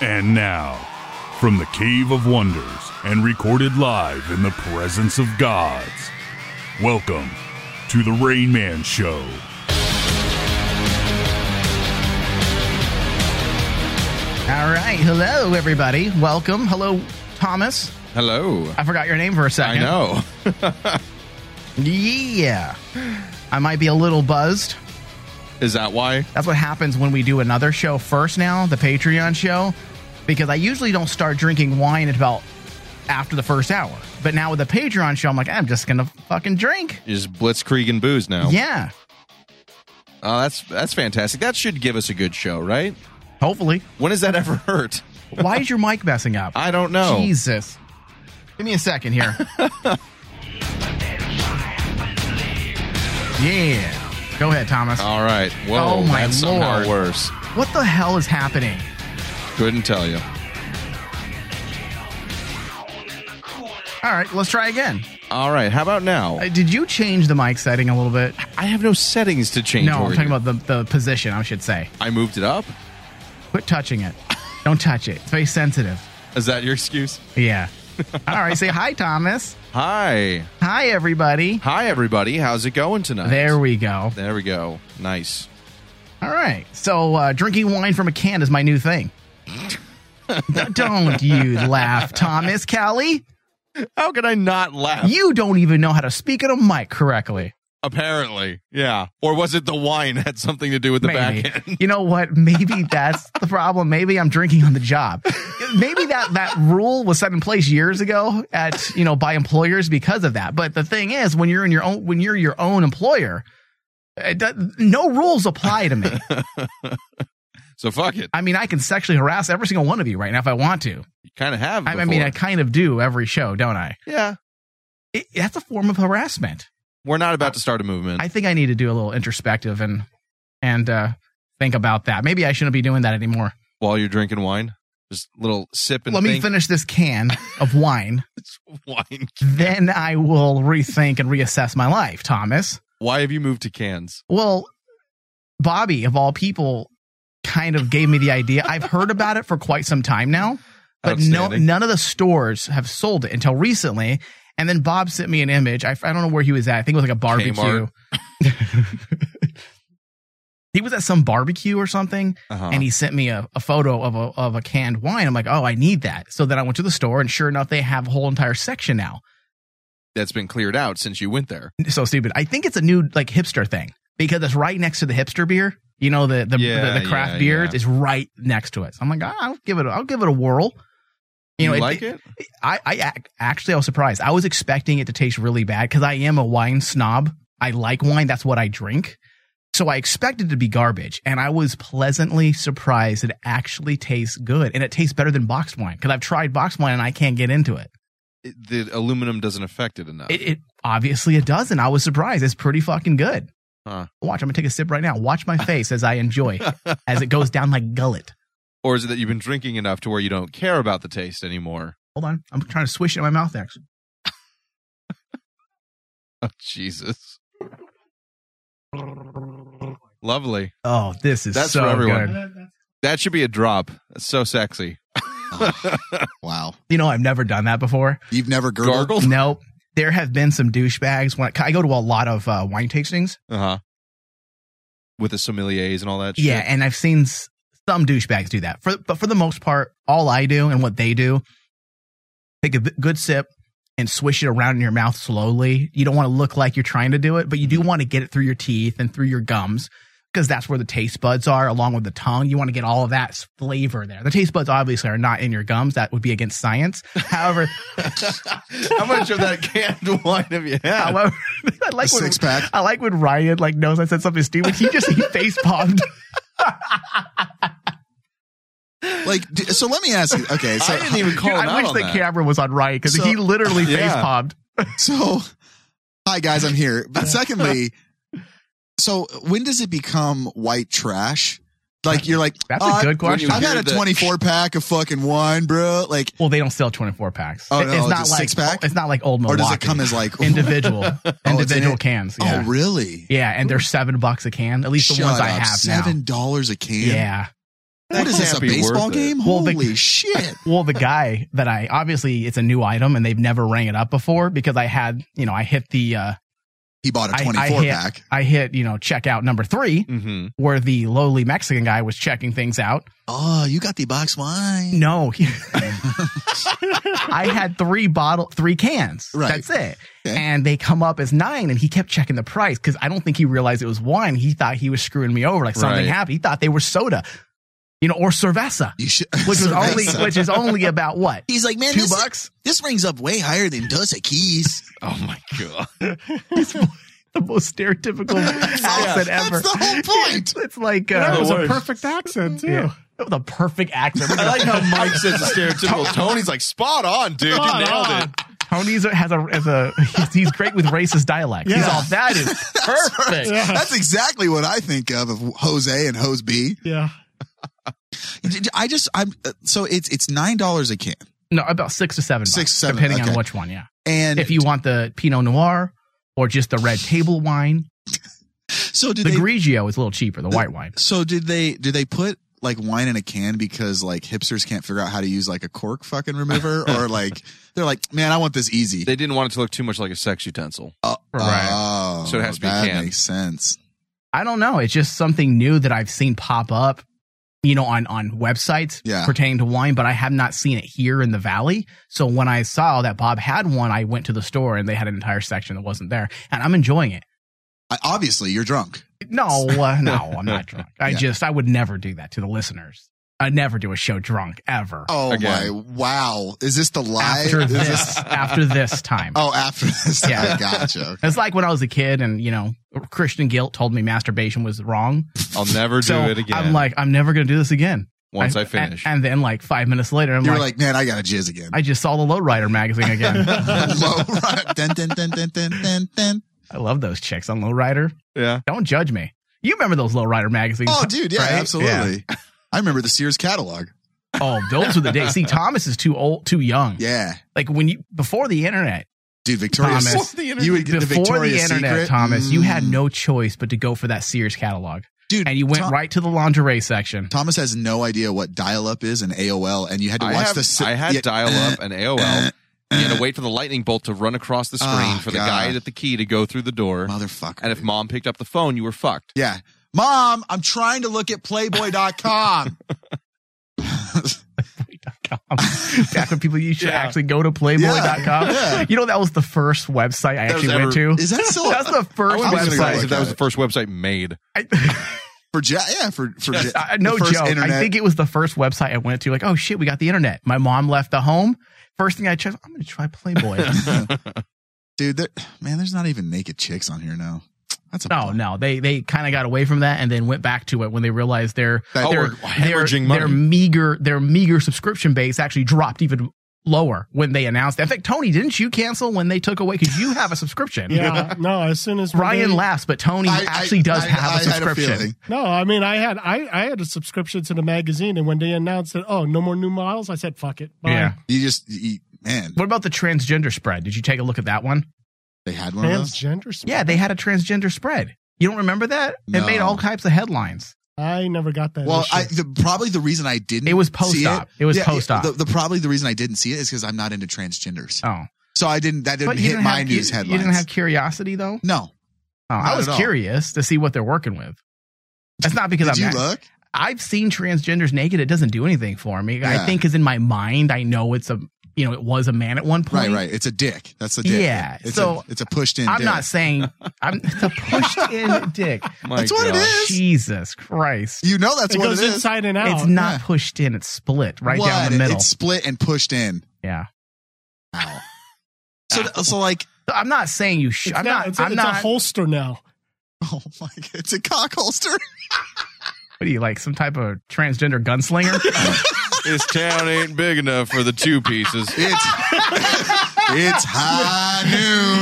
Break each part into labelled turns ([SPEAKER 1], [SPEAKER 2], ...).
[SPEAKER 1] And now, from the Cave of Wonders and recorded live in the presence of gods, welcome to The Rain Man Show.
[SPEAKER 2] All right. Hello, everybody. Welcome. Hello, Thomas.
[SPEAKER 3] Hello.
[SPEAKER 2] I forgot your name for a
[SPEAKER 3] I
[SPEAKER 2] second.
[SPEAKER 3] know.
[SPEAKER 2] Yeah. I might be a little buzzed.
[SPEAKER 3] Is that why?
[SPEAKER 2] That's what happens when we do another show first now, the Patreon show, because I usually don't start drinking wine at about after the first hour. But now with the Patreon show, I'm like, I'm just going to fucking drink.
[SPEAKER 3] You're just blitzkrieg and booze now.
[SPEAKER 2] Yeah.
[SPEAKER 3] Oh, that's that's fantastic. That should give us a good show, right?
[SPEAKER 2] Hopefully.
[SPEAKER 3] When has that ever hurt?
[SPEAKER 2] Why is your mic messing up?
[SPEAKER 3] I don't know.
[SPEAKER 2] Jesus. Give me a second here. yeah. Go ahead, Thomas.
[SPEAKER 3] All right. Whoa,
[SPEAKER 2] Oh, my
[SPEAKER 3] that's somehow
[SPEAKER 2] Lord.
[SPEAKER 3] worse.
[SPEAKER 2] What the hell is happening?
[SPEAKER 3] Couldn't tell you.
[SPEAKER 2] All right, let's try again.
[SPEAKER 3] All right. How about now?
[SPEAKER 2] Uh,
[SPEAKER 3] I,
[SPEAKER 2] did you change the mic setting a little bit?
[SPEAKER 3] have no settings to change.
[SPEAKER 2] no, I'm
[SPEAKER 3] over
[SPEAKER 2] talking
[SPEAKER 3] here.
[SPEAKER 2] about the, the position, I should say.
[SPEAKER 3] I moved it up.
[SPEAKER 2] Quit touching it. Don't touch it. It's very sensitive.
[SPEAKER 3] Is that your excuse?
[SPEAKER 2] Yeah. All right, say hi, Thomas.
[SPEAKER 3] Hi.
[SPEAKER 2] Hi, everybody.
[SPEAKER 3] Hi, everybody. How's it going tonight?
[SPEAKER 2] There we go.
[SPEAKER 3] There we go. Nice.
[SPEAKER 2] All right. So, uh, drinking wine from a can is my new thing. D- don't you laugh, Thomas Callie.
[SPEAKER 3] How could I not laugh?
[SPEAKER 2] You don't even know how to speak at a mic correctly.
[SPEAKER 3] Apparently. Yeah. Or was it the wine had something to do with the
[SPEAKER 2] Maybe.
[SPEAKER 3] back end?
[SPEAKER 2] You know what? Maybe that's the problem. Maybe I'm drinking on the job. Maybe that that rule was set in place years ago at you know by employers because of that. But the thing is, when you're in your own when you're your own employer, it, do- no rules apply to me.
[SPEAKER 3] So fuck it.
[SPEAKER 2] I mean, I can sexually harass every single one of you right now if I want to.
[SPEAKER 3] You kind of have.
[SPEAKER 2] I, I
[SPEAKER 3] before.
[SPEAKER 2] mean, I kind of do every show, don't I?
[SPEAKER 3] yeah.
[SPEAKER 2] It, that's a form of harassment.
[SPEAKER 3] We're not about to start a movement.
[SPEAKER 2] I think I need to do a little introspective and and uh, think about that. Maybe I shouldn't be doing that anymore.
[SPEAKER 3] While you're drinking wine, just a little sip and
[SPEAKER 2] Let me
[SPEAKER 3] think.
[SPEAKER 2] finish this can of wine.
[SPEAKER 3] wine.
[SPEAKER 2] then I will rethink and reassess my life, Thomas.
[SPEAKER 3] Why have you moved to cans?
[SPEAKER 2] Well, Bobby, of all people, kind of gave me the idea. I've heard about it for quite some time now, but no,
[SPEAKER 3] Outstanding.
[SPEAKER 2] none of the stores have sold it until recently. And then Bob sent me an image. I, I don't know where he was at. I think it was like a barbecue.
[SPEAKER 3] Kmart.
[SPEAKER 2] he was at some barbecue or something,
[SPEAKER 3] Uh-huh.
[SPEAKER 2] and he sent me a, a photo of a of a canned wine. I'm like, oh, I need that. So then I went to the store, and sure enough, they have a whole entire section now.
[SPEAKER 3] That's been cleared out since you went there.
[SPEAKER 2] so stupid. I think it's a new like hipster thing because it's right next to the hipster beer. You know the the
[SPEAKER 3] Yeah,
[SPEAKER 2] the, the craft
[SPEAKER 3] yeah,
[SPEAKER 2] beer
[SPEAKER 3] yeah.
[SPEAKER 2] is right next to it. So I'm like, "Ah, I'll give it, a, I'll give it a whirl.
[SPEAKER 3] You, like it?
[SPEAKER 2] I, I ac- actually I was surprised. I was expecting it to taste really bad because I am a wine snob. I like wine. That's what I drink. So I expected it to be garbage, and I was pleasantly surprised. It actually tastes good, and it tastes better than boxed wine because I've tried boxed wine and I can't get into it.
[SPEAKER 3] It- The aluminum doesn't affect it enough.
[SPEAKER 2] It, it obviously it doesn't. I was surprised. It's pretty fucking good.
[SPEAKER 3] Huh.
[SPEAKER 2] Watch, I'm gonna take a sip right now. Watch my face as I enjoy as it goes down my gullet.
[SPEAKER 3] or is it that you've been drinking enough to where you don't care about the taste anymore?
[SPEAKER 2] Hold on, I'm trying to swish it in my mouth next.
[SPEAKER 3] Oh, Jesus. Lovely.
[SPEAKER 2] Oh, this is
[SPEAKER 3] That's
[SPEAKER 2] so
[SPEAKER 3] for everyone.
[SPEAKER 2] good.
[SPEAKER 3] That should be a drop. That's so sexy.
[SPEAKER 4] Oh, Wow.
[SPEAKER 2] You know, I've never done that before.
[SPEAKER 4] You've never gurgled?
[SPEAKER 3] Gargled?
[SPEAKER 2] nope. There have been some douchebags when I go to a lot of uh, wine tastings.
[SPEAKER 3] Uh huh. With the sommeliers and all that shit.
[SPEAKER 2] Yeah, and I've seen s- some douchebags do that. For but for the most part, all I do and what they do, take a b- good sip and swish it around in your mouth slowly. You don't want to look like you're trying to do it, but you
[SPEAKER 3] Mm-hmm.
[SPEAKER 2] do want to get it through your teeth and through your gums because that's where the taste buds are, along with the tongue. You want to get all of that s- flavor there. The taste buds obviously are not in your gums. That would be against science. However,
[SPEAKER 3] How much of that canned wine have you had?
[SPEAKER 2] however, I like
[SPEAKER 4] A
[SPEAKER 2] when-
[SPEAKER 4] six-pack?
[SPEAKER 2] I like when Ryan like knows I said something stupid. He just he face palmed.
[SPEAKER 4] Like, d- so let me ask you. Okay, so
[SPEAKER 3] I didn't even call
[SPEAKER 2] Dude,
[SPEAKER 3] him
[SPEAKER 2] I
[SPEAKER 3] out
[SPEAKER 2] wish
[SPEAKER 3] on
[SPEAKER 2] the
[SPEAKER 3] that.
[SPEAKER 2] camera was on Ryan because
[SPEAKER 4] So-
[SPEAKER 2] he literally
[SPEAKER 3] Yeah.
[SPEAKER 2] face palmed.
[SPEAKER 4] so hi guys, I'm here. But secondly, so when does it become white trash? Like you're like,
[SPEAKER 2] That's
[SPEAKER 4] "Oh,
[SPEAKER 2] a good
[SPEAKER 3] when you-
[SPEAKER 2] question.
[SPEAKER 4] I've
[SPEAKER 3] You're
[SPEAKER 4] had a
[SPEAKER 3] the-
[SPEAKER 4] 24 pack of fucking wine, bro. Like,
[SPEAKER 2] well, they don't sell 24 packs.
[SPEAKER 4] Oh,
[SPEAKER 2] It-
[SPEAKER 4] no,
[SPEAKER 2] it's
[SPEAKER 4] it's
[SPEAKER 2] not
[SPEAKER 4] a
[SPEAKER 2] like
[SPEAKER 4] six-pack?
[SPEAKER 2] it's not like old
[SPEAKER 4] or
[SPEAKER 2] Milwaukee.
[SPEAKER 4] does it come as like, Oh,
[SPEAKER 2] individual individual
[SPEAKER 4] it?
[SPEAKER 2] cans?
[SPEAKER 4] oh,
[SPEAKER 2] Yeah.
[SPEAKER 4] really?
[SPEAKER 2] yeah, and they're seven bucks a can. At least the
[SPEAKER 4] Shut
[SPEAKER 2] ones I
[SPEAKER 4] up.
[SPEAKER 2] have
[SPEAKER 4] Seven dollars a
[SPEAKER 2] now.
[SPEAKER 4] can.
[SPEAKER 2] Yeah,
[SPEAKER 4] What is this?
[SPEAKER 3] can't
[SPEAKER 4] A
[SPEAKER 3] be worth
[SPEAKER 4] baseball
[SPEAKER 3] it.
[SPEAKER 4] game?
[SPEAKER 2] Well, the-
[SPEAKER 4] Holy shit!
[SPEAKER 2] Well, the guy that I obviously it's a new item and they've never rang it up before because I had, you know, I hit the uh
[SPEAKER 4] He bought a
[SPEAKER 2] I- I
[SPEAKER 4] twenty-four
[SPEAKER 2] hit-
[SPEAKER 4] pack.
[SPEAKER 2] I hit, you know, checkout number three
[SPEAKER 3] Mm-hmm.
[SPEAKER 2] where the lowly Mexican guy was checking things out.
[SPEAKER 4] Oh, you got the box wine.
[SPEAKER 2] No, he- I had three bottle, three cans.
[SPEAKER 4] Right.
[SPEAKER 2] That's it.
[SPEAKER 4] Okay.
[SPEAKER 2] And they come up as nine, and he kept checking the price because I don't think he realized it was wine. He thought he was screwing me over, like something
[SPEAKER 3] Right.
[SPEAKER 2] happened. He thought they were soda, you know, or cerveza,
[SPEAKER 4] You should.
[SPEAKER 2] which was only
[SPEAKER 4] Cerveza.
[SPEAKER 2] which is only about what
[SPEAKER 4] He's like, man,
[SPEAKER 2] two
[SPEAKER 4] this,
[SPEAKER 2] bucks.
[SPEAKER 4] this rings up way higher than Dosa Keys.
[SPEAKER 3] Oh my god.
[SPEAKER 2] The most stereotypical accent ever.
[SPEAKER 4] That's the whole point.
[SPEAKER 2] It's like
[SPEAKER 5] That
[SPEAKER 2] uh,
[SPEAKER 5] was a
[SPEAKER 3] worst.
[SPEAKER 5] perfect accent too.
[SPEAKER 2] yeah, that was a perfect accent. We're
[SPEAKER 3] I
[SPEAKER 2] gonna-
[SPEAKER 3] like how Mike says the stereotypical tone. He's like, spot on, dude.
[SPEAKER 5] Spot
[SPEAKER 3] you nailed
[SPEAKER 5] on.
[SPEAKER 3] it.
[SPEAKER 2] Tony's has a has a he's, he's great with racist dialect. He's
[SPEAKER 5] Yeah.
[SPEAKER 2] all that is perfect.
[SPEAKER 4] That's exactly what I think of of Jose and Hose B.
[SPEAKER 5] Yeah.
[SPEAKER 4] I just I'm uh, so it's it's nine dollars a can
[SPEAKER 2] No, about six to seven.
[SPEAKER 4] Six,
[SPEAKER 2] bucks,
[SPEAKER 4] seven,
[SPEAKER 2] depending
[SPEAKER 4] okay.
[SPEAKER 2] on which one. Yeah,
[SPEAKER 4] and
[SPEAKER 2] if you want the Pinot Noir or just the red table wine,
[SPEAKER 4] so did
[SPEAKER 2] the
[SPEAKER 4] they
[SPEAKER 2] Grigio is a little cheaper. The white wine.
[SPEAKER 4] Uh, so did they did they put like wine in a can because like hipsters can't figure out how to use like a cork fucking remover or like they're like man I want this easy
[SPEAKER 3] They didn't want it to look too much like a sex utensil.
[SPEAKER 4] Oh,
[SPEAKER 2] Right.
[SPEAKER 4] oh,
[SPEAKER 3] So it has to be
[SPEAKER 4] that
[SPEAKER 3] canned.
[SPEAKER 4] makes sense
[SPEAKER 2] I don't know. It's just something new that I've seen pop up, you know, on on websites
[SPEAKER 4] Yeah.
[SPEAKER 2] pertaining to wine, but I have not seen it here in the valley. So when I saw that Bob had one, I went to the store and they had an entire section that wasn't there, and I'm enjoying it.
[SPEAKER 4] I, obviously you're drunk
[SPEAKER 2] No, uh, no, I'm not drunk. I
[SPEAKER 4] Yeah.
[SPEAKER 2] just I would never do that to the listeners. I never do a show drunk ever.
[SPEAKER 4] oh
[SPEAKER 3] Again.
[SPEAKER 4] my wow is this the live
[SPEAKER 2] after
[SPEAKER 4] Is
[SPEAKER 2] this,
[SPEAKER 4] this-
[SPEAKER 2] after this time.
[SPEAKER 4] oh after this
[SPEAKER 2] Yeah.
[SPEAKER 4] I gotcha
[SPEAKER 2] It's like when I was a kid and, you know, Christian guilt told me masturbation was wrong.
[SPEAKER 3] I'll never do
[SPEAKER 2] so
[SPEAKER 3] it again.
[SPEAKER 2] I'm like, I'm never going to do this again.
[SPEAKER 3] once I,
[SPEAKER 2] and-
[SPEAKER 3] finish.
[SPEAKER 2] And, then, like, five minutes later, I'm
[SPEAKER 4] you were
[SPEAKER 2] like,
[SPEAKER 4] like man I gotta jizz again
[SPEAKER 2] I just saw the Lowrider magazine again.
[SPEAKER 4] low right. Dun, dun, dun, dun, dun, dun, dun.
[SPEAKER 2] I love those chicks on Lowrider.
[SPEAKER 3] yeah.
[SPEAKER 2] Don't judge me. You remember those Lowrider magazines?
[SPEAKER 4] Oh, dude, yeah,
[SPEAKER 2] right?
[SPEAKER 4] absolutely. I remember the Sears catalog.
[SPEAKER 2] Oh, those were the days. See, Thomas is too old, too young.
[SPEAKER 4] Yeah,
[SPEAKER 2] Like when you before the internet,
[SPEAKER 4] dude, Victoria's.
[SPEAKER 2] Thomas.
[SPEAKER 4] You would get the
[SPEAKER 2] before the,
[SPEAKER 4] Victoria's
[SPEAKER 2] internet,
[SPEAKER 4] Secret.
[SPEAKER 2] Thomas, you had
[SPEAKER 4] Mm.
[SPEAKER 2] no choice but to go for that Sears catalog,
[SPEAKER 4] dude,
[SPEAKER 2] and you went
[SPEAKER 4] Tom-
[SPEAKER 2] right to the lingerie section.
[SPEAKER 4] Thomas has no idea what dial-up is and AOL, and you had to
[SPEAKER 3] I,
[SPEAKER 4] watch
[SPEAKER 3] have,
[SPEAKER 4] the. si-
[SPEAKER 3] I had
[SPEAKER 4] yeah,
[SPEAKER 3] dial up and AOL. you had to wait for the lightning bolt to run across the screen
[SPEAKER 4] Oh,
[SPEAKER 3] for the
[SPEAKER 4] God.
[SPEAKER 3] guy at the key to go through the door.
[SPEAKER 4] motherfucker.
[SPEAKER 3] and if mom picked up the phone, you were fucked.
[SPEAKER 4] yeah, mom, I'm trying to look at Playboy.com.
[SPEAKER 2] Back when people used to
[SPEAKER 3] Yeah.
[SPEAKER 2] actually go to Playboy.com.
[SPEAKER 4] Yeah.
[SPEAKER 2] You know that was the first website I
[SPEAKER 3] That was
[SPEAKER 2] actually went
[SPEAKER 3] ever-
[SPEAKER 2] to.
[SPEAKER 4] is that still
[SPEAKER 2] That's the
[SPEAKER 3] I
[SPEAKER 2] first
[SPEAKER 3] wouldn't be
[SPEAKER 4] was
[SPEAKER 3] surprised
[SPEAKER 4] like-
[SPEAKER 2] website.
[SPEAKER 3] if that was the first website made.
[SPEAKER 2] I,
[SPEAKER 4] for? Ja- yeah, for for
[SPEAKER 3] Yes,
[SPEAKER 4] Ja-
[SPEAKER 2] I- no
[SPEAKER 4] the first
[SPEAKER 2] joke.
[SPEAKER 4] Internet.
[SPEAKER 2] I think it was the first website I went to. Like, oh shit, we got the internet. My mom left the home. First thing I checked, I'm going to try Playboy.
[SPEAKER 4] dude, there- man, there's not even naked chicks on here now. That's a
[SPEAKER 2] no,
[SPEAKER 4] bummer.
[SPEAKER 2] no, they they kind of got away from that and then went back to it when they realized their
[SPEAKER 4] That-
[SPEAKER 2] their,
[SPEAKER 3] we're
[SPEAKER 2] their,
[SPEAKER 3] hemorrhaging
[SPEAKER 2] their
[SPEAKER 3] money.
[SPEAKER 2] meager their meager subscription base actually dropped even lower when they announced. It. In fact, Tony, didn't you cancel when they took away? Because you have a subscription.
[SPEAKER 5] Yeah. No, as soon as
[SPEAKER 2] Ryan
[SPEAKER 5] they-
[SPEAKER 2] laughs, but Tony
[SPEAKER 4] I- I-
[SPEAKER 2] actually does
[SPEAKER 4] I-
[SPEAKER 2] have
[SPEAKER 4] I
[SPEAKER 2] a
[SPEAKER 4] had
[SPEAKER 2] subscription.
[SPEAKER 4] feeling.
[SPEAKER 5] No, I mean I had I, I had a subscription to the magazine and when they announced that oh no more new models, I said fuck it. Bye.
[SPEAKER 2] Yeah.
[SPEAKER 4] you just, you, man,
[SPEAKER 2] What about the transgender spread? Did you take a look at that one?
[SPEAKER 4] they had one of those.
[SPEAKER 5] Transgender spread.
[SPEAKER 2] Yeah, they had a transgender spread. You don't remember that? It
[SPEAKER 4] No.
[SPEAKER 2] made all types of headlines.
[SPEAKER 5] I never got that.
[SPEAKER 4] Well,
[SPEAKER 5] issue.
[SPEAKER 4] I, the, probably the reason I didn't.
[SPEAKER 2] It was
[SPEAKER 4] see
[SPEAKER 2] post-op. It was post-op.
[SPEAKER 4] The, the probably the reason I didn't see it is because I'm not into transgenders,
[SPEAKER 2] Oh,
[SPEAKER 4] so I didn't. That didn't
[SPEAKER 2] but you
[SPEAKER 4] hit
[SPEAKER 2] didn't
[SPEAKER 4] my
[SPEAKER 2] have
[SPEAKER 4] news
[SPEAKER 2] you, you
[SPEAKER 4] headlines.
[SPEAKER 2] didn't have curiosity though.
[SPEAKER 4] no.
[SPEAKER 2] Oh, I
[SPEAKER 4] Not
[SPEAKER 2] was
[SPEAKER 4] at all.
[SPEAKER 2] curious to see what they're working with. That's not because
[SPEAKER 4] Did
[SPEAKER 2] I'm.
[SPEAKER 4] you
[SPEAKER 2] mad.
[SPEAKER 4] look?
[SPEAKER 2] I've seen transgenders naked. It doesn't do anything for me. I
[SPEAKER 4] Yeah.
[SPEAKER 2] think because in my mind, I know it's a you know it was a man at one point.
[SPEAKER 4] Right, right. It's a dick. That's a dick.
[SPEAKER 2] Yeah,
[SPEAKER 4] It's
[SPEAKER 2] so
[SPEAKER 4] a, it's a pushed in.
[SPEAKER 2] I'm
[SPEAKER 4] dick.
[SPEAKER 2] not saying I'm it's a pushed in dick.
[SPEAKER 3] My
[SPEAKER 4] That's what it
[SPEAKER 3] God.
[SPEAKER 4] is.
[SPEAKER 2] Jesus Christ!
[SPEAKER 4] You know that's
[SPEAKER 5] it
[SPEAKER 4] what
[SPEAKER 5] goes
[SPEAKER 4] it is.
[SPEAKER 5] inside and out.
[SPEAKER 2] it's not
[SPEAKER 4] yeah.
[SPEAKER 2] pushed in. It's split right
[SPEAKER 4] what?
[SPEAKER 2] down the middle.
[SPEAKER 4] It's split and pushed in.
[SPEAKER 2] yeah.
[SPEAKER 4] Ow. so, so like,
[SPEAKER 2] So I'm not saying you should.
[SPEAKER 5] It's
[SPEAKER 2] I'm
[SPEAKER 5] now-
[SPEAKER 2] not.
[SPEAKER 5] It's, a,
[SPEAKER 2] I'm
[SPEAKER 5] it's
[SPEAKER 2] not.
[SPEAKER 5] a holster now.
[SPEAKER 4] oh my god, it's a cock holster.
[SPEAKER 2] what are you like? Some type of transgender gunslinger?
[SPEAKER 3] This town ain't big enough for the two pieces.
[SPEAKER 4] It's it's high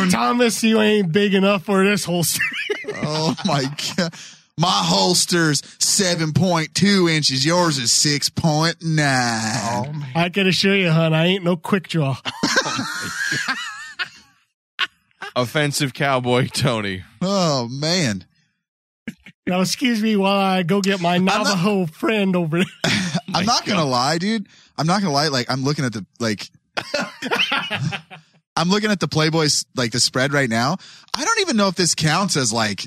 [SPEAKER 4] noon.
[SPEAKER 5] Thomas, you ain't big enough for this holster.
[SPEAKER 4] Oh my god. My holster's seven point two inches. Yours is six point
[SPEAKER 2] Oh
[SPEAKER 4] nine.
[SPEAKER 5] I can assure you, hon, I ain't no quick draw.
[SPEAKER 3] Offensive cowboy Tony.
[SPEAKER 4] Oh man.
[SPEAKER 5] Now, excuse me while I go get my
[SPEAKER 4] not-
[SPEAKER 5] Navajo friend over there.
[SPEAKER 4] I'm not gonna lie, dude. I'm not gonna lie. Like I'm looking at the like. I'm looking at the Playboy's like the spread right now. I don't even know if this counts as like.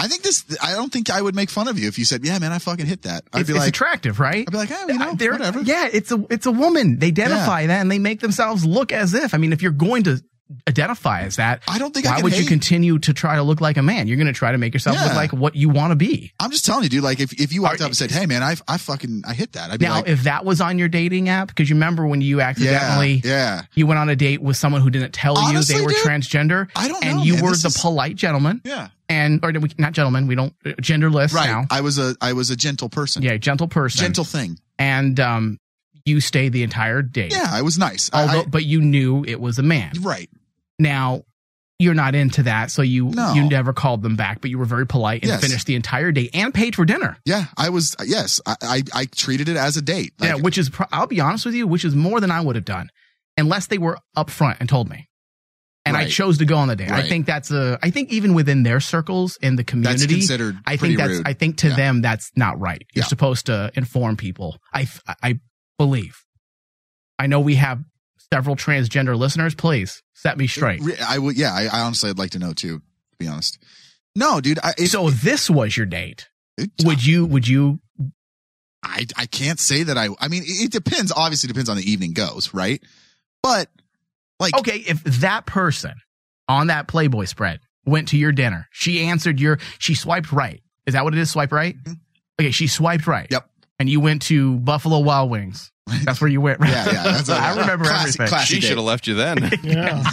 [SPEAKER 4] I think this. I don't think I would make fun of you if you said, "Yeah, man, I fucking hit that." I'd
[SPEAKER 2] It's,
[SPEAKER 4] be
[SPEAKER 2] it's
[SPEAKER 4] like,
[SPEAKER 2] attractive, right?
[SPEAKER 4] I'd be like, "Oh, you know,
[SPEAKER 2] They're-
[SPEAKER 4] whatever."
[SPEAKER 2] Yeah, it's a it's a woman. They identify that and they make themselves look as if. I mean, if you're going to identify as that,
[SPEAKER 4] I don't think I
[SPEAKER 2] why
[SPEAKER 4] can
[SPEAKER 2] would you
[SPEAKER 4] hate.
[SPEAKER 2] continue to try to look like a man? You're going to try to make yourself
[SPEAKER 4] Yeah.
[SPEAKER 2] look like what you want to be.
[SPEAKER 4] I'm just telling you, dude. Like, if, if you walked
[SPEAKER 2] Are-
[SPEAKER 4] up and said, "Hey, man, I I fucking I hit that," I'd be
[SPEAKER 2] Now,
[SPEAKER 4] like,
[SPEAKER 2] if that was on your dating app, because you remember when you
[SPEAKER 4] "Yeah,
[SPEAKER 2] accidentally
[SPEAKER 4] yeah."
[SPEAKER 2] you went on a date with someone who didn't tell you
[SPEAKER 4] Honestly,
[SPEAKER 2] they were
[SPEAKER 4] dude,
[SPEAKER 2] transgender,
[SPEAKER 4] I don't know.
[SPEAKER 2] and you
[SPEAKER 4] man.
[SPEAKER 2] were
[SPEAKER 4] This
[SPEAKER 2] the
[SPEAKER 4] is-
[SPEAKER 2] polite gentleman,
[SPEAKER 4] yeah,
[SPEAKER 2] and or we- not gentleman, we don't uh, genderless
[SPEAKER 4] right.
[SPEAKER 2] now.
[SPEAKER 4] I was a I was a gentle person.
[SPEAKER 2] yeah, gentle person,
[SPEAKER 4] gentle thing.
[SPEAKER 2] and um, you stayed the entire date.
[SPEAKER 4] Yeah, I was nice. I-
[SPEAKER 2] although
[SPEAKER 4] I-
[SPEAKER 2] but you knew it was a man.
[SPEAKER 4] right.
[SPEAKER 2] Now you're not into that, so you
[SPEAKER 4] No.
[SPEAKER 2] you never called them back, but you were very polite and
[SPEAKER 4] Yes.
[SPEAKER 2] finished the entire day and paid for dinner.
[SPEAKER 4] Yeah, I was. Yes, I I, I treated it as a date. Like,
[SPEAKER 2] yeah, which is pro- I'll be honest with you, which is more than I would have done unless they were upfront and told me. And I
[SPEAKER 4] Right.
[SPEAKER 2] chose to go on the day. I
[SPEAKER 4] Right.
[SPEAKER 2] think that's a I think even within their circles in the
[SPEAKER 4] that's
[SPEAKER 2] community
[SPEAKER 4] considered.
[SPEAKER 2] I
[SPEAKER 4] pretty
[SPEAKER 2] think that's
[SPEAKER 4] rude.
[SPEAKER 2] I think to
[SPEAKER 4] Yeah.
[SPEAKER 2] them that's not right. You're
[SPEAKER 4] Yeah.
[SPEAKER 2] supposed to inform people. I f- I believe. I know we have several transgender listeners, please set me straight.
[SPEAKER 4] Re- I would. Yeah, I, I honestly, I'd like to know too. To be honest. No, dude. I, if,
[SPEAKER 2] so this was your date.
[SPEAKER 4] it-
[SPEAKER 2] Would you? Would you?
[SPEAKER 4] I I can't say that I. I mean, it, it depends. Obviously, depends on the evening goes, right? But like,
[SPEAKER 2] Okay, if that person on that Playboy spread went to your dinner, she answered your. She swiped right. Is that what it is? Swipe right. Okay, she swiped right.
[SPEAKER 4] Mm-hmm. Yep.
[SPEAKER 2] And you went to Buffalo Wild Wings. That's where you went. Right?
[SPEAKER 4] yeah, yeah. That's
[SPEAKER 2] I remember
[SPEAKER 4] classic,
[SPEAKER 2] everything.
[SPEAKER 4] Classic
[SPEAKER 3] She should have
[SPEAKER 4] date.
[SPEAKER 3] left you then.
[SPEAKER 5] Yeah.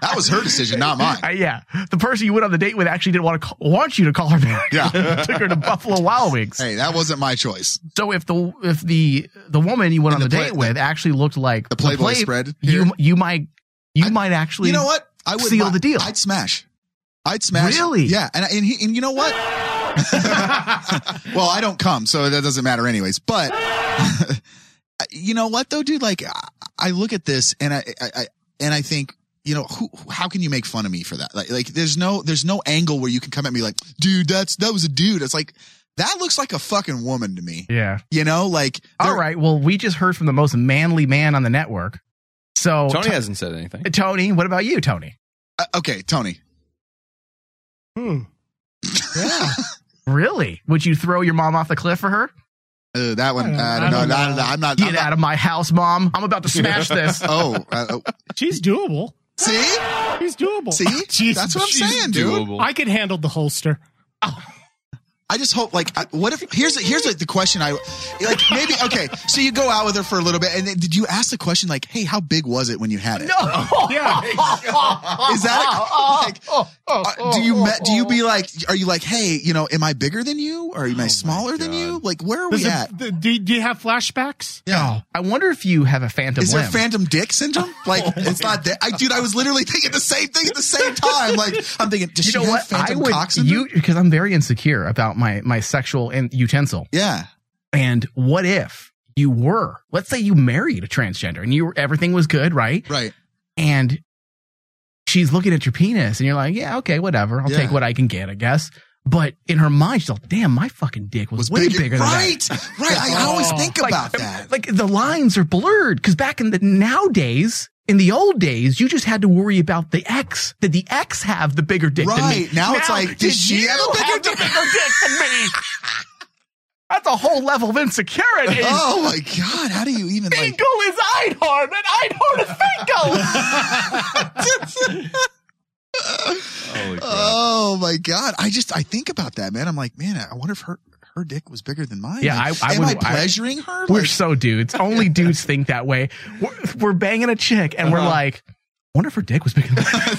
[SPEAKER 4] That was her decision, not mine.
[SPEAKER 2] Uh, yeah, the person you went on the date with actually didn't want to call, want you to call her back.
[SPEAKER 4] Yeah.
[SPEAKER 2] took her to Buffalo Wild Wings.
[SPEAKER 4] Hey, that wasn't my choice.
[SPEAKER 2] So if the if the the woman you went on
[SPEAKER 4] And
[SPEAKER 2] the,
[SPEAKER 4] the play-
[SPEAKER 2] date with actually looked like
[SPEAKER 4] The Playboy
[SPEAKER 2] play-
[SPEAKER 4] spread. here.
[SPEAKER 2] you you might you
[SPEAKER 4] I-
[SPEAKER 2] might actually
[SPEAKER 4] You know what? I would
[SPEAKER 2] seal the deal.
[SPEAKER 4] I'd smash. I'd smash.
[SPEAKER 2] Really?
[SPEAKER 4] Yeah. And and, he, and you know what? well, I don't come, so that doesn't matter, anyways. But you know what, though, dude? Like, I, I look at this and I, I, I and I think. You know, who, how can you make fun of me for that? Like, like, there's no, there's no angle where you can come at me like, dude, that's, that was a dude. It's like, that looks like a fucking woman to me.
[SPEAKER 2] yeah.
[SPEAKER 4] You know, like,
[SPEAKER 2] All
[SPEAKER 4] there-
[SPEAKER 2] right. Well, we just heard from the most manly man on the network. So
[SPEAKER 3] Tony
[SPEAKER 2] To-
[SPEAKER 3] hasn't said anything.
[SPEAKER 2] Tony, what about you, Tony?
[SPEAKER 4] uh, okay, Tony.
[SPEAKER 5] Hmm. Yeah.
[SPEAKER 2] Really? Would you throw your mom off the cliff for her?
[SPEAKER 4] Uh, that one, I don't, know, I don't know. I'm not,
[SPEAKER 2] Get
[SPEAKER 4] I'm
[SPEAKER 2] out of my house, mom! I'm about to smash this.
[SPEAKER 4] not oh, uh, oh.
[SPEAKER 5] She's doable.
[SPEAKER 4] see?
[SPEAKER 5] She's doable.
[SPEAKER 4] See?
[SPEAKER 5] She's-
[SPEAKER 4] That's what I'm
[SPEAKER 5] she's-
[SPEAKER 4] saying, dude.
[SPEAKER 5] I could handle the holster.
[SPEAKER 4] I just hope, like, I, what if here's here's like the question I like maybe okay. So you go out with her for a little bit, and then did you ask the question like, "Hey, how big was it when you had it?"
[SPEAKER 2] no.
[SPEAKER 5] Yeah.
[SPEAKER 4] Is that like,
[SPEAKER 5] Oh,
[SPEAKER 4] uh, do you me, do you be like, are you like, hey, you know, am I bigger than you, or am I smaller than you? Like, where are
[SPEAKER 5] Does
[SPEAKER 4] we
[SPEAKER 5] it-
[SPEAKER 4] at?
[SPEAKER 5] th- do, do you have flashbacks?
[SPEAKER 4] Yeah.
[SPEAKER 2] I wonder if you have a phantom
[SPEAKER 4] Is there
[SPEAKER 2] limb.
[SPEAKER 4] phantom dick syndrome? Like,
[SPEAKER 5] Oh
[SPEAKER 4] it's not that. I, dude, I was literally thinking the same thing at the same time. Like, I'm thinking, does
[SPEAKER 2] you
[SPEAKER 4] she
[SPEAKER 2] know
[SPEAKER 4] have
[SPEAKER 2] what? I
[SPEAKER 4] phantom
[SPEAKER 2] would
[SPEAKER 4] cock syndrome?
[SPEAKER 2] you because I'm very insecure about my my sexual in, utensil.
[SPEAKER 4] yeah.
[SPEAKER 2] And what if you were? Let's say you married a transgender and you were, everything was good, right?
[SPEAKER 4] Right.
[SPEAKER 2] And she's looking at your penis and you're like, yeah, okay, whatever. I'll
[SPEAKER 4] Yeah.
[SPEAKER 2] take what I can get, I guess. But in her mind, she's like, damn, my fucking dick was, way bigger than that.
[SPEAKER 4] right. Right. I, I always
[SPEAKER 5] Oh.
[SPEAKER 4] think
[SPEAKER 2] Like- um,
[SPEAKER 4] about that.
[SPEAKER 2] Like the lines are blurred because back in the nowadays, in the old days, you just had to worry about the X. Did the X have the bigger dick than me?
[SPEAKER 4] Right. Now it's like, did she
[SPEAKER 2] you
[SPEAKER 4] have a bigger
[SPEAKER 2] the
[SPEAKER 4] dick?
[SPEAKER 2] bigger dick than me? That's a whole level of insecurity.
[SPEAKER 4] Oh my god! How do you even
[SPEAKER 2] Fingal
[SPEAKER 4] like?
[SPEAKER 2] is Einhorn, and Einhorn is Fingal.
[SPEAKER 3] Holy crap.
[SPEAKER 4] Oh my god! I just I think about that, man. I'm like, man, I wonder if her her dick was bigger than mine.
[SPEAKER 2] Yeah,
[SPEAKER 4] Like,
[SPEAKER 2] I- I
[SPEAKER 4] am
[SPEAKER 2] would-
[SPEAKER 4] I
[SPEAKER 2] I-
[SPEAKER 4] pleasuring her?
[SPEAKER 2] we're
[SPEAKER 4] Like,
[SPEAKER 2] so dudes. Only dudes think that way. We're, we're banging a chick, and we're
[SPEAKER 3] Uh-huh.
[SPEAKER 2] like, wonder if her dick was bigger than mine.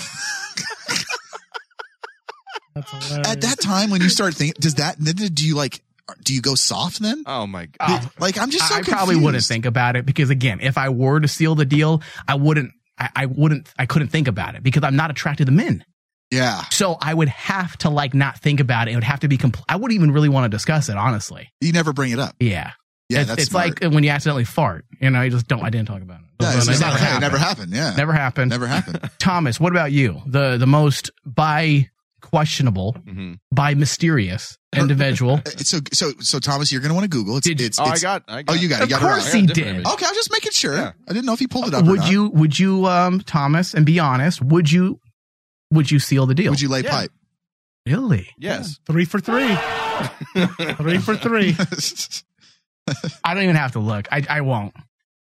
[SPEAKER 5] That's hilarious.
[SPEAKER 4] at that time when you start thinking, does that then do you like do you go soft then?
[SPEAKER 3] oh my god.
[SPEAKER 2] Oh,
[SPEAKER 4] Like I'm just so
[SPEAKER 2] I probably wouldn't
[SPEAKER 4] confused.
[SPEAKER 2] think about it because again, if I were to seal the deal, I wouldn't. I, I wouldn't. I couldn't think about it because I'm not attracted to men.
[SPEAKER 4] Yeah,
[SPEAKER 2] So I would have to like not think about it. It would have to be. Compl- I wouldn't even really want to discuss it, honestly.
[SPEAKER 4] you never bring it up.
[SPEAKER 2] Yeah,
[SPEAKER 4] Yeah,
[SPEAKER 2] It's,
[SPEAKER 4] that's
[SPEAKER 2] it's
[SPEAKER 4] smart.
[SPEAKER 2] like when you accidentally fart. You know, you just don't. I didn't talk about it.
[SPEAKER 4] Yeah, it's
[SPEAKER 2] It
[SPEAKER 4] never,
[SPEAKER 2] never
[SPEAKER 4] happened. never
[SPEAKER 2] happened.
[SPEAKER 4] happened. Yeah,
[SPEAKER 2] Never happened.
[SPEAKER 4] never happened.
[SPEAKER 2] Thomas, what about you? The the most bi questionable
[SPEAKER 3] hmm
[SPEAKER 2] by mysterious individual.
[SPEAKER 4] Uh, So so so Thomas, you're gonna want to Google. It's
[SPEAKER 2] Did-
[SPEAKER 4] it's,
[SPEAKER 3] Oh, I
[SPEAKER 4] it's-
[SPEAKER 3] got. I got
[SPEAKER 4] oh you got it.
[SPEAKER 2] of
[SPEAKER 4] You got it
[SPEAKER 2] course
[SPEAKER 4] wrong.
[SPEAKER 2] he
[SPEAKER 3] I got different
[SPEAKER 2] did.
[SPEAKER 3] image.
[SPEAKER 4] Okay, I was just making sure.
[SPEAKER 3] Yeah.
[SPEAKER 4] I didn't know if he pulled it up. or
[SPEAKER 2] Would
[SPEAKER 4] not.
[SPEAKER 2] you would you um Thomas and be honest, would you would you seal the deal?
[SPEAKER 4] Would you lay
[SPEAKER 3] Yeah.
[SPEAKER 4] pipe?
[SPEAKER 2] really?
[SPEAKER 3] Yes.
[SPEAKER 5] Three for three. Three for three.
[SPEAKER 2] I don't even have to look. I, I won't.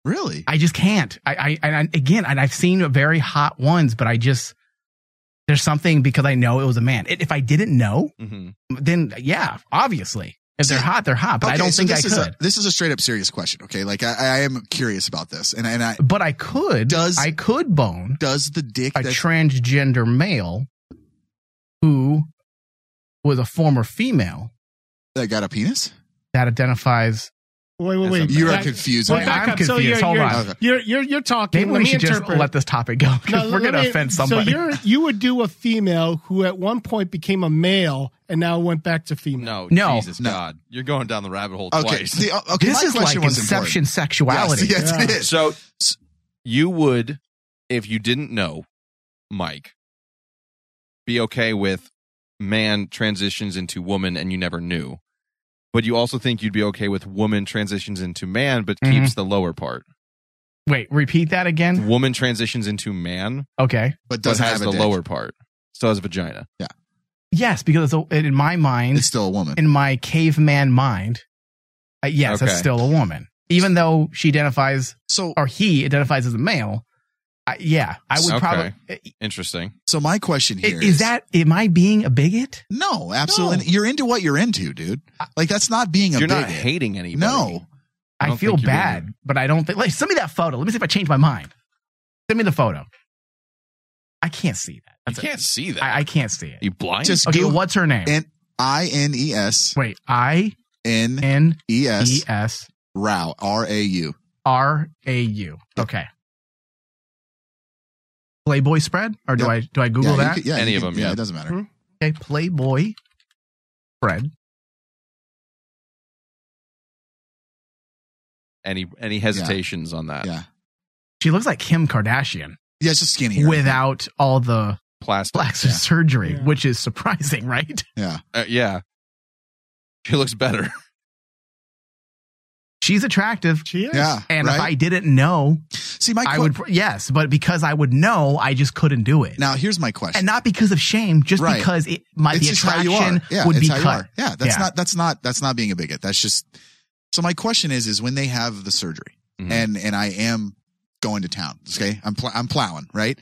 [SPEAKER 4] really?
[SPEAKER 2] I just can't. I, I and I, again, and I've seen very hot ones, but I just there's something because I know it was a man. It, if I didn't know,
[SPEAKER 3] hmm
[SPEAKER 2] then yeah, obviously. If they're
[SPEAKER 4] So-
[SPEAKER 2] hot, they're hot. Ah, But I
[SPEAKER 4] Okay,
[SPEAKER 2] don't
[SPEAKER 4] so
[SPEAKER 2] think I
[SPEAKER 4] this is
[SPEAKER 2] could.
[SPEAKER 4] A, this is a straight up serious question. Okay, like I, I am curious about this, and and I
[SPEAKER 2] but I could.
[SPEAKER 4] Does-
[SPEAKER 2] I could bone
[SPEAKER 4] does the dick
[SPEAKER 2] a
[SPEAKER 4] that
[SPEAKER 2] transgender male who was a former female
[SPEAKER 4] that got a penis?
[SPEAKER 2] that identifies.
[SPEAKER 5] Wait, wait, wait.
[SPEAKER 4] You are
[SPEAKER 5] Back-
[SPEAKER 4] confused.
[SPEAKER 5] Wait,
[SPEAKER 4] right
[SPEAKER 5] back
[SPEAKER 2] I'm
[SPEAKER 5] up. So
[SPEAKER 2] confused.
[SPEAKER 5] you're,
[SPEAKER 2] Hold
[SPEAKER 5] you're,
[SPEAKER 2] on.
[SPEAKER 4] Okay.
[SPEAKER 5] you're, you're, you're talking.
[SPEAKER 2] Maybe
[SPEAKER 5] let
[SPEAKER 2] we
[SPEAKER 5] me
[SPEAKER 2] should
[SPEAKER 5] interpret.
[SPEAKER 2] just let this topic go. 'cause
[SPEAKER 5] No,
[SPEAKER 2] we're
[SPEAKER 5] let
[SPEAKER 2] going to
[SPEAKER 5] me-
[SPEAKER 2] offend somebody.
[SPEAKER 5] So you're, you would do a female who at one point became a male and now went back to female.
[SPEAKER 3] No.
[SPEAKER 2] No.
[SPEAKER 3] Jesus
[SPEAKER 4] No.
[SPEAKER 3] God, you're going down the rabbit hole
[SPEAKER 4] now. Okay,
[SPEAKER 3] twice.
[SPEAKER 4] the- uh, okay.
[SPEAKER 2] this
[SPEAKER 4] my
[SPEAKER 2] is like
[SPEAKER 4] question was
[SPEAKER 2] inception
[SPEAKER 4] important.
[SPEAKER 2] sexuality.
[SPEAKER 4] Yes, yes, it
[SPEAKER 5] Yeah.
[SPEAKER 4] is.
[SPEAKER 3] So s- you would, if you didn't know, Mike, be okay with man transitions into woman and you never knew. But you also think you'd be okay with woman transitions into man, but
[SPEAKER 2] Mhm.
[SPEAKER 3] keeps the lower part.
[SPEAKER 2] Wait, repeat that again.
[SPEAKER 3] Woman transitions into man,
[SPEAKER 2] Okay.
[SPEAKER 4] But
[SPEAKER 3] but
[SPEAKER 4] doesn't
[SPEAKER 3] has
[SPEAKER 4] have a
[SPEAKER 3] the
[SPEAKER 4] dick.
[SPEAKER 3] lower part. Still has a vagina.
[SPEAKER 2] Yes, because it's a, in my mind,
[SPEAKER 4] It's still a woman.
[SPEAKER 2] in my caveman mind, uh, yes, that's
[SPEAKER 3] Okay.
[SPEAKER 2] still a woman, even though she identifies
[SPEAKER 4] So
[SPEAKER 2] or he identifies as a male. I, yeah, I would eh,
[SPEAKER 3] Okay.
[SPEAKER 2] probably.
[SPEAKER 3] Interesting.
[SPEAKER 4] so my question
[SPEAKER 2] I-
[SPEAKER 4] here Oh,
[SPEAKER 2] Is that am I being a bigot?
[SPEAKER 4] no? Absolutely,
[SPEAKER 5] No.
[SPEAKER 4] you're into what you're into, dude. Like that's not being a
[SPEAKER 3] You're not
[SPEAKER 4] bigot.
[SPEAKER 3] hating anybody.
[SPEAKER 4] No,
[SPEAKER 3] I
[SPEAKER 2] I,
[SPEAKER 3] don't
[SPEAKER 2] feel
[SPEAKER 3] think you're being
[SPEAKER 2] bad, but I don't think. Like, send me that photo. Let me see if I change my mind. Send me the photo. I can't see that.
[SPEAKER 3] You
[SPEAKER 2] That's
[SPEAKER 3] can't see
[SPEAKER 2] it.
[SPEAKER 3] that.
[SPEAKER 2] I, I can't see it.
[SPEAKER 3] you blind?
[SPEAKER 4] just
[SPEAKER 2] Okay,
[SPEAKER 4] go
[SPEAKER 2] what's her name?
[SPEAKER 4] and- I N E S
[SPEAKER 2] Wait, I
[SPEAKER 4] N
[SPEAKER 2] N
[SPEAKER 4] E
[SPEAKER 2] E
[SPEAKER 4] S
[SPEAKER 2] S
[SPEAKER 4] Rau R A U.
[SPEAKER 2] R A U. Okay. Playboy spread, or do
[SPEAKER 4] Yeah.
[SPEAKER 2] I do I Google
[SPEAKER 4] yeah, you
[SPEAKER 2] that?
[SPEAKER 4] could- yeah,
[SPEAKER 3] Any
[SPEAKER 4] you
[SPEAKER 3] of
[SPEAKER 4] could-
[SPEAKER 3] them, yeah.
[SPEAKER 4] it doesn't matter.
[SPEAKER 5] Hmm.
[SPEAKER 2] Okay, Playboy spread.
[SPEAKER 3] any any hesitations on that?
[SPEAKER 4] Yeah.
[SPEAKER 2] She looks like Kim Kardashian
[SPEAKER 4] Yeah, it's just skinnier.
[SPEAKER 2] without all the
[SPEAKER 3] Plastic.
[SPEAKER 2] plastic surgery,
[SPEAKER 5] Yeah.
[SPEAKER 2] which is surprising, right?
[SPEAKER 3] Uh, yeah. She looks better.
[SPEAKER 2] She's attractive.
[SPEAKER 5] She is.
[SPEAKER 4] yeah,
[SPEAKER 2] And if
[SPEAKER 4] right?
[SPEAKER 2] I didn't know,
[SPEAKER 4] see my
[SPEAKER 2] I
[SPEAKER 4] que-
[SPEAKER 2] would, pr- yes, but because I would know, I just couldn't do it.
[SPEAKER 4] now here's my question.
[SPEAKER 2] and not because of shame, just
[SPEAKER 4] Right.
[SPEAKER 2] because it my the
[SPEAKER 4] it's just how
[SPEAKER 2] attraction
[SPEAKER 4] you are. Yeah,
[SPEAKER 2] would
[SPEAKER 4] it's
[SPEAKER 2] be
[SPEAKER 4] how you
[SPEAKER 2] cut.
[SPEAKER 4] are. Yeah, that's
[SPEAKER 2] Yeah.
[SPEAKER 4] not that's not that's not being a bigot. That's just so my question is is when they have the surgery
[SPEAKER 2] Mm-hmm.
[SPEAKER 3] Mhm.
[SPEAKER 4] and and I am going to town. Okay, I'm pl- I'm plowing right.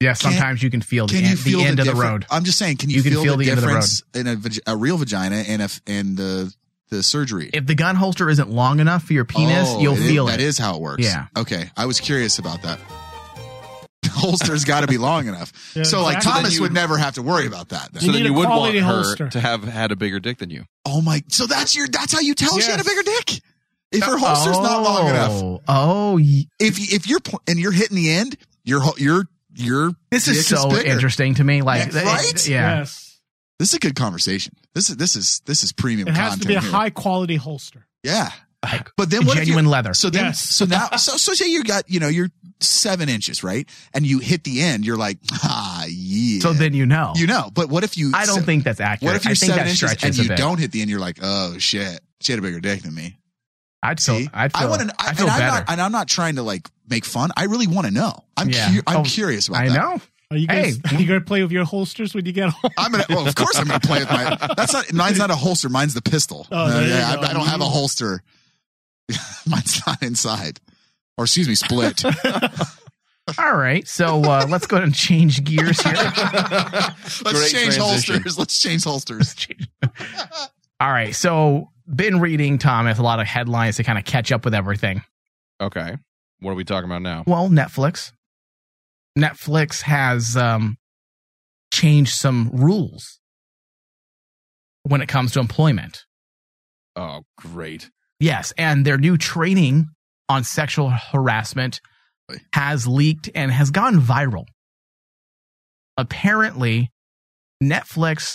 [SPEAKER 2] Yeah,
[SPEAKER 4] Can-
[SPEAKER 2] sometimes you can feel the
[SPEAKER 4] Can
[SPEAKER 2] end,
[SPEAKER 4] you feel
[SPEAKER 2] the end of the
[SPEAKER 4] differ-
[SPEAKER 2] road.
[SPEAKER 4] I'm just saying, can you,
[SPEAKER 2] You can feel
[SPEAKER 4] the,
[SPEAKER 2] the end of the road.
[SPEAKER 4] difference in a, vag- a real vagina and if and the the surgery?
[SPEAKER 2] If the gun holster isn't long enough for your penis,
[SPEAKER 4] Oh,
[SPEAKER 2] you'll
[SPEAKER 4] is-
[SPEAKER 2] feel it.
[SPEAKER 4] That is how it works.
[SPEAKER 2] Yeah.
[SPEAKER 4] Okay, I was curious about that. The holster's got to be long enough.
[SPEAKER 5] Yeah,
[SPEAKER 4] so like
[SPEAKER 5] exactly.
[SPEAKER 4] Thomas
[SPEAKER 3] So then
[SPEAKER 4] would
[SPEAKER 3] you-
[SPEAKER 4] never have to worry about that. Then.
[SPEAKER 3] So
[SPEAKER 5] You
[SPEAKER 3] then
[SPEAKER 5] need
[SPEAKER 3] you
[SPEAKER 5] a
[SPEAKER 3] would want
[SPEAKER 5] quality
[SPEAKER 3] her
[SPEAKER 5] holster.
[SPEAKER 3] to have had a bigger dick than you.
[SPEAKER 4] Oh my! So that's your. That's how you tell she had a
[SPEAKER 5] Yes.
[SPEAKER 4] bigger dick. If her holster's not long enough,
[SPEAKER 2] Oh, Oh, y-
[SPEAKER 4] if you- if you're pl- and you're hitting the end, your ho- your your
[SPEAKER 2] this
[SPEAKER 4] dick
[SPEAKER 2] is so
[SPEAKER 4] bigger.
[SPEAKER 2] interesting to me. Like,
[SPEAKER 4] Yeah,
[SPEAKER 2] it-
[SPEAKER 4] right?
[SPEAKER 2] yeah.
[SPEAKER 5] Yes.
[SPEAKER 4] This is a good conversation. This is this is this is premium.
[SPEAKER 5] It has
[SPEAKER 4] content
[SPEAKER 5] to be a
[SPEAKER 4] here.
[SPEAKER 5] high quality holster.
[SPEAKER 4] Yeah, but then what if you-
[SPEAKER 2] genuine leather.
[SPEAKER 4] So then,
[SPEAKER 5] Yes.
[SPEAKER 4] so now, so so say you got you know you're seven inches right, and you hit the end. You're like ah yeah.
[SPEAKER 2] So then you know.
[SPEAKER 4] you know, but what if you?
[SPEAKER 2] I don't
[SPEAKER 4] so-
[SPEAKER 2] think that's accurate.
[SPEAKER 4] What if you're
[SPEAKER 2] I think
[SPEAKER 4] seven
[SPEAKER 2] that
[SPEAKER 4] inches
[SPEAKER 2] stretches
[SPEAKER 4] and
[SPEAKER 2] a
[SPEAKER 4] you
[SPEAKER 2] bit.
[SPEAKER 4] don't hit the end? You're like oh shit, she had a bigger dick than me.
[SPEAKER 2] I'd feel.
[SPEAKER 4] See?
[SPEAKER 2] I'd feel.
[SPEAKER 4] I
[SPEAKER 2] I,
[SPEAKER 4] want to. I,
[SPEAKER 2] feel
[SPEAKER 4] and I'm
[SPEAKER 2] better.
[SPEAKER 4] Not, and I'm not trying to like make fun. I really want to know. I'm
[SPEAKER 2] Yeah.
[SPEAKER 4] cu- I'm
[SPEAKER 2] Oh,
[SPEAKER 4] curious about
[SPEAKER 2] I
[SPEAKER 4] that.
[SPEAKER 2] know.
[SPEAKER 5] Are you guys,
[SPEAKER 2] Hey.
[SPEAKER 5] are you going to play with your holsters when you get home?
[SPEAKER 4] I'm gonna. Well, of course, I'm gonna play with my. That's not mine's not a holster. Mine's the pistol. Uh,
[SPEAKER 5] Oh, there you
[SPEAKER 4] yeah,
[SPEAKER 5] go.
[SPEAKER 4] I, I don't have a holster. mine's not inside, or excuse me, split.
[SPEAKER 2] All right. So uh, let's go ahead and change gears here.
[SPEAKER 4] Let's
[SPEAKER 3] Great
[SPEAKER 4] change
[SPEAKER 3] transition.
[SPEAKER 4] holsters. Let's change holsters.
[SPEAKER 2] All right. So been reading Thomas a lot of headlines to kind of catch up with everything.
[SPEAKER 3] Okay. What are we talking about now?
[SPEAKER 2] Well, Netflix. Netflix has um, changed some rules when it comes to employment.
[SPEAKER 3] Oh, great.
[SPEAKER 2] Yes, and their new training on sexual harassment has leaked and has gone viral. Apparently, Netflix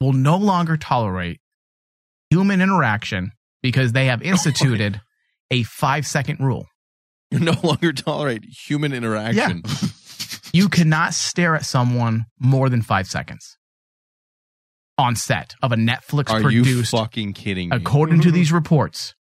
[SPEAKER 2] will no longer tolerate human interaction because they have instituted a five second rule.
[SPEAKER 3] You no longer tolerate human interaction.
[SPEAKER 2] You cannot stare at someone more than five seconds. on set of a Netflix
[SPEAKER 3] Are you
[SPEAKER 2] produced.
[SPEAKER 3] fucking kidding me?
[SPEAKER 2] According to
[SPEAKER 5] Mhm.
[SPEAKER 2] these reports.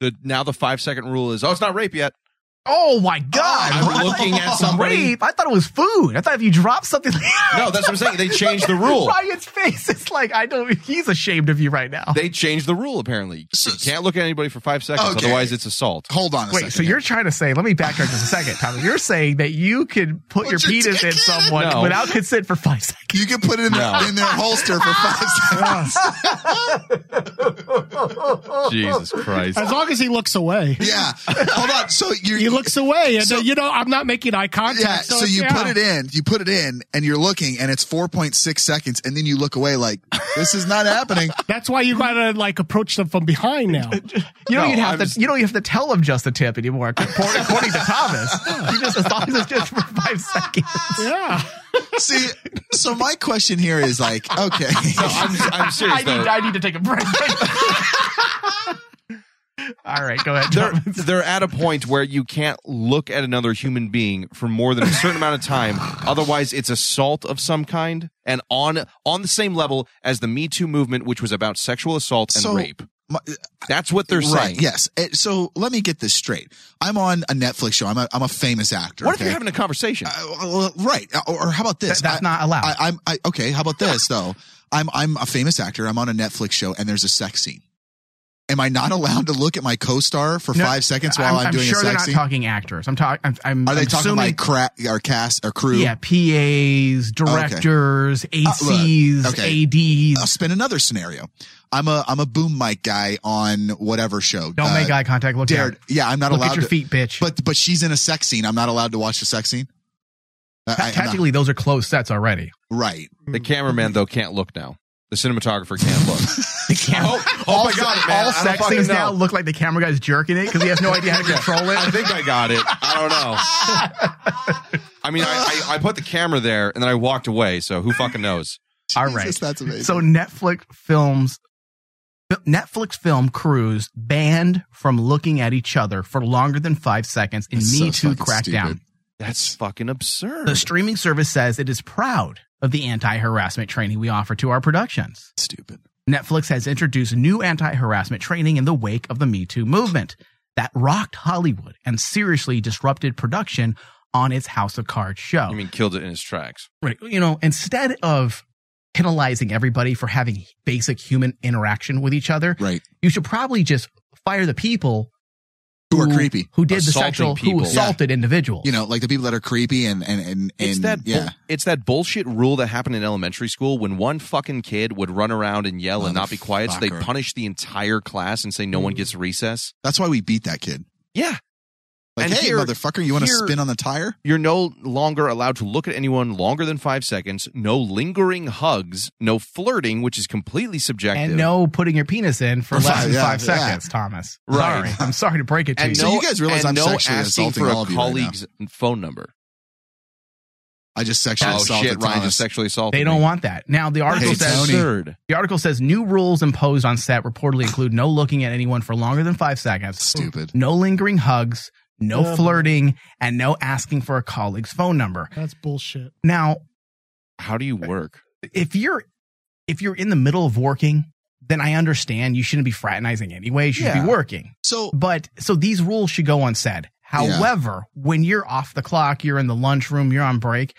[SPEAKER 3] the, now the five second rule is oh, it's not rape yet.
[SPEAKER 2] Oh my god!
[SPEAKER 3] I'm
[SPEAKER 2] bro.
[SPEAKER 3] looking at somebody-
[SPEAKER 2] Rape. I thought it was food. I thought if you drop something.
[SPEAKER 3] No, that's what I'm saying. They changed the rule.
[SPEAKER 2] Ryan's face is like I don't. He's ashamed of you right
[SPEAKER 5] Oh.
[SPEAKER 2] now.
[SPEAKER 3] They changed the rule apparently.
[SPEAKER 4] So-
[SPEAKER 3] You can't look at anybody for five seconds,
[SPEAKER 4] Okay.
[SPEAKER 3] otherwise it's assault.
[SPEAKER 4] Hold on a
[SPEAKER 2] Wait,
[SPEAKER 4] second.
[SPEAKER 2] so
[SPEAKER 4] here.
[SPEAKER 2] you're trying to say? Let me backtrack just a second, Tyler. You're saying that you could put
[SPEAKER 4] Put
[SPEAKER 2] your,
[SPEAKER 4] your
[SPEAKER 2] penis
[SPEAKER 4] dick
[SPEAKER 2] in
[SPEAKER 4] in?
[SPEAKER 2] someone
[SPEAKER 3] No.
[SPEAKER 2] without consent for five seconds?
[SPEAKER 4] you can put it in,
[SPEAKER 3] No.
[SPEAKER 4] their, in their holster for five seconds.
[SPEAKER 3] Jesus Christ.
[SPEAKER 5] As long as he looks away.
[SPEAKER 4] Yeah. Hold on. So you
[SPEAKER 5] He looks away. And,
[SPEAKER 4] So-
[SPEAKER 5] uh, you know, I'm not making eye contact.
[SPEAKER 4] Yeah.
[SPEAKER 5] so,
[SPEAKER 4] So
[SPEAKER 5] it's-
[SPEAKER 4] you
[SPEAKER 5] yeah.
[SPEAKER 4] put it in, you put it in, and you're looking, and it's 4.6 seconds, and then you look away like this is not happening.
[SPEAKER 5] That's why you gotta like approach them from behind now.
[SPEAKER 2] You don't
[SPEAKER 3] No,
[SPEAKER 2] even have
[SPEAKER 3] I'm
[SPEAKER 2] to.
[SPEAKER 3] just-
[SPEAKER 2] you don't even have to tell them just the tip anymore. According, according to Thomas, you just as long as it's just for five seconds.
[SPEAKER 5] Yeah.
[SPEAKER 4] See, so my question here is like, okay,
[SPEAKER 3] No, I'm, I'm serious
[SPEAKER 2] I
[SPEAKER 3] though.
[SPEAKER 2] need. I need to take a break. All right, go ahead.
[SPEAKER 3] they're
[SPEAKER 2] Thomas.
[SPEAKER 3] they're at a point where you can't look at another human being for more than a certain amount of time otherwise it's assault of some kind and on on the same level as the me too movement which was about sexual assault and
[SPEAKER 4] So-
[SPEAKER 3] rape
[SPEAKER 4] my-
[SPEAKER 3] that's what they're
[SPEAKER 4] right?
[SPEAKER 3] saying
[SPEAKER 4] Yes. Eh, So let me get this straight. I'm on a Netflix show. I'm a, I'm a famous actor.
[SPEAKER 3] what if
[SPEAKER 4] okay?
[SPEAKER 3] you're having a conversation
[SPEAKER 4] Uh, well, right? Or, or how about this?
[SPEAKER 2] That- that's
[SPEAKER 4] I-
[SPEAKER 2] not allowed.
[SPEAKER 4] I, I'm I, okay. How about this though? I'm I'm a famous actor. I'm on a Netflix show, and there's a sex scene. Am I not allowed to look at my co-star for
[SPEAKER 2] No,
[SPEAKER 4] five seconds while I'm, doing
[SPEAKER 2] sure
[SPEAKER 4] a
[SPEAKER 2] they're
[SPEAKER 4] sex
[SPEAKER 2] not
[SPEAKER 4] scene?
[SPEAKER 2] talking actors. I'm talking. I'm, I'm.
[SPEAKER 4] Are they
[SPEAKER 2] I'm
[SPEAKER 4] talking
[SPEAKER 2] assuming,
[SPEAKER 4] like cra- our cast or crew?
[SPEAKER 2] yeah, PAs, directors, ACs,
[SPEAKER 4] Uh, okay.
[SPEAKER 2] ADs?
[SPEAKER 4] I'll spin another scenario. I'm a I'm a boom mic guy on whatever show.
[SPEAKER 2] Don't
[SPEAKER 4] Uh,
[SPEAKER 2] make eye contact. Look
[SPEAKER 4] Dare.
[SPEAKER 2] down.
[SPEAKER 4] Yeah, I'm not
[SPEAKER 2] Look
[SPEAKER 4] allowed.
[SPEAKER 2] at your
[SPEAKER 4] to,
[SPEAKER 2] feet, bitch.
[SPEAKER 4] But but she's in a sex scene. I'm not allowed to watch the sex scene. I- I- I'm not-
[SPEAKER 2] Tactically, those are closed sets already.
[SPEAKER 4] right?
[SPEAKER 3] the cameraman though can't look now the cinematographer can't look
[SPEAKER 2] The camera,
[SPEAKER 3] oh, oh I got it, man.
[SPEAKER 2] all
[SPEAKER 3] I don't
[SPEAKER 2] sex
[SPEAKER 3] fucking
[SPEAKER 2] scenes
[SPEAKER 3] know.
[SPEAKER 2] now look like the camera guy's jerking it because he has no idea how to control
[SPEAKER 3] i
[SPEAKER 2] it.
[SPEAKER 3] think i got it i don't know i mean I, I i put the camera there and then i walked away so who fucking knows
[SPEAKER 2] All
[SPEAKER 4] Jesus,
[SPEAKER 2] right.
[SPEAKER 4] that's amazing.
[SPEAKER 2] So Netflix films, Netflix film crews banned from looking at each other for longer than five seconds in
[SPEAKER 4] That's
[SPEAKER 2] Me
[SPEAKER 4] so
[SPEAKER 2] Too
[SPEAKER 4] fucking
[SPEAKER 2] crackdown.
[SPEAKER 4] stupid.
[SPEAKER 3] that's fucking absurd
[SPEAKER 2] The streaming service says it is proud of the anti harassment training we offer to our productions.
[SPEAKER 4] stupid.
[SPEAKER 2] Netflix has introduced new anti harassment training in the wake of the Me Too movement that rocked Hollywood and seriously disrupted production on its House of Cards show.
[SPEAKER 3] i mean killed it in its tracks
[SPEAKER 2] Right. You know, instead of penalizing everybody for having basic human interaction with each other,
[SPEAKER 4] Right.
[SPEAKER 2] you should probably just fire the people
[SPEAKER 4] Who are creepy.
[SPEAKER 2] who did
[SPEAKER 3] Assaulting
[SPEAKER 2] the sexual,
[SPEAKER 3] people.
[SPEAKER 2] who
[SPEAKER 3] Yeah.
[SPEAKER 2] assaulted individuals.
[SPEAKER 4] You know, like the people that are creepy and and and, and
[SPEAKER 3] It's that
[SPEAKER 4] yeah.
[SPEAKER 3] bull- it's that bullshit rule that happened in elementary school when one fucking kid would run around and yell and not be quiet, so they
[SPEAKER 4] Motherfucker.
[SPEAKER 3] punish the entire class and say no one gets recess.
[SPEAKER 4] That's why we beat that kid.
[SPEAKER 3] Yeah,
[SPEAKER 4] Like,
[SPEAKER 3] And
[SPEAKER 4] hey,
[SPEAKER 3] here-
[SPEAKER 4] motherfucker, you want to
[SPEAKER 3] here-
[SPEAKER 4] spin on the tire?
[SPEAKER 3] you're no longer allowed to look at anyone longer than five seconds. No lingering hugs. No flirting, which is completely subjective.
[SPEAKER 2] and no putting your penis in for less than
[SPEAKER 4] Yeah,
[SPEAKER 2] five
[SPEAKER 4] yeah.
[SPEAKER 2] seconds, Thomas.
[SPEAKER 3] Right.
[SPEAKER 2] Sorry. I'm sorry to break it to
[SPEAKER 3] And
[SPEAKER 2] you.
[SPEAKER 4] So
[SPEAKER 3] no-
[SPEAKER 4] you guys realize
[SPEAKER 3] and
[SPEAKER 4] I'm
[SPEAKER 3] no
[SPEAKER 4] sexually
[SPEAKER 3] asking
[SPEAKER 4] assaulting
[SPEAKER 3] for a
[SPEAKER 4] all of you right
[SPEAKER 3] colleague's phone number.
[SPEAKER 4] I just sexually
[SPEAKER 3] Oh
[SPEAKER 4] assaulted
[SPEAKER 3] shit, Ryan
[SPEAKER 4] Thomas.
[SPEAKER 3] just sexually assaulted.
[SPEAKER 2] they don't
[SPEAKER 3] me.
[SPEAKER 2] want that. Now the article
[SPEAKER 4] Hey,
[SPEAKER 3] It's
[SPEAKER 2] says
[SPEAKER 4] Tony.
[SPEAKER 3] absurd.
[SPEAKER 2] the article says new rules imposed on set reportedly include no looking at anyone for longer than five seconds.
[SPEAKER 4] Stupid.
[SPEAKER 2] no lingering hugs, no
[SPEAKER 5] Yeah.
[SPEAKER 2] flirting, and no asking for a colleague's phone number.
[SPEAKER 5] That's bullshit.
[SPEAKER 2] Now, uh,
[SPEAKER 3] How do you work?
[SPEAKER 2] if you're if you're in the middle of working, then I understand you shouldn't be fraternizing anyway. You should
[SPEAKER 3] Yeah.
[SPEAKER 2] be working.
[SPEAKER 4] So
[SPEAKER 2] But so these rules should go unsaid. However, when you're off the clock, you're in the lunchroom, you're on break.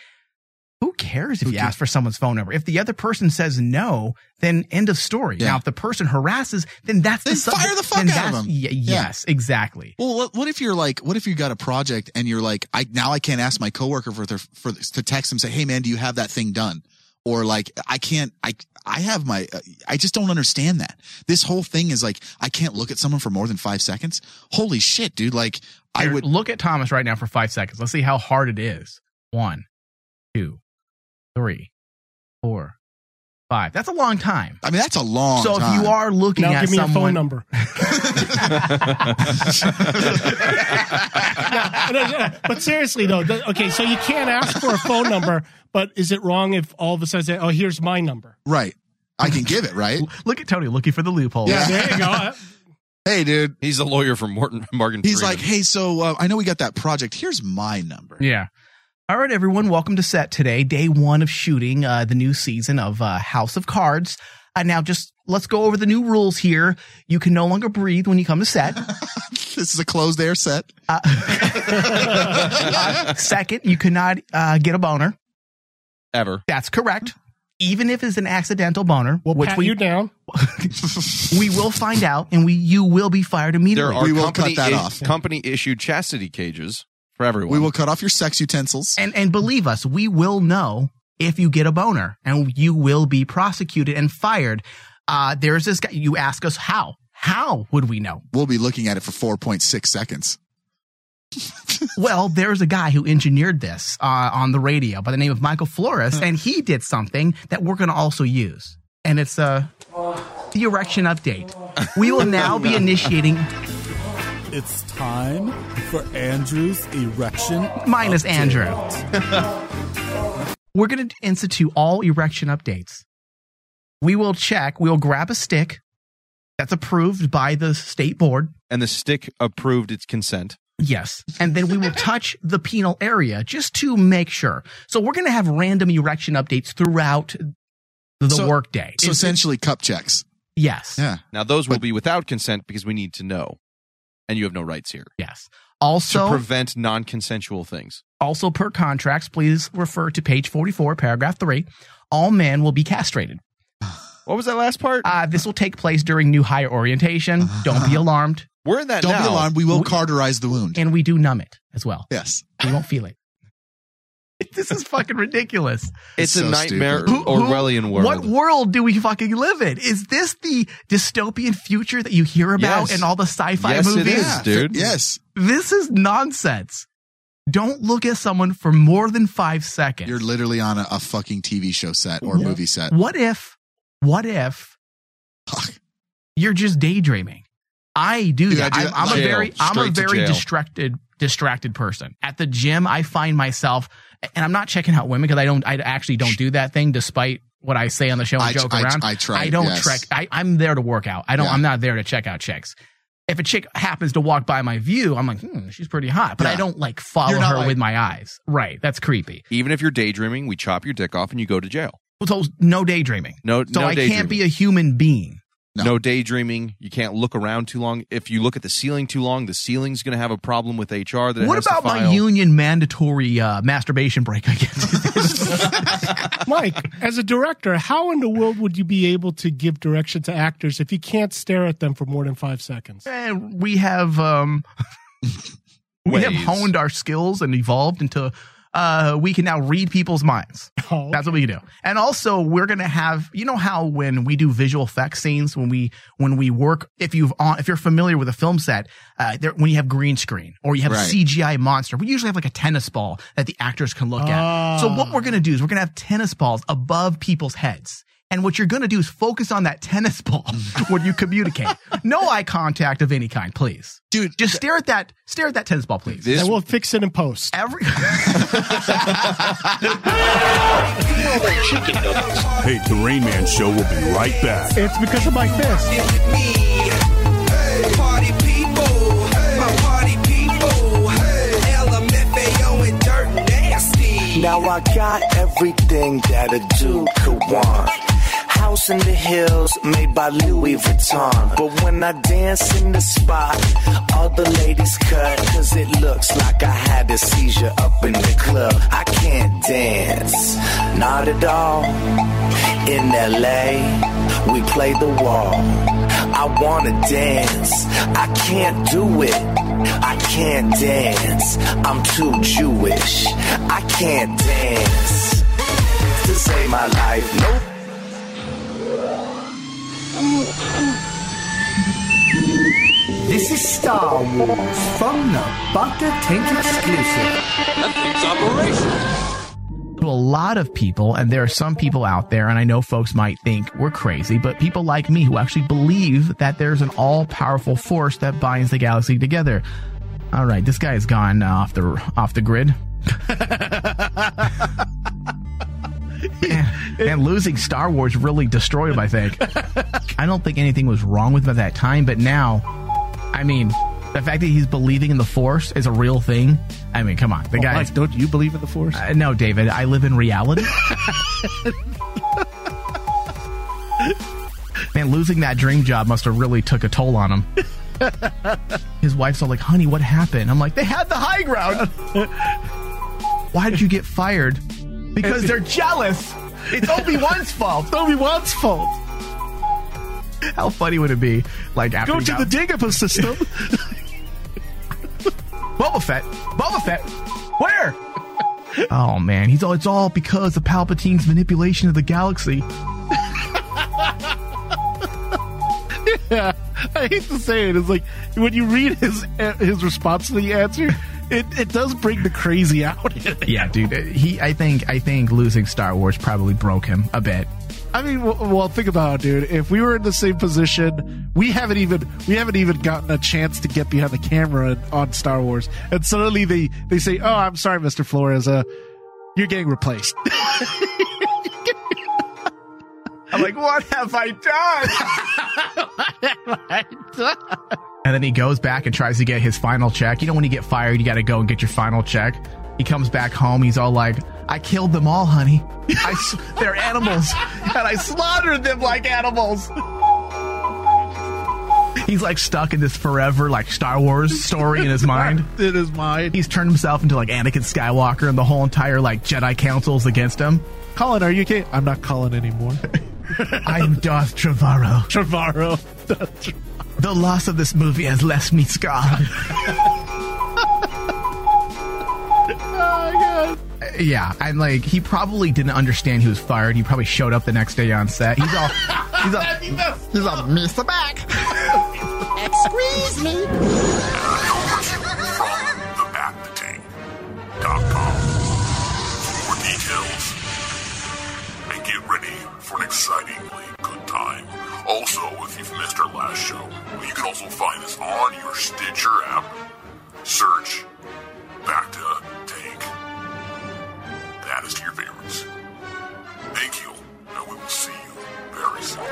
[SPEAKER 2] Who cares if
[SPEAKER 4] Who
[SPEAKER 2] you
[SPEAKER 4] cares?
[SPEAKER 2] ask for someone's phone number? If the other person says no, then end of story.
[SPEAKER 4] Yeah.
[SPEAKER 2] Now, if the person harasses, then that's
[SPEAKER 4] Then
[SPEAKER 2] the sub-
[SPEAKER 4] fire the fuck
[SPEAKER 2] then
[SPEAKER 4] out of
[SPEAKER 2] that's-
[SPEAKER 4] them.
[SPEAKER 2] y-
[SPEAKER 4] Yeah.
[SPEAKER 2] Yes, exactly.
[SPEAKER 4] Well, what, what if you're like, what if you got a project and you're like, I now I can't ask my coworker for their for to text them say, hey man, do you have that thing done? Or like, I can't, I I have my, I just don't understand that. This whole thing is like, I can't look at someone for more than five seconds. Holy shit, dude! Like, I
[SPEAKER 2] Here,
[SPEAKER 4] would.
[SPEAKER 2] look at Thomas right now for five seconds. Let's see how hard it is. One, two, three, four, five. That's a long time.
[SPEAKER 4] I mean, that's a long.
[SPEAKER 2] so
[SPEAKER 4] time.
[SPEAKER 2] if you are looking
[SPEAKER 5] Now
[SPEAKER 2] at
[SPEAKER 5] give me
[SPEAKER 2] someone,
[SPEAKER 5] a phone number. No, no, no. but seriously though, th- okay, so you can't ask for a phone number, but is it wrong if all of a sudden say, "Oh, here's my number"?
[SPEAKER 4] right, I can give it. Right?
[SPEAKER 2] look at Tony looking for the loophole.
[SPEAKER 4] Yeah.
[SPEAKER 5] There you go.
[SPEAKER 4] hey, dude.
[SPEAKER 3] He's a lawyer from Morton Morgan.
[SPEAKER 4] He's
[SPEAKER 3] Freeman.
[SPEAKER 4] like, hey, so uh, I know we got that project. Here's my number.
[SPEAKER 2] Yeah. All right, everyone, welcome to set today, day one of shooting uh, the new season of uh, House of Cards. Uh, now, just let's go over the new rules here. You can no longer breathe when you come to set.
[SPEAKER 4] This is a closed air set.
[SPEAKER 2] Uh, second, you cannot uh, get a boner.
[SPEAKER 3] Ever.
[SPEAKER 2] That's correct. Even if it's an accidental boner,
[SPEAKER 5] We'll
[SPEAKER 2] which
[SPEAKER 5] pat
[SPEAKER 2] we
[SPEAKER 5] you down.
[SPEAKER 2] we will find out, and we you will be fired immediately.
[SPEAKER 3] There are
[SPEAKER 4] We will
[SPEAKER 3] company
[SPEAKER 4] cut that
[SPEAKER 3] i-
[SPEAKER 4] off.
[SPEAKER 3] Company issued chastity cages for everyone.
[SPEAKER 4] We will cut off your sex utensils.
[SPEAKER 2] and and believe us, we will know if you get a boner, and you will be prosecuted and fired. Uh, there's this guy. You ask us how. How would we know?
[SPEAKER 4] We'll be looking at it for 4.6 seconds.
[SPEAKER 2] Well, there's a guy who engineered this uh, on the radio by the name of Michael Flores, and he did something that we're going to also use. And it's uh, the erection update. We will now be initiating
[SPEAKER 6] It's time for Andrew's erection.
[SPEAKER 2] minus
[SPEAKER 6] update.
[SPEAKER 2] Andrew. We're going to institute all erection updates. We will check, we'll grab a stick that's approved by the state board.
[SPEAKER 3] and the stick approved its consent.
[SPEAKER 2] Yes. And then we will touch the penal area just to make sure. So we're going to have random erection updates throughout the
[SPEAKER 4] So-
[SPEAKER 2] workday.
[SPEAKER 4] So essentially, cup checks.
[SPEAKER 2] yes.
[SPEAKER 4] Yeah.
[SPEAKER 3] Now those will
[SPEAKER 4] But-
[SPEAKER 3] be without consent because we need to know, and you have no rights here
[SPEAKER 2] Yes.
[SPEAKER 3] to
[SPEAKER 2] Also,
[SPEAKER 3] prevent non-consensual things.
[SPEAKER 2] also per contracts, please refer to page 44, paragraph 3. All men will be castrated.
[SPEAKER 3] What was that last part?
[SPEAKER 2] Uh, this will take place during new higher orientation. Don't be alarmed.
[SPEAKER 3] We're in that
[SPEAKER 4] Don't
[SPEAKER 3] now.
[SPEAKER 4] be alarmed. We will
[SPEAKER 2] We-
[SPEAKER 4] carterize the wound.
[SPEAKER 2] And we do numb it as well.
[SPEAKER 4] Yes.
[SPEAKER 2] We won't feel it. This is fucking ridiculous.
[SPEAKER 3] It's
[SPEAKER 4] So
[SPEAKER 3] a nightmare
[SPEAKER 4] stupid.
[SPEAKER 2] Who- who-
[SPEAKER 3] Orwellian world.
[SPEAKER 2] What world do we fucking live in? Is this the dystopian future that you hear about
[SPEAKER 3] Yes.
[SPEAKER 2] in all the sci-fi
[SPEAKER 3] Yes, it
[SPEAKER 2] movies?
[SPEAKER 3] is. dude.
[SPEAKER 4] Yes.
[SPEAKER 2] This is nonsense. Don't look at someone for more than five seconds.
[SPEAKER 4] You're literally on a, a fucking TV show set or
[SPEAKER 2] Yeah.
[SPEAKER 4] movie set.
[SPEAKER 2] what if? What if
[SPEAKER 4] Fuck.
[SPEAKER 2] you're just daydreaming. I do
[SPEAKER 4] Dude,
[SPEAKER 2] that.
[SPEAKER 4] I do
[SPEAKER 2] I'm,
[SPEAKER 4] that
[SPEAKER 2] I'm a
[SPEAKER 3] jail.
[SPEAKER 2] very, I'm a
[SPEAKER 3] Straight to
[SPEAKER 2] very
[SPEAKER 3] jail.
[SPEAKER 2] distracted, distracted person. At the gym, I find myself, and I'm not checking out women because I don't, I actually don't do that thing, despite what I say on the show and
[SPEAKER 4] I,
[SPEAKER 2] joke
[SPEAKER 4] I,
[SPEAKER 2] around.
[SPEAKER 4] I tried.
[SPEAKER 2] I don't
[SPEAKER 4] yes.
[SPEAKER 2] check. I, I'm there to work out. I don't.
[SPEAKER 4] Yeah.
[SPEAKER 2] I'm not there to check out chicks. If a chick happens to walk by my view, I'm like, hmm, she's pretty hot, but I
[SPEAKER 4] Yeah.
[SPEAKER 2] don't like follow
[SPEAKER 4] You're not
[SPEAKER 2] her
[SPEAKER 4] like-
[SPEAKER 2] with my eyes. Right. That's creepy.
[SPEAKER 3] Even if you're daydreaming, we chop your dick off and you go to jail.
[SPEAKER 2] So no daydreaming.
[SPEAKER 3] No,
[SPEAKER 2] So
[SPEAKER 3] no
[SPEAKER 2] I
[SPEAKER 3] daydreaming.
[SPEAKER 2] can't be a human being.
[SPEAKER 4] No.
[SPEAKER 3] no. daydreaming. You can't look around too long. If you look at the ceiling too long, the ceiling's going to have a problem with HR. That it
[SPEAKER 2] what
[SPEAKER 3] has
[SPEAKER 2] about
[SPEAKER 3] to
[SPEAKER 2] my
[SPEAKER 3] file.
[SPEAKER 2] union mandatory uh, masturbation break? I guess.
[SPEAKER 5] Mike, as a director, how in the world would you be able to give direction to actors if you can't stare at them for more than five seconds?
[SPEAKER 3] Eh,
[SPEAKER 2] And we have um, we have
[SPEAKER 3] Ways.
[SPEAKER 2] honed our skills and evolved into uh, we can now read people's minds.
[SPEAKER 5] Oh,
[SPEAKER 2] That's what we can do. And also, we're gonna have you know how when we do visual effects scenes when we when we work if you've on if you're familiar with a film set uh, there, when you have green screen or you have
[SPEAKER 4] Right.
[SPEAKER 2] a CGI monster we usually have like a tennis ball that the actors can look at. So what
[SPEAKER 5] Ah.
[SPEAKER 2] we're gonna do is we're gonna have tennis balls above people's heads. And what you're going to do is focus on that tennis ball when you communicate. No eye contact of any kind, please.
[SPEAKER 4] Dude,
[SPEAKER 2] Just stare at that stare at that tennis ball, please.
[SPEAKER 3] This
[SPEAKER 5] and we'll fix it in post.
[SPEAKER 2] Every
[SPEAKER 1] Hey, the Rain Man Show will be right back.
[SPEAKER 5] It's because of Mike Fist.
[SPEAKER 7] Party people, my party people. LMFAO and Dirt Nasty.
[SPEAKER 8] Now I got everything that a dude could want. House in the hills made by Louis Vuitton. But when I dance in the spot, all the ladies cut. Cause it looks like I had a seizure up in the club. I can't dance, not at all. In LA, we play the wall. I wanna dance, I can't do it. I can't dance, I'm too Jewish. I can't dance. This ain't my life, nope.
[SPEAKER 9] This is Star Wars from the Butter Tank exclusive.
[SPEAKER 2] to a lot of people, and there are some people out there, and I know folks might think we're crazy, but people like me who actually believe that there's an all powerful force that binds the galaxy together. All right, this guy has gone uh, off the off the grid. Man, man, losing Star Wars really destroyed him. I think. I don't think anything was wrong with him at that time, but now, I mean, The fact that he's believing in the Force is a real thing. I mean, come on, the
[SPEAKER 10] Oh,
[SPEAKER 2] guy.
[SPEAKER 10] Mike, don't you believe in the force?
[SPEAKER 2] Uh, no, David, I live in reality. Man, losing that dream job must have really took a toll on him. His wife's all like, "Honey, what happened?" I'm like, "They had the high ground." Why did you get fired? Because they're jealous. It's Obi Wan's fault.
[SPEAKER 10] Obi Wan's fault.
[SPEAKER 2] How funny would it be? Like after
[SPEAKER 10] Go
[SPEAKER 2] he
[SPEAKER 10] to
[SPEAKER 2] got-
[SPEAKER 10] the Dagobah system.
[SPEAKER 2] Boba Fett. Boba Fett. Where? oh man, he's all. It's all because of Palpatine's manipulation of the galaxy.
[SPEAKER 10] yeah, I hate to say it. It's like when you read his his response to the answer, it, it does bring the crazy out.
[SPEAKER 2] Yeah, dude. He, I think, I think losing Star Wars probably broke him a bit.
[SPEAKER 10] I mean, w- well, think about it, dude. If we were in the same position, we haven't even we haven't even gotten a chance to get behind the camera on Star Wars, and suddenly they they say, "Oh, I'm sorry, Mister Flores, uh, you're getting replaced."
[SPEAKER 2] I'm like, what have I done? and then he goes back and tries to get his final check. You know, when you get fired, you got to go and get your final check. He comes back home. He's all like, I killed them all, honey. I s- they're animals. And I slaughtered them like animals. He's like stuck in this forever, like Star Wars story in his mind.
[SPEAKER 10] it is mine.
[SPEAKER 2] He's turned himself into like Anakin Skywalker, and the whole entire like Jedi Council's against him.
[SPEAKER 10] Colin, are you okay? I'm not Colin anymore.
[SPEAKER 2] I am Darth Trevorrow.
[SPEAKER 10] Trevorrow.
[SPEAKER 2] The loss of this movie has left me scarred. Yeah, and like he probably didn't understand he was fired. He probably showed up the next day on set. He's all, he's all, he's all, Mr. Back.
[SPEAKER 11] Squeeze me.
[SPEAKER 12] TheBackTank.com for details. And get ready for an excitingly good time. Also, if you've missed our last show, you can also find us on your Stitcher app. Search Back to Tank. That is to your favorites. Thank you, and we will see you very soon.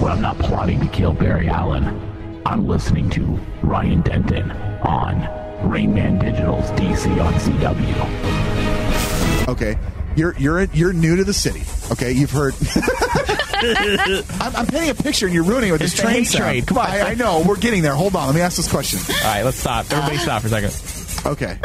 [SPEAKER 5] Well, I'm not plotting to kill Barry Allen. I'm listening to Ryan Denton on Rainman Digital's DC on CW.
[SPEAKER 4] Okay. You're you're you're new to the city. Okay, you've heard. I'm, I'm painting a picture and you're ruining it with this
[SPEAKER 13] It's the
[SPEAKER 4] train
[SPEAKER 13] hate
[SPEAKER 4] sound.
[SPEAKER 13] train. Come on.
[SPEAKER 4] I, I know we're getting there. Hold on. Let me ask this question.
[SPEAKER 13] All right, let's stop. Everybody, stop for a second.
[SPEAKER 4] Okay.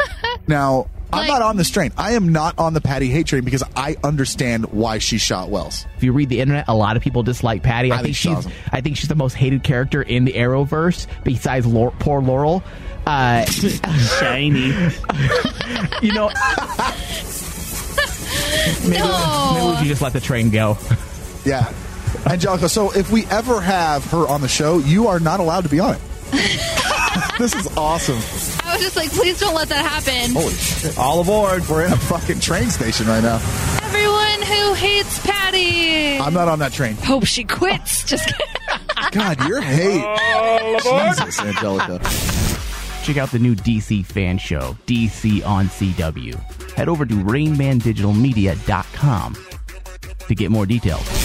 [SPEAKER 4] Now I'm not on this train. I am not on the Patty hate train because I understand why she shot Wells.
[SPEAKER 2] If you read the internet, a lot of people dislike Patty. I, think, she's, I think she's the most hated character in the Arrowverse, besides Lor- poor Laurel. Uh, Shiny. you know,
[SPEAKER 13] Maybe, maybe we should just let the train go.
[SPEAKER 4] Yeah. Angelica. So if we ever have her on the show, you are not allowed to be on it. this is awesome.
[SPEAKER 14] I was just like, please don't let that happen.
[SPEAKER 4] Holy shit. All aboard. We're in a fucking train station right now.
[SPEAKER 14] Everyone who hates Patty.
[SPEAKER 4] I'm not on that train.
[SPEAKER 14] Hope she quits. Just kidding.
[SPEAKER 4] God, your hate.
[SPEAKER 13] Oh,
[SPEAKER 4] Jesus, Angelica.
[SPEAKER 5] Check out the new DC fan show, DC on CW. Head over to RainmanDigitalMedia.com to get more details.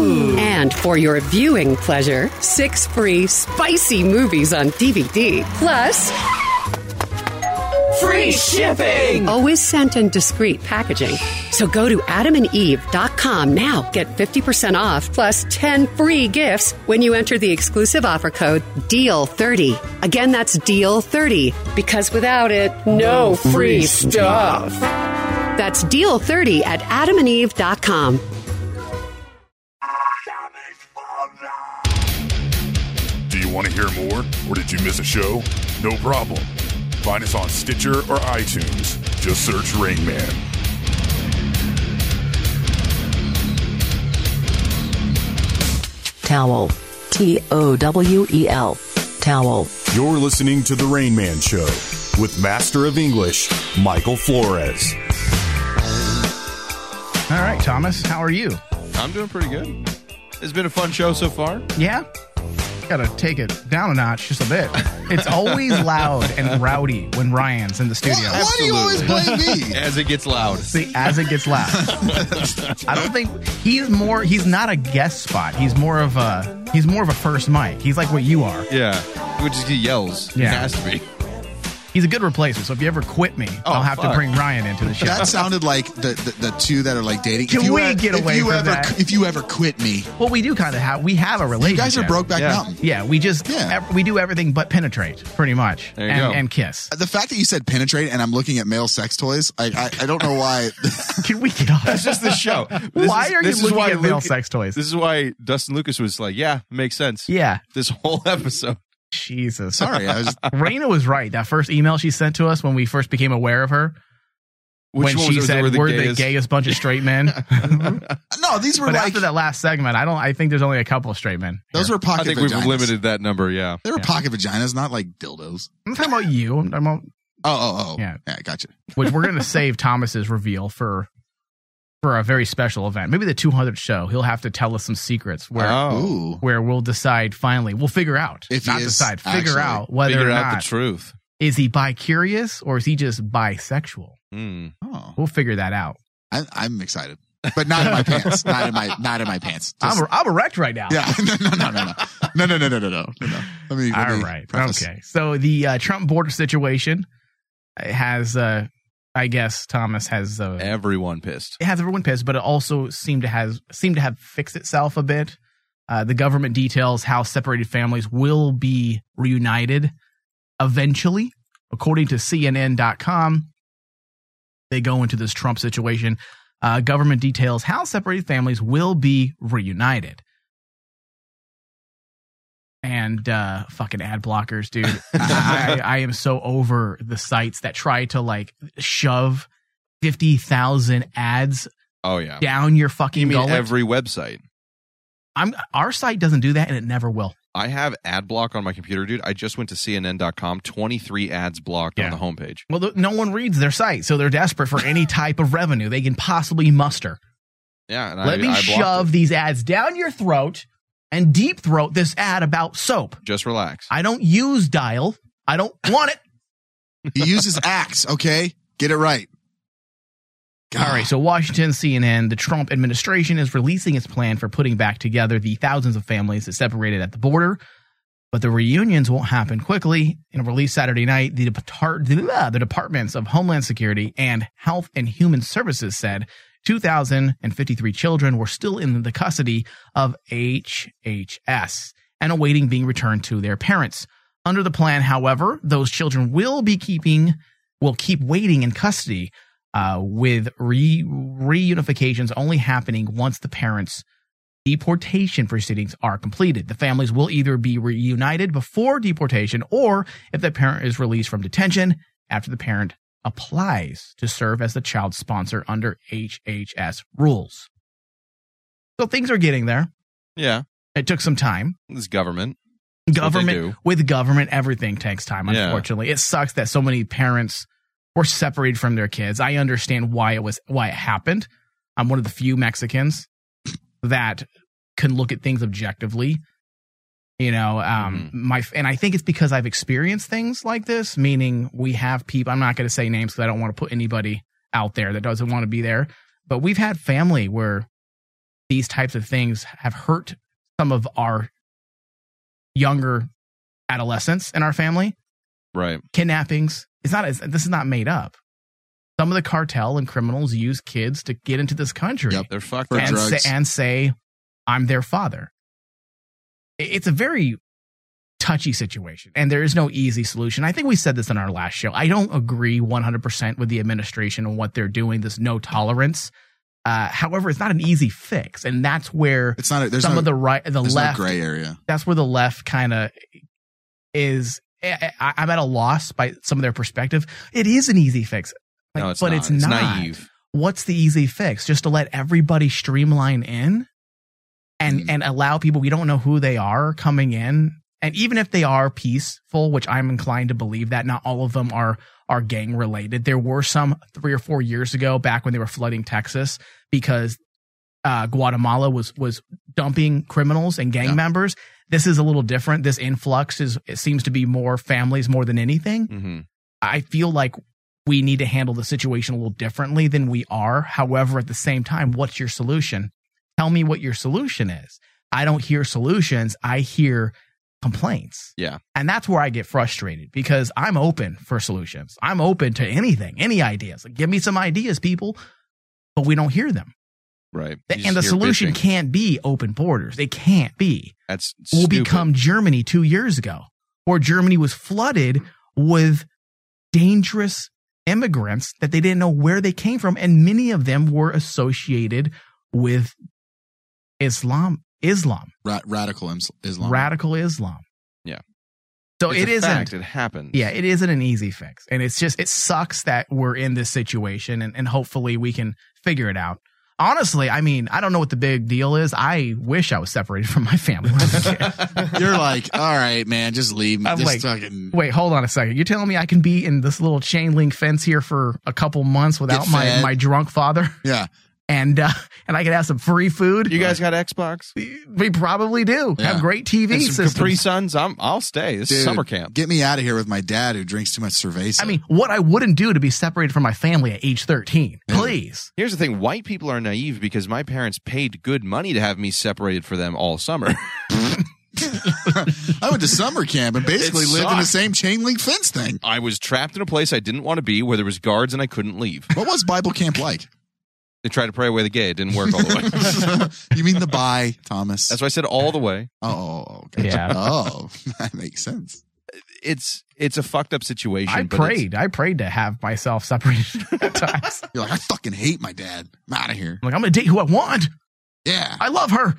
[SPEAKER 15] And for your viewing pleasure, six free spicy movies on DVD. Plus,
[SPEAKER 11] Free shipping.
[SPEAKER 15] Always sent in discreet packaging. So go to adamandeve.com now. Get 50% off plus 10 free gifts when you enter the exclusive offer code E DEAL30. Again, that's E DEAL30 because without it, no free stuff. That's E DEAL30 at adamandeve.com.
[SPEAKER 12] Do you want to hear more, or did you miss a show? No problem. Find us on Stitcher or iTunes. Just search Rain Man.
[SPEAKER 1] Towel. T O W E L.
[SPEAKER 16] towel.
[SPEAKER 1] You're listening to The Rain Man Show with Master of English, Michael Flores.
[SPEAKER 2] All right, Thomas, how are you?
[SPEAKER 3] I'm doing pretty good. It's been a fun show so far.
[SPEAKER 2] Yeah? Gotta take it down a notch just a bit. It's always loud and rowdy when Ryan's in the studio.
[SPEAKER 4] Why do you always blame me?
[SPEAKER 3] As it gets loud.
[SPEAKER 2] See, as it gets loud. I don't think he's more. He's not a guest spot. He's more of a. He's more of a first mic. He's like what you are.
[SPEAKER 3] Yeah. Which is he yells.
[SPEAKER 2] Yeah.
[SPEAKER 3] It has to be.
[SPEAKER 2] He's a good replacement. So if you ever quit me, I'll have
[SPEAKER 4] Oh, fuck.
[SPEAKER 2] to bring Ryan into the show.
[SPEAKER 4] That sounded like the, the, the two that are like dating.
[SPEAKER 2] Can we get away
[SPEAKER 4] if you
[SPEAKER 2] from
[SPEAKER 4] ever,
[SPEAKER 2] that?
[SPEAKER 4] If you ever quit me,
[SPEAKER 2] Well, we do kind of have. We have a relationship.
[SPEAKER 4] guys are Brokeback Yeah. Mountain.
[SPEAKER 2] Yeah, we just. ev- we do everything but penetrate, pretty much.
[SPEAKER 4] There you
[SPEAKER 2] and,
[SPEAKER 4] go.
[SPEAKER 2] and kiss.
[SPEAKER 4] the fact that you said penetrate and I'm looking at male sex toys, I I, I don't know why.
[SPEAKER 2] Can we get off?
[SPEAKER 3] That's just the show.
[SPEAKER 2] Why are you looking at male sex
[SPEAKER 3] toys? This is why Dustin Lucas was like, yeah, makes sense.
[SPEAKER 2] Yeah.
[SPEAKER 3] This whole episode.
[SPEAKER 2] Jesus.
[SPEAKER 3] Sorry, I was-
[SPEAKER 2] Raina was right. That first email she sent to us when we first became aware of her.
[SPEAKER 3] Which
[SPEAKER 2] when
[SPEAKER 3] one
[SPEAKER 2] she
[SPEAKER 3] was it?
[SPEAKER 2] said
[SPEAKER 3] We're the
[SPEAKER 2] we're the
[SPEAKER 3] gayest-
[SPEAKER 2] gayest, bunch of straight men. Mm-hmm.
[SPEAKER 4] no, these were
[SPEAKER 2] but
[SPEAKER 4] like
[SPEAKER 2] after that last segment, I don't. I think there's only a couple of straight men.
[SPEAKER 4] those were pocket.
[SPEAKER 3] I think
[SPEAKER 4] vaginas.
[SPEAKER 3] we've limited that number. Yeah.
[SPEAKER 4] They were pocket vaginas, not like dildos.
[SPEAKER 2] I'm talking about you. I'm talking about
[SPEAKER 4] Oh, oh, oh.
[SPEAKER 2] Yeah.
[SPEAKER 4] yeah, gotcha.
[SPEAKER 2] which we're gonna save Thomas's reveal for for a very special event. Maybe the 200th show. He'll have to tell us some secrets where
[SPEAKER 3] Oh.
[SPEAKER 2] where we'll decide finally. We'll figure out.
[SPEAKER 4] If he
[SPEAKER 2] not
[SPEAKER 4] is
[SPEAKER 2] decide. Figure
[SPEAKER 4] actually-
[SPEAKER 2] out whether
[SPEAKER 3] Figure
[SPEAKER 2] or
[SPEAKER 3] out
[SPEAKER 2] not
[SPEAKER 3] the truth.
[SPEAKER 2] is he bi curious or is he just bisexual.
[SPEAKER 3] Hmm.
[SPEAKER 4] Oh,
[SPEAKER 2] We'll figure that out.
[SPEAKER 4] I, I'm excited, but not in my pants. Not in my not in my pants. Just-
[SPEAKER 2] I'm I'm erect right now.
[SPEAKER 4] yeah, no, no, no, no, no, no, no, no, no, no, no, no. Let me. Let
[SPEAKER 2] All
[SPEAKER 4] me
[SPEAKER 2] right.
[SPEAKER 4] preface.
[SPEAKER 2] Okay. So the uh, Trump border situation has, uh, I guess, Thomas has. Uh,
[SPEAKER 3] Everyone pissed.
[SPEAKER 2] it has everyone pissed, but it also seemed to has seemed to have fixed itself a bit. Uh, the government details how separated families will be reunited eventually, according to CNN.com. They go into this Trump situation. Uh, government details how separated families will be reunited. And uh, fucking ad blockers, dude. I, I, I am so over the sites that try to like shove fifty thousand ads
[SPEAKER 3] Oh, yeah.
[SPEAKER 2] down your fucking
[SPEAKER 3] You mean
[SPEAKER 2] gullet.
[SPEAKER 3] every website?
[SPEAKER 2] I'm our site doesn't do that, and it never will.
[SPEAKER 3] I have ad block on my computer, dude. I just went to CNN.com. 23 ads blocked on the homepage.
[SPEAKER 2] Well, th- no one reads their site, so they're desperate for any type of revenue they can possibly muster.
[SPEAKER 3] Yeah. And
[SPEAKER 2] Let
[SPEAKER 3] I,
[SPEAKER 2] me
[SPEAKER 3] I blocked
[SPEAKER 2] shove these ads down your throat and deep throat this ad about soap.
[SPEAKER 3] it. Just relax.
[SPEAKER 2] I don't use Dial. I don't want it.
[SPEAKER 4] He uses acts. Okay, get it right.
[SPEAKER 2] All right, so Washington CNN, the Trump administration is releasing its plan for putting back together the thousands of families that separated at the border, but the reunions won't happen quickly. In a release Saturday night, the, depart- the departments of Homeland Security and Health and Human Services said 2,053 children were still in the custody of HHS and awaiting being returned to their parents. Under the plan, however, those children will be keeping will keep waiting in custody, uh, with re- reunifications only happening once the parents' deportation proceedings are completed. The families will either be reunited before deportation, or if the parent is released from detention after the parent applies to serve as the child sponsor under HHS rules. So things are getting there.
[SPEAKER 3] Yeah.
[SPEAKER 2] It took some time.
[SPEAKER 3] This government. That's what they
[SPEAKER 2] Government
[SPEAKER 3] do.
[SPEAKER 2] with government, everything takes time.
[SPEAKER 3] Yeah.
[SPEAKER 2] Unfortunately, it sucks that so many parents were separated from their kids. I understand why it was why it happened. I'm one of the few Mexicans that can look at things objectively. You know, um, my and I think it's because I've experienced things like this. Meaning, we have people. I'm not going to say names because I don't want to put anybody out there that doesn't want to be there. But we've had family where these types of things have hurt some of our younger adolescents in our family.
[SPEAKER 3] Right.
[SPEAKER 2] Kidnappings. It's not. It's, this is not made up. Some of the cartel and criminals use kids to get into this country
[SPEAKER 3] They're fucked up.
[SPEAKER 2] and say, and say, "I'm their father." I- It's a very touchy situation, and there is no easy solution. I think we said this in our last show. I don't agree 100% with the administration and what they're doing. This no tolerance. Uh, however, it's not an easy fix, and that's where
[SPEAKER 4] It's not. a- There's
[SPEAKER 2] some
[SPEAKER 4] no,
[SPEAKER 2] of the right, the
[SPEAKER 4] there's no
[SPEAKER 2] left,
[SPEAKER 4] gray area.
[SPEAKER 2] that's where the left kind of is. I, I- I'm at a loss by some of their perspective. It is an easy fix,
[SPEAKER 3] No, it's
[SPEAKER 2] but
[SPEAKER 3] not.
[SPEAKER 2] it's
[SPEAKER 3] It's
[SPEAKER 2] not.
[SPEAKER 3] naive.
[SPEAKER 2] What's the easy fix? Just to let everybody streamline in and and allow people we don't know who they are coming in And even if they are peaceful, which I'm inclined to believe that not all of them are are gang related. There were some three or four years ago back when they were flooding Texas because uh, Guatemala was was dumping criminals and gang members. This is a little different. This influx is it seems to be more families more than anything. I feel like we need to handle the situation a little differently than we are. However, at the same time, what's your solution? Tell me what your solution is. I don't hear solutions. I hear complaints.
[SPEAKER 3] Yeah.
[SPEAKER 2] And that's where I get frustrated because I'm open for solutions. I'm open to anything, any ideas. Like, give me some ideas, people, but we don't hear them.
[SPEAKER 3] Right. You
[SPEAKER 2] and the
[SPEAKER 3] just hear
[SPEAKER 2] solution
[SPEAKER 3] bitching.
[SPEAKER 2] can't be open borders. It can't be.
[SPEAKER 3] That's
[SPEAKER 2] We'll
[SPEAKER 3] stupid.
[SPEAKER 2] become Germany two years ago, where Germany was flooded with dangerous immigrants that they didn't know where they came from, and many of them were associated with Islam, Islam,
[SPEAKER 4] Ra- radical Is- Islam.
[SPEAKER 2] radical Islam.
[SPEAKER 3] Yeah.
[SPEAKER 2] So
[SPEAKER 3] It's
[SPEAKER 2] it
[SPEAKER 3] a
[SPEAKER 2] isn't.
[SPEAKER 3] fact. It happens.
[SPEAKER 2] Yeah, it isn't an easy fix, and it's just it sucks that we're in this situation, and, and hopefully we can figure it out. Honestly, I mean, I don't know what the big deal is. I wish I was separated from my family.
[SPEAKER 4] You're like, all right, man, just leave me.
[SPEAKER 2] I'm
[SPEAKER 4] Just
[SPEAKER 2] like,
[SPEAKER 4] fucking
[SPEAKER 2] wait, hold on a second. You're telling me I can be in this little chain link fence here for a couple months without
[SPEAKER 4] Get
[SPEAKER 2] my
[SPEAKER 4] fed.
[SPEAKER 2] my drunk father?
[SPEAKER 4] Yeah.
[SPEAKER 2] And uh, and I could have some free food.
[SPEAKER 3] You guys got Xbox?
[SPEAKER 2] We probably do. Have great TV
[SPEAKER 3] And some
[SPEAKER 2] systems.
[SPEAKER 3] Capri Suns. I'm, I'll stay. This is
[SPEAKER 4] Dude,
[SPEAKER 3] summer camp.
[SPEAKER 4] Get me out of here with my dad who drinks too much cerveza.
[SPEAKER 2] I mean, what I wouldn't do to be separated from my family at age 13. Please.
[SPEAKER 3] Here's the thing: white people are naive because my parents paid good money to have me separated for them all summer.
[SPEAKER 4] I went to summer camp and basically
[SPEAKER 3] It
[SPEAKER 4] lived in the
[SPEAKER 3] sucked.
[SPEAKER 4] same chain link fence thing.
[SPEAKER 3] I was trapped in a place I didn't want to be, where there was guards and I couldn't leave.
[SPEAKER 4] What was Bible camp like?
[SPEAKER 3] They tried to pray away the gay. It didn't work all the way.
[SPEAKER 4] you mean the bi, Thomas?
[SPEAKER 3] That's why I said all the way.
[SPEAKER 4] Oh, okay.
[SPEAKER 3] Yeah.
[SPEAKER 4] Oh, that makes sense.
[SPEAKER 3] It's it's a fucked up situation.
[SPEAKER 2] I
[SPEAKER 3] but it's-
[SPEAKER 2] prayed. I prayed to have myself separated at times.
[SPEAKER 4] You're like, I fucking hate my dad. I'm out of here.
[SPEAKER 2] I'm like, I'm going to date who I want.
[SPEAKER 4] Yeah.
[SPEAKER 2] I love her.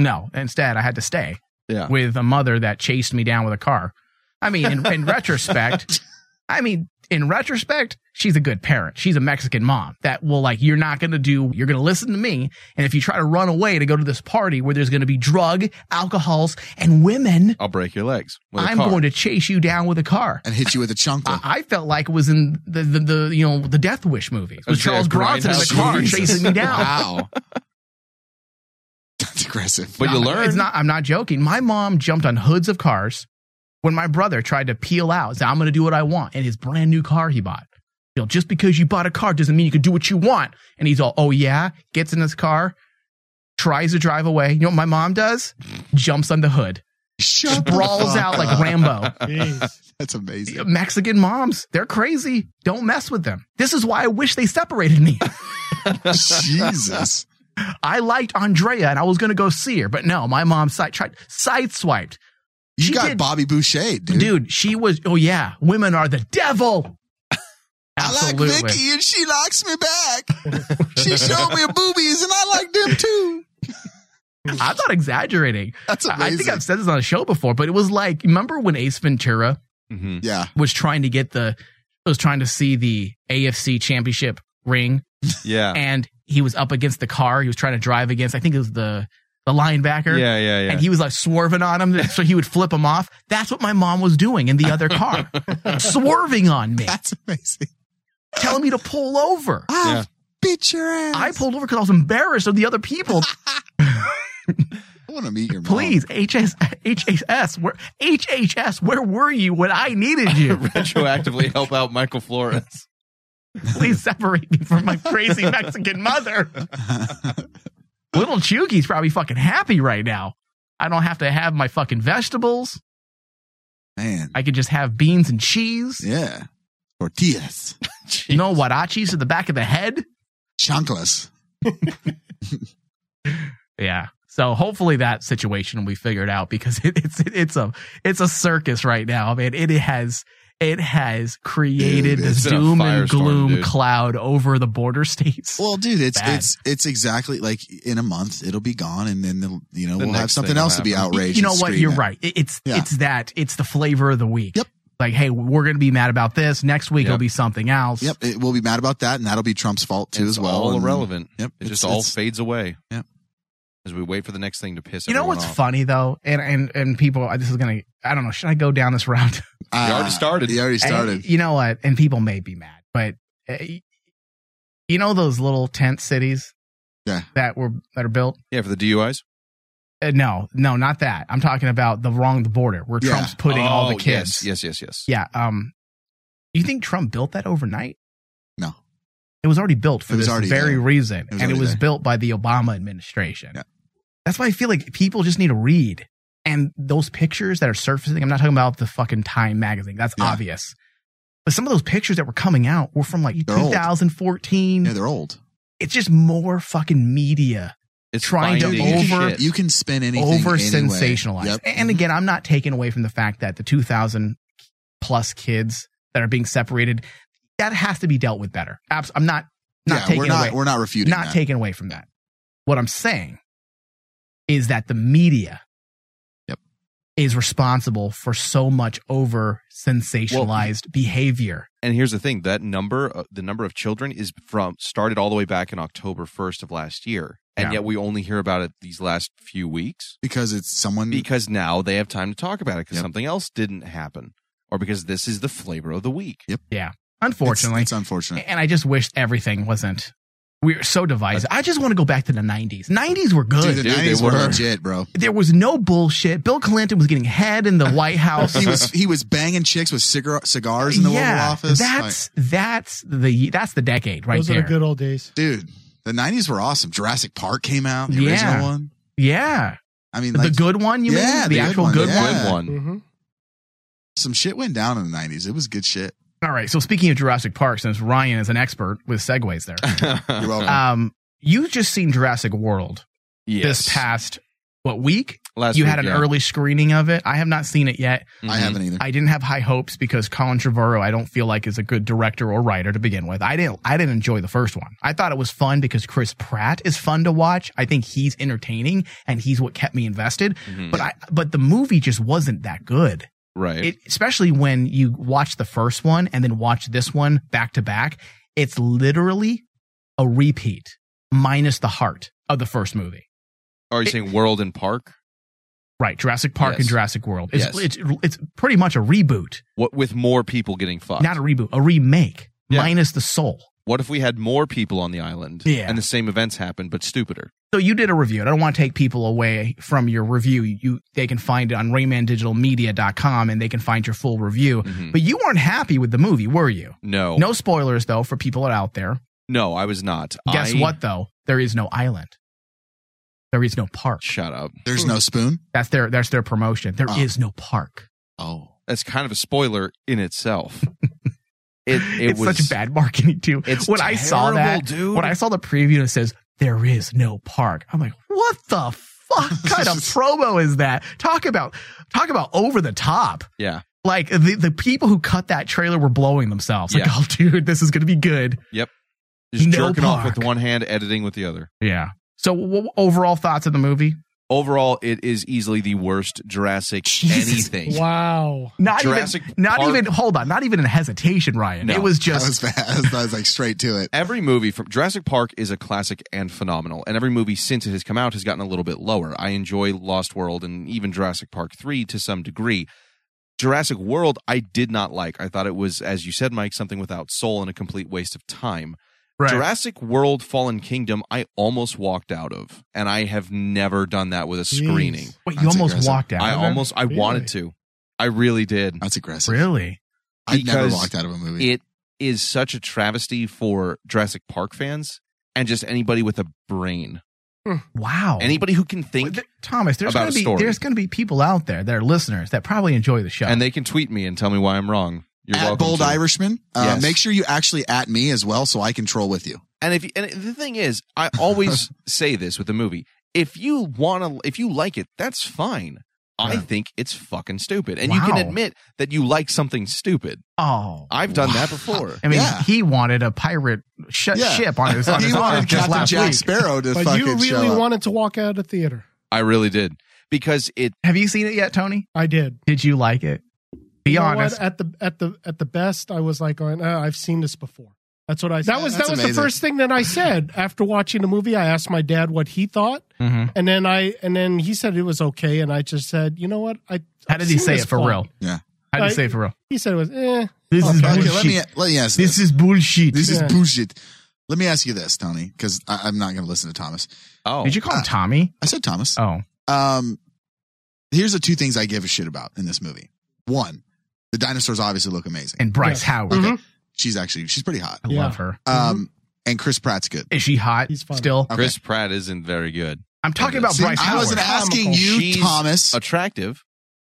[SPEAKER 2] No, instead, I had to stay
[SPEAKER 3] Yeah.
[SPEAKER 2] with a mother that chased me down with a car. I mean, in, in retrospect, I mean, in retrospect, she's a good parent. She's a Mexican mom that will, like, you're not going to do, you're going to listen to me. And if you try to run away to go to this party where there's going to be drug, alcohols, and women,
[SPEAKER 3] I'll break your legs. with a
[SPEAKER 2] I'm
[SPEAKER 3] car.
[SPEAKER 2] going to chase you down with a car.
[SPEAKER 4] And hit you with a chunk.
[SPEAKER 2] I, I felt like it was in the, the, the you know the Death Wish movies with
[SPEAKER 4] Okay,
[SPEAKER 2] Charles Bronson in the
[SPEAKER 4] Grindhouse
[SPEAKER 2] car
[SPEAKER 4] movies.
[SPEAKER 2] chasing me down.
[SPEAKER 4] Wow. That's aggressive.
[SPEAKER 2] No, It's not. I'm not joking. My mom jumped on hoods of cars when my brother tried to peel out. Said, "I'm going to do what I want," in his brand new car he bought. You know, just because you bought a car doesn't mean you can do what you want. And he's all, "Oh yeah," gets in his car, tries to drive away. You know what my mom does? Jumps on the hood,
[SPEAKER 4] Shut the
[SPEAKER 2] sprawls
[SPEAKER 4] fuck
[SPEAKER 2] out like
[SPEAKER 4] up.
[SPEAKER 2] Rambo.
[SPEAKER 4] That's amazing.
[SPEAKER 2] Mexican moms, they're crazy. Don't mess with them. This is why I wish they separated me.
[SPEAKER 4] Jesus.
[SPEAKER 2] I liked Andrea and I was going to go see her, but no, my mom side tried sideswiped.
[SPEAKER 4] You got Bobby Boucher, dude.
[SPEAKER 2] Dude, she was. Oh yeah, women are the devil.
[SPEAKER 4] I like
[SPEAKER 2] Absolutely.
[SPEAKER 4] Vicky and she likes me back. she showed me her boobies and I like them too.
[SPEAKER 2] I'm not exaggerating.
[SPEAKER 4] That's
[SPEAKER 2] I think
[SPEAKER 4] amazing.
[SPEAKER 2] I've said this on a show before, but it was like, remember when Ace Ventura
[SPEAKER 3] Mm-hmm.
[SPEAKER 4] Yeah.
[SPEAKER 2] was trying to get the, was trying to see the AFC championship ring
[SPEAKER 3] Yeah.
[SPEAKER 2] and he was up against the car he was trying to drive against. I think it was the the linebacker.
[SPEAKER 3] Yeah, yeah, yeah.
[SPEAKER 2] And he was like swerving on him so he would flip him off. That's what my mom was doing in the other car, swerving on me. That's
[SPEAKER 4] amazing.
[SPEAKER 2] Telling me to pull over.
[SPEAKER 4] Ah,
[SPEAKER 3] Yeah.
[SPEAKER 4] Bitch your ass.
[SPEAKER 2] I pulled over because I was embarrassed of the other people.
[SPEAKER 4] I want to meet your mom.
[SPEAKER 2] Please, HS, HHS, where HHS, where were you when I needed you?
[SPEAKER 3] retroactively help out Michael Flores.
[SPEAKER 2] Please separate me from my crazy Mexican mother. Little Chugi's probably fucking happy right now. I don't have to have my fucking vegetables.
[SPEAKER 4] Man.
[SPEAKER 2] I could just have beans and cheese.
[SPEAKER 4] Yeah. Tortillas.
[SPEAKER 2] No huarachis in the back of the head.
[SPEAKER 4] Chanclas.
[SPEAKER 2] Yeah. So hopefully that situation we figured out because it, it's it's a it's a circus right now, man. It has it has created
[SPEAKER 4] Dude,
[SPEAKER 2] this
[SPEAKER 4] it's been a
[SPEAKER 2] doom
[SPEAKER 4] firestorm,
[SPEAKER 2] and gloom
[SPEAKER 4] dude.
[SPEAKER 2] cloud over the border states.
[SPEAKER 4] Well, dude, it's
[SPEAKER 2] Bad.
[SPEAKER 4] it's it's exactly like in a month it'll be gone, and then the, you know
[SPEAKER 2] The
[SPEAKER 4] we'll
[SPEAKER 2] next
[SPEAKER 4] have something
[SPEAKER 2] thing
[SPEAKER 4] else
[SPEAKER 2] will
[SPEAKER 4] to be
[SPEAKER 2] happen.
[SPEAKER 4] outraged.
[SPEAKER 2] You know
[SPEAKER 4] and
[SPEAKER 2] what?
[SPEAKER 4] scream
[SPEAKER 2] You're
[SPEAKER 4] at.
[SPEAKER 2] right. It- It's
[SPEAKER 4] Yeah.
[SPEAKER 2] it's that. It's the flavor of the week. Yep. Like, hey, we're gonna be mad about this. Next week it'll
[SPEAKER 4] Yep.
[SPEAKER 2] be something else.
[SPEAKER 4] Yep, it, we'll be mad about that, and that'll be Trump's fault too as well.
[SPEAKER 3] all
[SPEAKER 4] and-
[SPEAKER 3] irrelevant.
[SPEAKER 4] Yep,
[SPEAKER 3] It
[SPEAKER 4] it's-
[SPEAKER 3] just all
[SPEAKER 4] it's-
[SPEAKER 3] fades away.
[SPEAKER 4] Yep.
[SPEAKER 3] as we wait for the next thing to piss.
[SPEAKER 2] You know
[SPEAKER 3] everyone
[SPEAKER 2] what's
[SPEAKER 3] off.
[SPEAKER 2] funny though, and and and people, this is gonna. I don't know. Should I go down this route?
[SPEAKER 4] Ah,
[SPEAKER 3] You already started. You already
[SPEAKER 2] And you know what? And people may be mad, but uh, y- you know those little tent cities
[SPEAKER 4] yeah.
[SPEAKER 2] that were that are built.
[SPEAKER 3] Yeah, for the DUIs.
[SPEAKER 2] Uh, no, no, not that. I'm talking about the wrong the border where
[SPEAKER 3] Yeah.
[SPEAKER 2] Trump's putting all the
[SPEAKER 3] Oh,
[SPEAKER 2] kids.
[SPEAKER 3] Yes, yes, yes. yes.
[SPEAKER 2] Yeah. Um. You think Trump built that overnight?
[SPEAKER 4] No.
[SPEAKER 2] It was already built for
[SPEAKER 4] It was
[SPEAKER 2] this
[SPEAKER 4] already
[SPEAKER 2] very
[SPEAKER 4] there.
[SPEAKER 2] reason,
[SPEAKER 4] It was
[SPEAKER 2] and it
[SPEAKER 4] already
[SPEAKER 2] was
[SPEAKER 4] there.
[SPEAKER 2] built by the Obama administration. That's why I feel like people just need to read. And those pictures that are surfacing, I'm not talking about the fucking Time magazine. That's obvious. But some of those pictures that were coming out were from like
[SPEAKER 4] They're old.
[SPEAKER 2] 2014.
[SPEAKER 4] Yeah, they're old.
[SPEAKER 2] It's just more fucking media
[SPEAKER 3] It's
[SPEAKER 2] trying to
[SPEAKER 4] Dude, you can-
[SPEAKER 2] over
[SPEAKER 4] You can spin anything.
[SPEAKER 2] over
[SPEAKER 4] anyway.
[SPEAKER 2] sensationalized.
[SPEAKER 4] Yep.
[SPEAKER 2] And again, I'm not taking away from the fact that the 2,000 plus kids that are being separated, that has to be dealt with better. Abs- I'm not not
[SPEAKER 4] Yeah,
[SPEAKER 2] taking
[SPEAKER 4] we're not-
[SPEAKER 2] away.
[SPEAKER 4] we're not refuting
[SPEAKER 2] Not
[SPEAKER 4] that.
[SPEAKER 2] taking away from that. What I'm saying is that the media. Is responsible for so much over sensationalized behavior.
[SPEAKER 3] And here's the thing: that number, uh, the number of children, is from started all the way back in October 1st of last year, and
[SPEAKER 4] Yeah.
[SPEAKER 3] yet we only hear about it these last few weeks
[SPEAKER 4] because it's someone.
[SPEAKER 3] Because now they have time to talk about it because something else didn't happen, or because this is the flavor of the week.
[SPEAKER 4] Yep.
[SPEAKER 2] Yeah. Unfortunately,
[SPEAKER 4] it's, unfortunate.
[SPEAKER 2] And I just wish everything wasn't. We're so divisive. I just want to go back to the 90s. 90s were good.
[SPEAKER 4] Dude, the 90s were legit, bro.
[SPEAKER 2] There was no bullshit. Bill Clinton was getting head in the White House.
[SPEAKER 4] he was he was banging chicks with cigar, cigars in the Oval Office.
[SPEAKER 2] That's that's the that's the decade right
[SPEAKER 4] Those are
[SPEAKER 2] there.
[SPEAKER 4] the good
[SPEAKER 2] old days.
[SPEAKER 4] Like, dude, the nineties were awesome. Jurassic Park came out, the
[SPEAKER 2] yeah.
[SPEAKER 4] original one.
[SPEAKER 2] Yeah.
[SPEAKER 4] I mean,
[SPEAKER 2] The
[SPEAKER 4] like-
[SPEAKER 2] good one, you mean?
[SPEAKER 4] yeah,
[SPEAKER 2] The actual good one? Good one.
[SPEAKER 4] Mm-hmm. Some shit went down in the nineties. It was good shit.
[SPEAKER 2] All right. So speaking of Jurassic Park, since Ryan is an expert with segues there.
[SPEAKER 4] You're welcome.
[SPEAKER 2] um you just seen Jurassic World this past what week?
[SPEAKER 3] Last
[SPEAKER 2] you
[SPEAKER 3] week,
[SPEAKER 2] had an
[SPEAKER 3] yeah. Mm-hmm.
[SPEAKER 2] early screening of it. I have not seen it yet.
[SPEAKER 4] I haven't either.
[SPEAKER 2] I didn't have high hopes because Colin Trevorrow, I don't feel like is a good director or writer to begin with. I didn't I didn't enjoy the first one. I thought it was fun because Chris Pratt is fun to watch. I think he's entertaining and he's what kept me invested.
[SPEAKER 3] Mhm.
[SPEAKER 2] But I but the movie just wasn't that good.
[SPEAKER 3] Right.
[SPEAKER 2] It, especially when you watch the first one and then watch this one back to back, it's literally a repeat minus the heart of the first movie.
[SPEAKER 3] Are you saying World and Park?
[SPEAKER 2] Right, Jurassic Park
[SPEAKER 3] Yes.
[SPEAKER 2] and Jurassic World. It's,
[SPEAKER 3] Yes.
[SPEAKER 2] it's it's pretty much a reboot,
[SPEAKER 3] What with more people getting fucked?
[SPEAKER 2] not a reboot, a remake minus the soul.
[SPEAKER 3] what if we had more people on the island?
[SPEAKER 2] Yeah.
[SPEAKER 3] And the same events happened, but stupider.
[SPEAKER 2] So you did a review. and I don't want to take people away from your review. You they can find it on raymandigitalmedia.com and they can find your full review. But you weren't happy with the movie, were you?
[SPEAKER 3] Mm-hmm. No.
[SPEAKER 2] No spoilers though for people out there.
[SPEAKER 3] No, I was not.
[SPEAKER 2] Guess
[SPEAKER 3] I-
[SPEAKER 2] what though? There is no island. There is no park.
[SPEAKER 3] Shut up.
[SPEAKER 4] There's no spoon.
[SPEAKER 2] That's their that's their promotion. There is
[SPEAKER 3] Oh.
[SPEAKER 2] no park.
[SPEAKER 4] Oh.
[SPEAKER 3] That's kind of a spoiler in itself. it it
[SPEAKER 2] it's
[SPEAKER 3] was
[SPEAKER 2] such bad marketing too.
[SPEAKER 3] It's
[SPEAKER 2] when I saw
[SPEAKER 3] terrible,
[SPEAKER 2] that,
[SPEAKER 3] dude.
[SPEAKER 2] when I saw the preview and it says there is no park, I'm like, what the fuck kind of promo is that? Talk about talk about over the top.
[SPEAKER 3] Yeah.
[SPEAKER 2] Like the the people who cut that trailer were blowing themselves. Like,
[SPEAKER 3] Yeah.
[SPEAKER 2] oh, dude, this is gonna be good.
[SPEAKER 3] Yep. Just
[SPEAKER 2] No
[SPEAKER 3] jerking off
[SPEAKER 2] park.
[SPEAKER 3] with one hand, editing with the other.
[SPEAKER 2] Yeah. So, w- overall thoughts of the movie?
[SPEAKER 3] Overall, it is easily the worst Jurassic anything.
[SPEAKER 2] Wow. Not
[SPEAKER 3] Jurassic
[SPEAKER 2] even. Not
[SPEAKER 3] Park-
[SPEAKER 2] even. Hold on. Not even in hesitation, Ryan.
[SPEAKER 3] No.
[SPEAKER 2] It was just.
[SPEAKER 4] That was fast. That was like straight to it.
[SPEAKER 3] Every movie from Jurassic Park is a classic and phenomenal, and every movie since it has come out has gotten a little bit lower. I enjoy Lost World and even Jurassic Park 3 to some degree. Jurassic World, I did not like. I thought it was, as you said, Mike, something without soul and a complete waste of time.
[SPEAKER 16] Right.
[SPEAKER 3] Jurassic World Fallen Kingdom, I almost walked out of, and I have never done that with a screening.
[SPEAKER 2] Wait, you That's almost aggressive. walked out
[SPEAKER 3] I
[SPEAKER 2] of it?
[SPEAKER 3] almost, I wanted to. I really did.
[SPEAKER 4] That's aggressive.
[SPEAKER 2] Really?
[SPEAKER 4] I've never
[SPEAKER 3] Because
[SPEAKER 4] walked out of a movie.
[SPEAKER 3] It is such a travesty for Jurassic Park fans and just anybody with a brain. Hmm.
[SPEAKER 2] Wow.
[SPEAKER 3] Anybody who can think
[SPEAKER 2] Thomas, there's
[SPEAKER 3] about
[SPEAKER 2] gonna
[SPEAKER 3] a
[SPEAKER 2] be
[SPEAKER 3] story.
[SPEAKER 2] there's gonna be people out there that are listeners that probably enjoy the show.
[SPEAKER 3] and they can tweet me and tell me why I'm wrong. You're
[SPEAKER 4] at
[SPEAKER 3] welcome
[SPEAKER 4] Bold
[SPEAKER 3] to.
[SPEAKER 4] Irishman, uh,
[SPEAKER 3] Yes.
[SPEAKER 4] make sure you actually at me as well, so I can troll with you.
[SPEAKER 3] And if and the thing is, I always say this with a movie: if you want to, if you like it, that's fine. I think it's fucking stupid, and you
[SPEAKER 2] Wow.
[SPEAKER 3] can admit that you like something stupid.
[SPEAKER 2] Oh,
[SPEAKER 3] I've done that before.
[SPEAKER 2] I mean, he wanted a pirate sh-
[SPEAKER 3] Yeah.
[SPEAKER 2] ship on his on
[SPEAKER 3] He
[SPEAKER 2] his
[SPEAKER 3] wanted
[SPEAKER 2] arm just
[SPEAKER 3] Captain
[SPEAKER 2] last
[SPEAKER 3] Jack
[SPEAKER 2] week.
[SPEAKER 3] Sparrow to But fucking
[SPEAKER 5] You really wanted to walk out of the theater.
[SPEAKER 3] I really did because it.
[SPEAKER 2] Have you seen it yet, Tony?
[SPEAKER 5] I did.
[SPEAKER 2] Did you like it? Be
[SPEAKER 5] You know what?
[SPEAKER 2] honest.
[SPEAKER 5] At the at the at the best, I was like, going, oh, I've seen this before.
[SPEAKER 16] That's what I said.
[SPEAKER 10] That was
[SPEAKER 16] That's
[SPEAKER 10] that was
[SPEAKER 16] amazing.
[SPEAKER 10] the first thing that I said after watching the movie. I asked my dad what he thought,
[SPEAKER 3] Mm-hmm.
[SPEAKER 16] Mhm.
[SPEAKER 10] and then I and then he said it was okay, and I just said, you know what? I
[SPEAKER 2] How
[SPEAKER 10] I've
[SPEAKER 2] did he
[SPEAKER 10] seen
[SPEAKER 2] say
[SPEAKER 10] this
[SPEAKER 2] it for
[SPEAKER 10] film."
[SPEAKER 2] real?
[SPEAKER 4] Yeah. Oh,
[SPEAKER 2] How did
[SPEAKER 10] I-
[SPEAKER 2] he say it for real?
[SPEAKER 10] He said it was eh.
[SPEAKER 2] This is
[SPEAKER 10] okay.
[SPEAKER 4] Okay, let me let me ask. This,
[SPEAKER 2] is bullshit.
[SPEAKER 4] This
[SPEAKER 10] Yeah.
[SPEAKER 4] is bullshit. Let me ask you this, Tony, because I'm not going to listen to Thomas. Uh,
[SPEAKER 3] Oh,
[SPEAKER 2] Did you call him Tommy?
[SPEAKER 4] I said Thomas.
[SPEAKER 2] Oh,
[SPEAKER 4] um, here's the two things I give a shit about in this movie. One, the dinosaurs obviously look amazing,
[SPEAKER 2] And Bryce Yeah. Howard. Mhm.
[SPEAKER 4] she's actually she's pretty hot.
[SPEAKER 2] I love her.
[SPEAKER 4] Um, and Chris Pratt's good.
[SPEAKER 2] Is she hot still?
[SPEAKER 3] Chris Pratt isn't very good.
[SPEAKER 2] I'm talking about
[SPEAKER 4] See,
[SPEAKER 2] Bryce
[SPEAKER 4] I wasn't
[SPEAKER 2] Howard.
[SPEAKER 4] asking you,
[SPEAKER 3] She's
[SPEAKER 4] Thomas.
[SPEAKER 3] Attractive,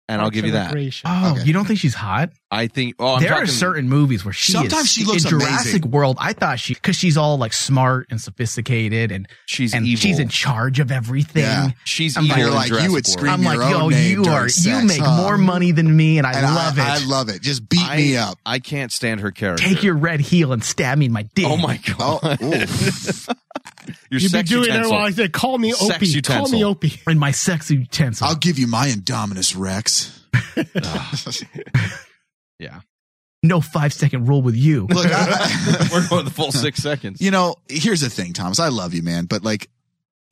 [SPEAKER 3] and I'll give you that.
[SPEAKER 2] Oh, you don't think she's hot?
[SPEAKER 3] I think. Oh, I'm
[SPEAKER 2] there
[SPEAKER 3] talking,
[SPEAKER 2] are certain movies where she
[SPEAKER 3] Sometimes
[SPEAKER 2] is,
[SPEAKER 3] she looks
[SPEAKER 2] in Jurassic
[SPEAKER 3] amazing.
[SPEAKER 2] World. I thought she because she's all like smart and sophisticated and
[SPEAKER 3] she's
[SPEAKER 2] and
[SPEAKER 3] evil.
[SPEAKER 2] she's in charge of everything.
[SPEAKER 3] Yeah. She's
[SPEAKER 2] I'm
[SPEAKER 3] evil
[SPEAKER 2] like,
[SPEAKER 3] in You're like, you Jurassic would World. scream
[SPEAKER 2] I'm like,
[SPEAKER 3] your
[SPEAKER 2] yo,
[SPEAKER 3] own name
[SPEAKER 2] you
[SPEAKER 3] during
[SPEAKER 2] are
[SPEAKER 3] sex,
[SPEAKER 2] you make
[SPEAKER 3] huh?
[SPEAKER 2] more money than me, and I
[SPEAKER 3] And I-
[SPEAKER 2] love it.
[SPEAKER 3] I love
[SPEAKER 4] it. Just beat
[SPEAKER 3] I- me up. I can't stand her character.
[SPEAKER 2] Take your red heel and stab me in my dick.
[SPEAKER 3] Oh my god! your
[SPEAKER 10] You'd be
[SPEAKER 3] sex
[SPEAKER 10] doing
[SPEAKER 3] utensil.
[SPEAKER 10] it while I said, "Call me
[SPEAKER 3] Sex
[SPEAKER 10] Opie. Call me
[SPEAKER 3] utensil.
[SPEAKER 10] Opie."
[SPEAKER 2] In my sex utensil.
[SPEAKER 4] I'll give you my Indominus Rex.
[SPEAKER 3] yeah.
[SPEAKER 2] No five second rule with you.
[SPEAKER 4] Look, I-
[SPEAKER 3] We're going the full six seconds.
[SPEAKER 4] You know, here's the thing, Thomas. I love you, man, but like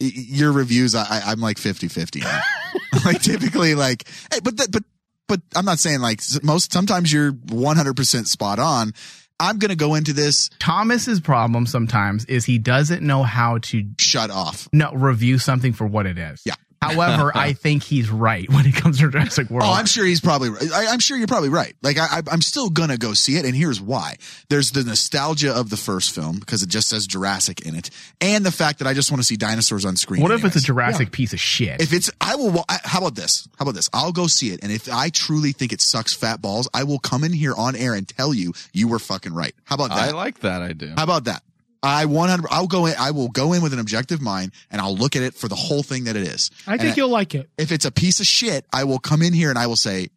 [SPEAKER 4] y- y- your reviews, I, I, I'm like 50 50. like typically, like, hey, but, that, but, but I'm not saying like s- most, sometimes you're 100% spot on. I'm going to go into this.
[SPEAKER 2] Thomas's problem sometimes is he doesn't know how to
[SPEAKER 4] shut off.
[SPEAKER 2] No, review something for what it is.
[SPEAKER 4] Yeah.
[SPEAKER 2] However, I think he's right when it comes to Jurassic World.
[SPEAKER 4] Oh, I'm sure he's probably. right. I, I'm sure you're probably right. Like I, I, I'm still gonna go see it, and here's why. There's the nostalgia of the first film because it just says Jurassic in it, and the fact that I just want to see dinosaurs on screen.
[SPEAKER 2] What if it's a
[SPEAKER 4] anyways.
[SPEAKER 2] Jurassic piece of shit?
[SPEAKER 4] If it's, I will. wa- I- How about this? How about this? I'll go see it, and if I truly think it sucks fat balls, I will come in here on air and tell you you were fucking right. How about that?
[SPEAKER 3] I like that idea.
[SPEAKER 4] How about that? I 100. I'll go in. I will go in with an objective mind, and I'll look at it for the whole thing that it is.
[SPEAKER 10] I think
[SPEAKER 4] you'll
[SPEAKER 10] like it.
[SPEAKER 4] If it's a piece of shit, I will come in here and I will say,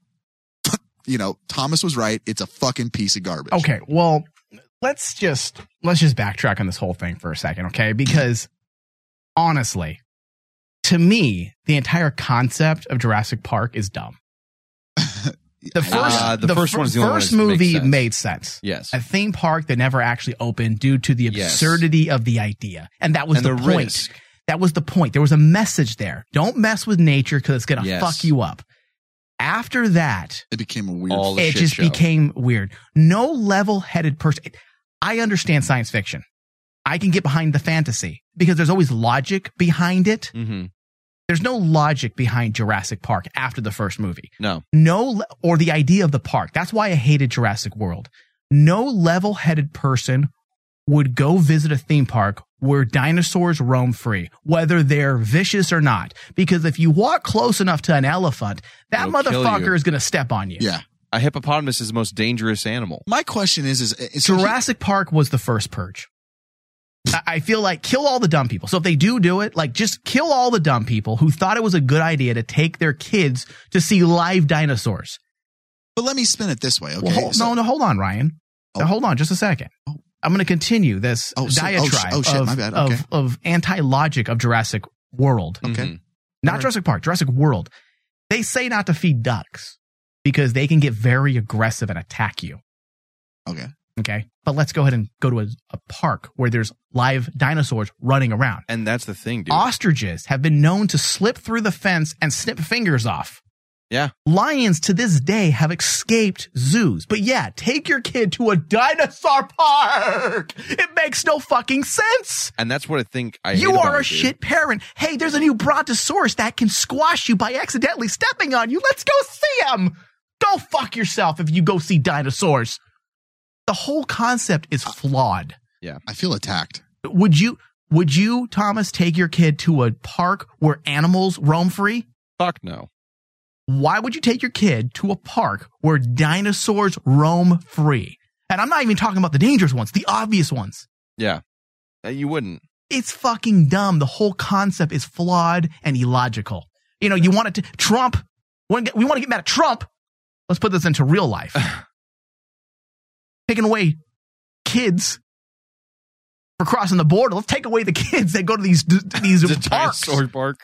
[SPEAKER 4] you know, Thomas was right. It's a fucking piece of garbage.
[SPEAKER 2] Okay, well, let's just let's just backtrack on this whole thing for a second, okay? Because honestly, to me, the entire concept of Jurassic Park is dumb. The first,
[SPEAKER 3] Uh, the first
[SPEAKER 2] fir-
[SPEAKER 3] one's the only one
[SPEAKER 2] first
[SPEAKER 3] that makes
[SPEAKER 2] movie
[SPEAKER 3] sense.
[SPEAKER 2] made sense.
[SPEAKER 3] Yes.
[SPEAKER 2] a theme park that never actually opened due to the
[SPEAKER 3] Yes.
[SPEAKER 2] absurdity of the idea, and that was
[SPEAKER 3] And
[SPEAKER 2] the,
[SPEAKER 3] the
[SPEAKER 2] point.
[SPEAKER 3] risk.
[SPEAKER 2] That was the point. There was a message there. Don't mess with nature because it's gonna
[SPEAKER 3] Yes.
[SPEAKER 2] fuck you up. After that,
[SPEAKER 4] It became a weird.
[SPEAKER 3] All the
[SPEAKER 2] it
[SPEAKER 3] shit
[SPEAKER 2] just
[SPEAKER 3] show.
[SPEAKER 2] became weird. No level-headed person. I understand science fiction. I can get behind the fantasy because there's always logic behind it.
[SPEAKER 3] Mm-hmm.
[SPEAKER 2] There's no logic behind Jurassic Park after the first movie.
[SPEAKER 3] No.
[SPEAKER 2] No, le- or the idea of the park. That's why I hated Jurassic World. No level headed person would go visit a theme park where dinosaurs roam free, whether they're vicious or not. Because if you walk close enough to an elephant, that
[SPEAKER 3] It'll kill you.
[SPEAKER 2] motherfucker is going to step on you.
[SPEAKER 4] Yeah.
[SPEAKER 3] A hippopotamus is the most dangerous animal.
[SPEAKER 4] My question is, is, is
[SPEAKER 2] Jurassic Park was the first purge. I- I feel like kill all the dumb people. So if they do do it, like just kill all the dumb people who thought it was a good idea to take their kids to see live dinosaurs.
[SPEAKER 4] But let me spin it this way, okay?
[SPEAKER 2] Well, hold, no, no, hold on, Ryan. Now, hold on just a second. I'm going to continue this
[SPEAKER 4] Oh, so- oh, sh-
[SPEAKER 2] diatribe
[SPEAKER 4] oh, shit,
[SPEAKER 2] of,
[SPEAKER 4] my bad. Okay.
[SPEAKER 2] of, of anti-logic of Jurassic World.
[SPEAKER 4] Okay.
[SPEAKER 3] Mm-hmm.
[SPEAKER 2] Not Jurassic Park, Jurassic World. They say not to feed ducks because they can get very aggressive and attack you.
[SPEAKER 4] Okay.
[SPEAKER 2] Okay. But let's go ahead and go to a, a park where there's live dinosaurs running around.
[SPEAKER 3] And that's the thing, dude.
[SPEAKER 2] Ostriches have been known to slip through the fence and snip fingers off.
[SPEAKER 3] Yeah.
[SPEAKER 2] Lions to this day have escaped zoos. But yeah, take your kid to a dinosaur park. It makes no fucking sense.
[SPEAKER 3] And that's what I think I
[SPEAKER 2] you
[SPEAKER 3] hate
[SPEAKER 2] are
[SPEAKER 3] about
[SPEAKER 2] a
[SPEAKER 3] it, dude.
[SPEAKER 2] shit parent. Hey, there's a new brontosaurus that can squash you by accidentally stepping on you. Let's go see him. Go fuck yourself if you go see dinosaurs. The whole concept is flawed.
[SPEAKER 3] Yeah.
[SPEAKER 4] I feel attacked.
[SPEAKER 2] Would you would you, Thomas, take your kid to a park where animals roam free?
[SPEAKER 3] Fuck no.
[SPEAKER 2] Why would you take your kid to a park where dinosaurs roam free? And I'm not even talking about the dangerous ones, the obvious ones.
[SPEAKER 3] Yeah. Uh, You wouldn't.
[SPEAKER 2] It's fucking dumb. The whole concept is flawed and illogical. You know, you want it to Trump. wanna get- We want to get mad at Trump. Let's put this into real life. Taking away kids for crossing the border. Let's take away the kids that go to these these parks.
[SPEAKER 3] Dinosaur bark.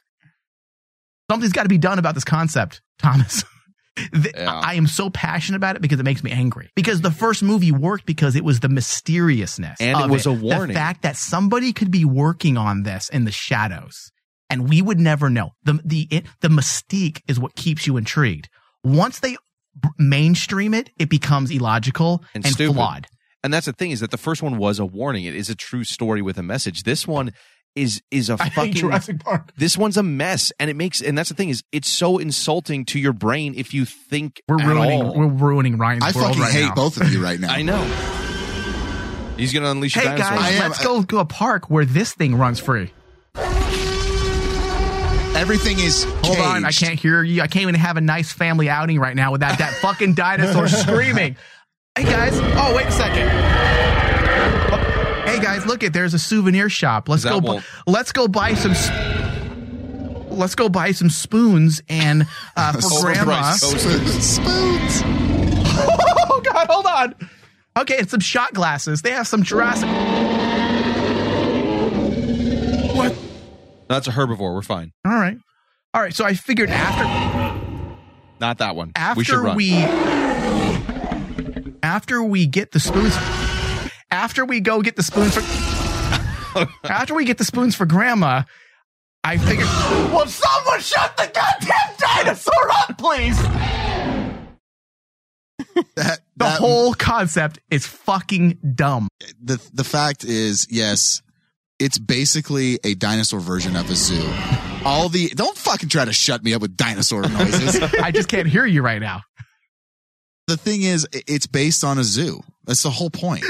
[SPEAKER 2] Something's got to be done about this concept, Thomas. Th- I I am so passionate about it because it makes me angry. Because the first movie worked because it was the mysteriousness.
[SPEAKER 3] And it
[SPEAKER 2] of
[SPEAKER 3] was a
[SPEAKER 2] The
[SPEAKER 3] warning.
[SPEAKER 2] fact that somebody could be working on this in the shadows and we would never know. The, the, it, the mystique is what keeps you intrigued. Once they b- mainstream it, it becomes illogical and,
[SPEAKER 3] stupid.
[SPEAKER 2] flawed.
[SPEAKER 3] And that's the thing is that the first one was a warning. It is a true story with a message. This one is is a fucking
[SPEAKER 5] Jurassic Park.
[SPEAKER 3] This one's a mess, and it makes and that's the thing is it's so insulting to your brain if you think
[SPEAKER 2] We're
[SPEAKER 3] at
[SPEAKER 2] ruining,
[SPEAKER 3] all.
[SPEAKER 2] we're ruining Ryan's
[SPEAKER 3] I
[SPEAKER 2] world
[SPEAKER 3] fucking
[SPEAKER 2] right
[SPEAKER 3] hate
[SPEAKER 2] now.
[SPEAKER 3] both of you right
[SPEAKER 4] now.
[SPEAKER 3] I know. He's gonna unleash a
[SPEAKER 2] Hey
[SPEAKER 3] dinosaur.
[SPEAKER 2] guys, let's go to a park where this thing runs free.
[SPEAKER 4] Everything is.
[SPEAKER 2] Hold on, I
[SPEAKER 4] caged.
[SPEAKER 2] can't hear you. I can't even have a nice family outing right now without that fucking dinosaur screaming. Hey guys, oh wait a second. Oh, Hey guys, look at there's a souvenir shop. Let's
[SPEAKER 3] That
[SPEAKER 2] go. Bu-
[SPEAKER 3] won't-
[SPEAKER 2] let's go buy some. s- Let's go buy some spoons and uh, for grandma.
[SPEAKER 3] Overpriced toasters.
[SPEAKER 4] Spoons.
[SPEAKER 2] oh god, hold on. Okay, and some shot glasses. They have some Jurassic. What?
[SPEAKER 3] That's a herbivore. We're fine.
[SPEAKER 2] All right. All right. So I figured after
[SPEAKER 3] Not that one. we should
[SPEAKER 2] after
[SPEAKER 3] run.
[SPEAKER 2] we, after we get the spoons after we go get the spoons for after we get the spoons for grandma, I figured Well someone shut the goddamn dinosaur up, please. the whole concept is fucking dumb.
[SPEAKER 4] the the fact is, yes, it's basically a dinosaur version of a zoo. All the don't fucking try to shut me up with dinosaur noises.
[SPEAKER 2] I just can't hear you right now.
[SPEAKER 4] the thing is, i- it's based on a zoo. That's the whole point.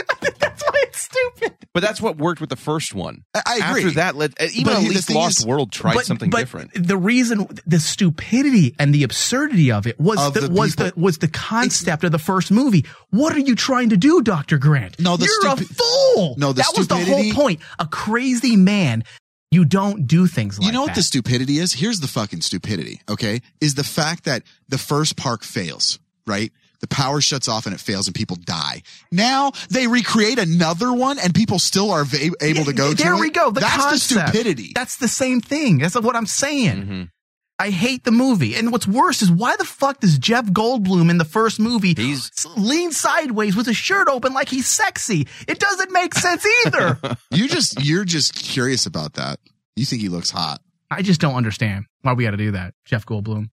[SPEAKER 3] But that's what worked with the first one.
[SPEAKER 4] I agree.
[SPEAKER 3] After that, let, even
[SPEAKER 4] But
[SPEAKER 3] at
[SPEAKER 4] the
[SPEAKER 3] least
[SPEAKER 4] thing
[SPEAKER 3] Lost
[SPEAKER 4] is-
[SPEAKER 3] World tried
[SPEAKER 4] but-
[SPEAKER 3] something
[SPEAKER 4] but-
[SPEAKER 3] different.
[SPEAKER 2] The reason the stupidity and the absurdity of it was
[SPEAKER 4] Of
[SPEAKER 2] the,
[SPEAKER 4] the
[SPEAKER 2] was the was the concept of the first movie. What are you trying to do, Dr. Grant?
[SPEAKER 4] No, the
[SPEAKER 2] You're a
[SPEAKER 4] stupi-
[SPEAKER 2] fool.
[SPEAKER 4] No, the
[SPEAKER 2] that was the whole
[SPEAKER 4] stupidity-
[SPEAKER 2] point. A crazy man. You don't do things like
[SPEAKER 4] you know what
[SPEAKER 2] that.
[SPEAKER 4] the stupidity is? Here's the fucking stupidity, okay? Is the fact that the first park fails, right? The power shuts off and it fails and people die. Now they recreate another one and people still are va- able to go to
[SPEAKER 2] there we
[SPEAKER 4] it.
[SPEAKER 2] go. The
[SPEAKER 4] That's the
[SPEAKER 2] concept.
[SPEAKER 4] stupidity. Mm-hmm.
[SPEAKER 2] That's the same thing. That's what I'm saying. I hate the movie. And what's worse is why the fuck does Jeff Goldblum in the first movie s- lean sideways with his shirt open like he's sexy? It doesn't make sense either.
[SPEAKER 4] you just you're just curious about that. You think he looks hot
[SPEAKER 2] I just don't understand why we got to do that, Jeff Goldblum.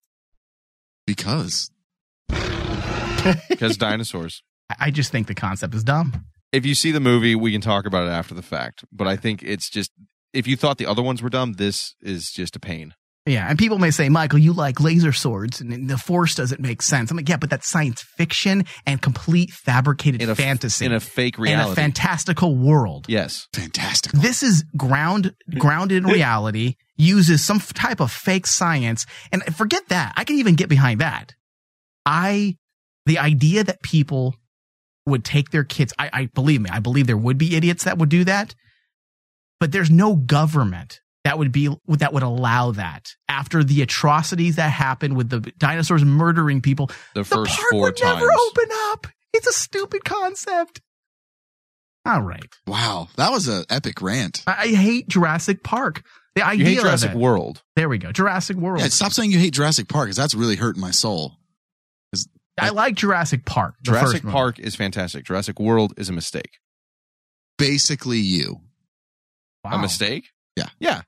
[SPEAKER 4] because
[SPEAKER 3] Because dinosaurs.
[SPEAKER 2] I- I just think the concept is dumb.
[SPEAKER 3] If you see the movie, we can talk about it after the fact. But I think it's just if you thought the other ones were dumb, this is just a pain.
[SPEAKER 2] Yeah, and people may say, Michael, you like laser swords, and the force doesn't make sense. I'm like, yeah, but that's science fiction and complete fabricated
[SPEAKER 3] In a f-
[SPEAKER 2] fantasy
[SPEAKER 3] in a fake
[SPEAKER 2] in a
[SPEAKER 3] reality.
[SPEAKER 2] fantastical world.
[SPEAKER 3] Yes.
[SPEAKER 4] Fantastic.
[SPEAKER 2] This is ground grounded in reality, uses some f- type of fake science, and forget that. I can even get behind that. I the idea that people would take their kids I, I believe me, I believe there would be idiots that would do that, but there's no government that would be that would allow that after the atrocities that happened with the dinosaurs murdering people.
[SPEAKER 3] The first
[SPEAKER 2] park
[SPEAKER 3] four
[SPEAKER 2] would
[SPEAKER 3] times.
[SPEAKER 2] never open up. It's a stupid concept. All right.
[SPEAKER 4] Wow, that was an epic rant.
[SPEAKER 2] I, I hate Jurassic Park. The idea
[SPEAKER 4] you hate
[SPEAKER 2] of
[SPEAKER 4] Jurassic
[SPEAKER 2] it.
[SPEAKER 3] World.
[SPEAKER 2] There we go. Jurassic World.
[SPEAKER 4] Yeah, stop saying you hate Jurassic Park because that's really hurting my soul.
[SPEAKER 2] I like Jurassic Park. the
[SPEAKER 3] Jurassic
[SPEAKER 2] first one.
[SPEAKER 3] Park is fantastic. Jurassic World is a mistake.
[SPEAKER 4] Basically, you.
[SPEAKER 3] A mistake?
[SPEAKER 4] Yeah.
[SPEAKER 3] Yeah.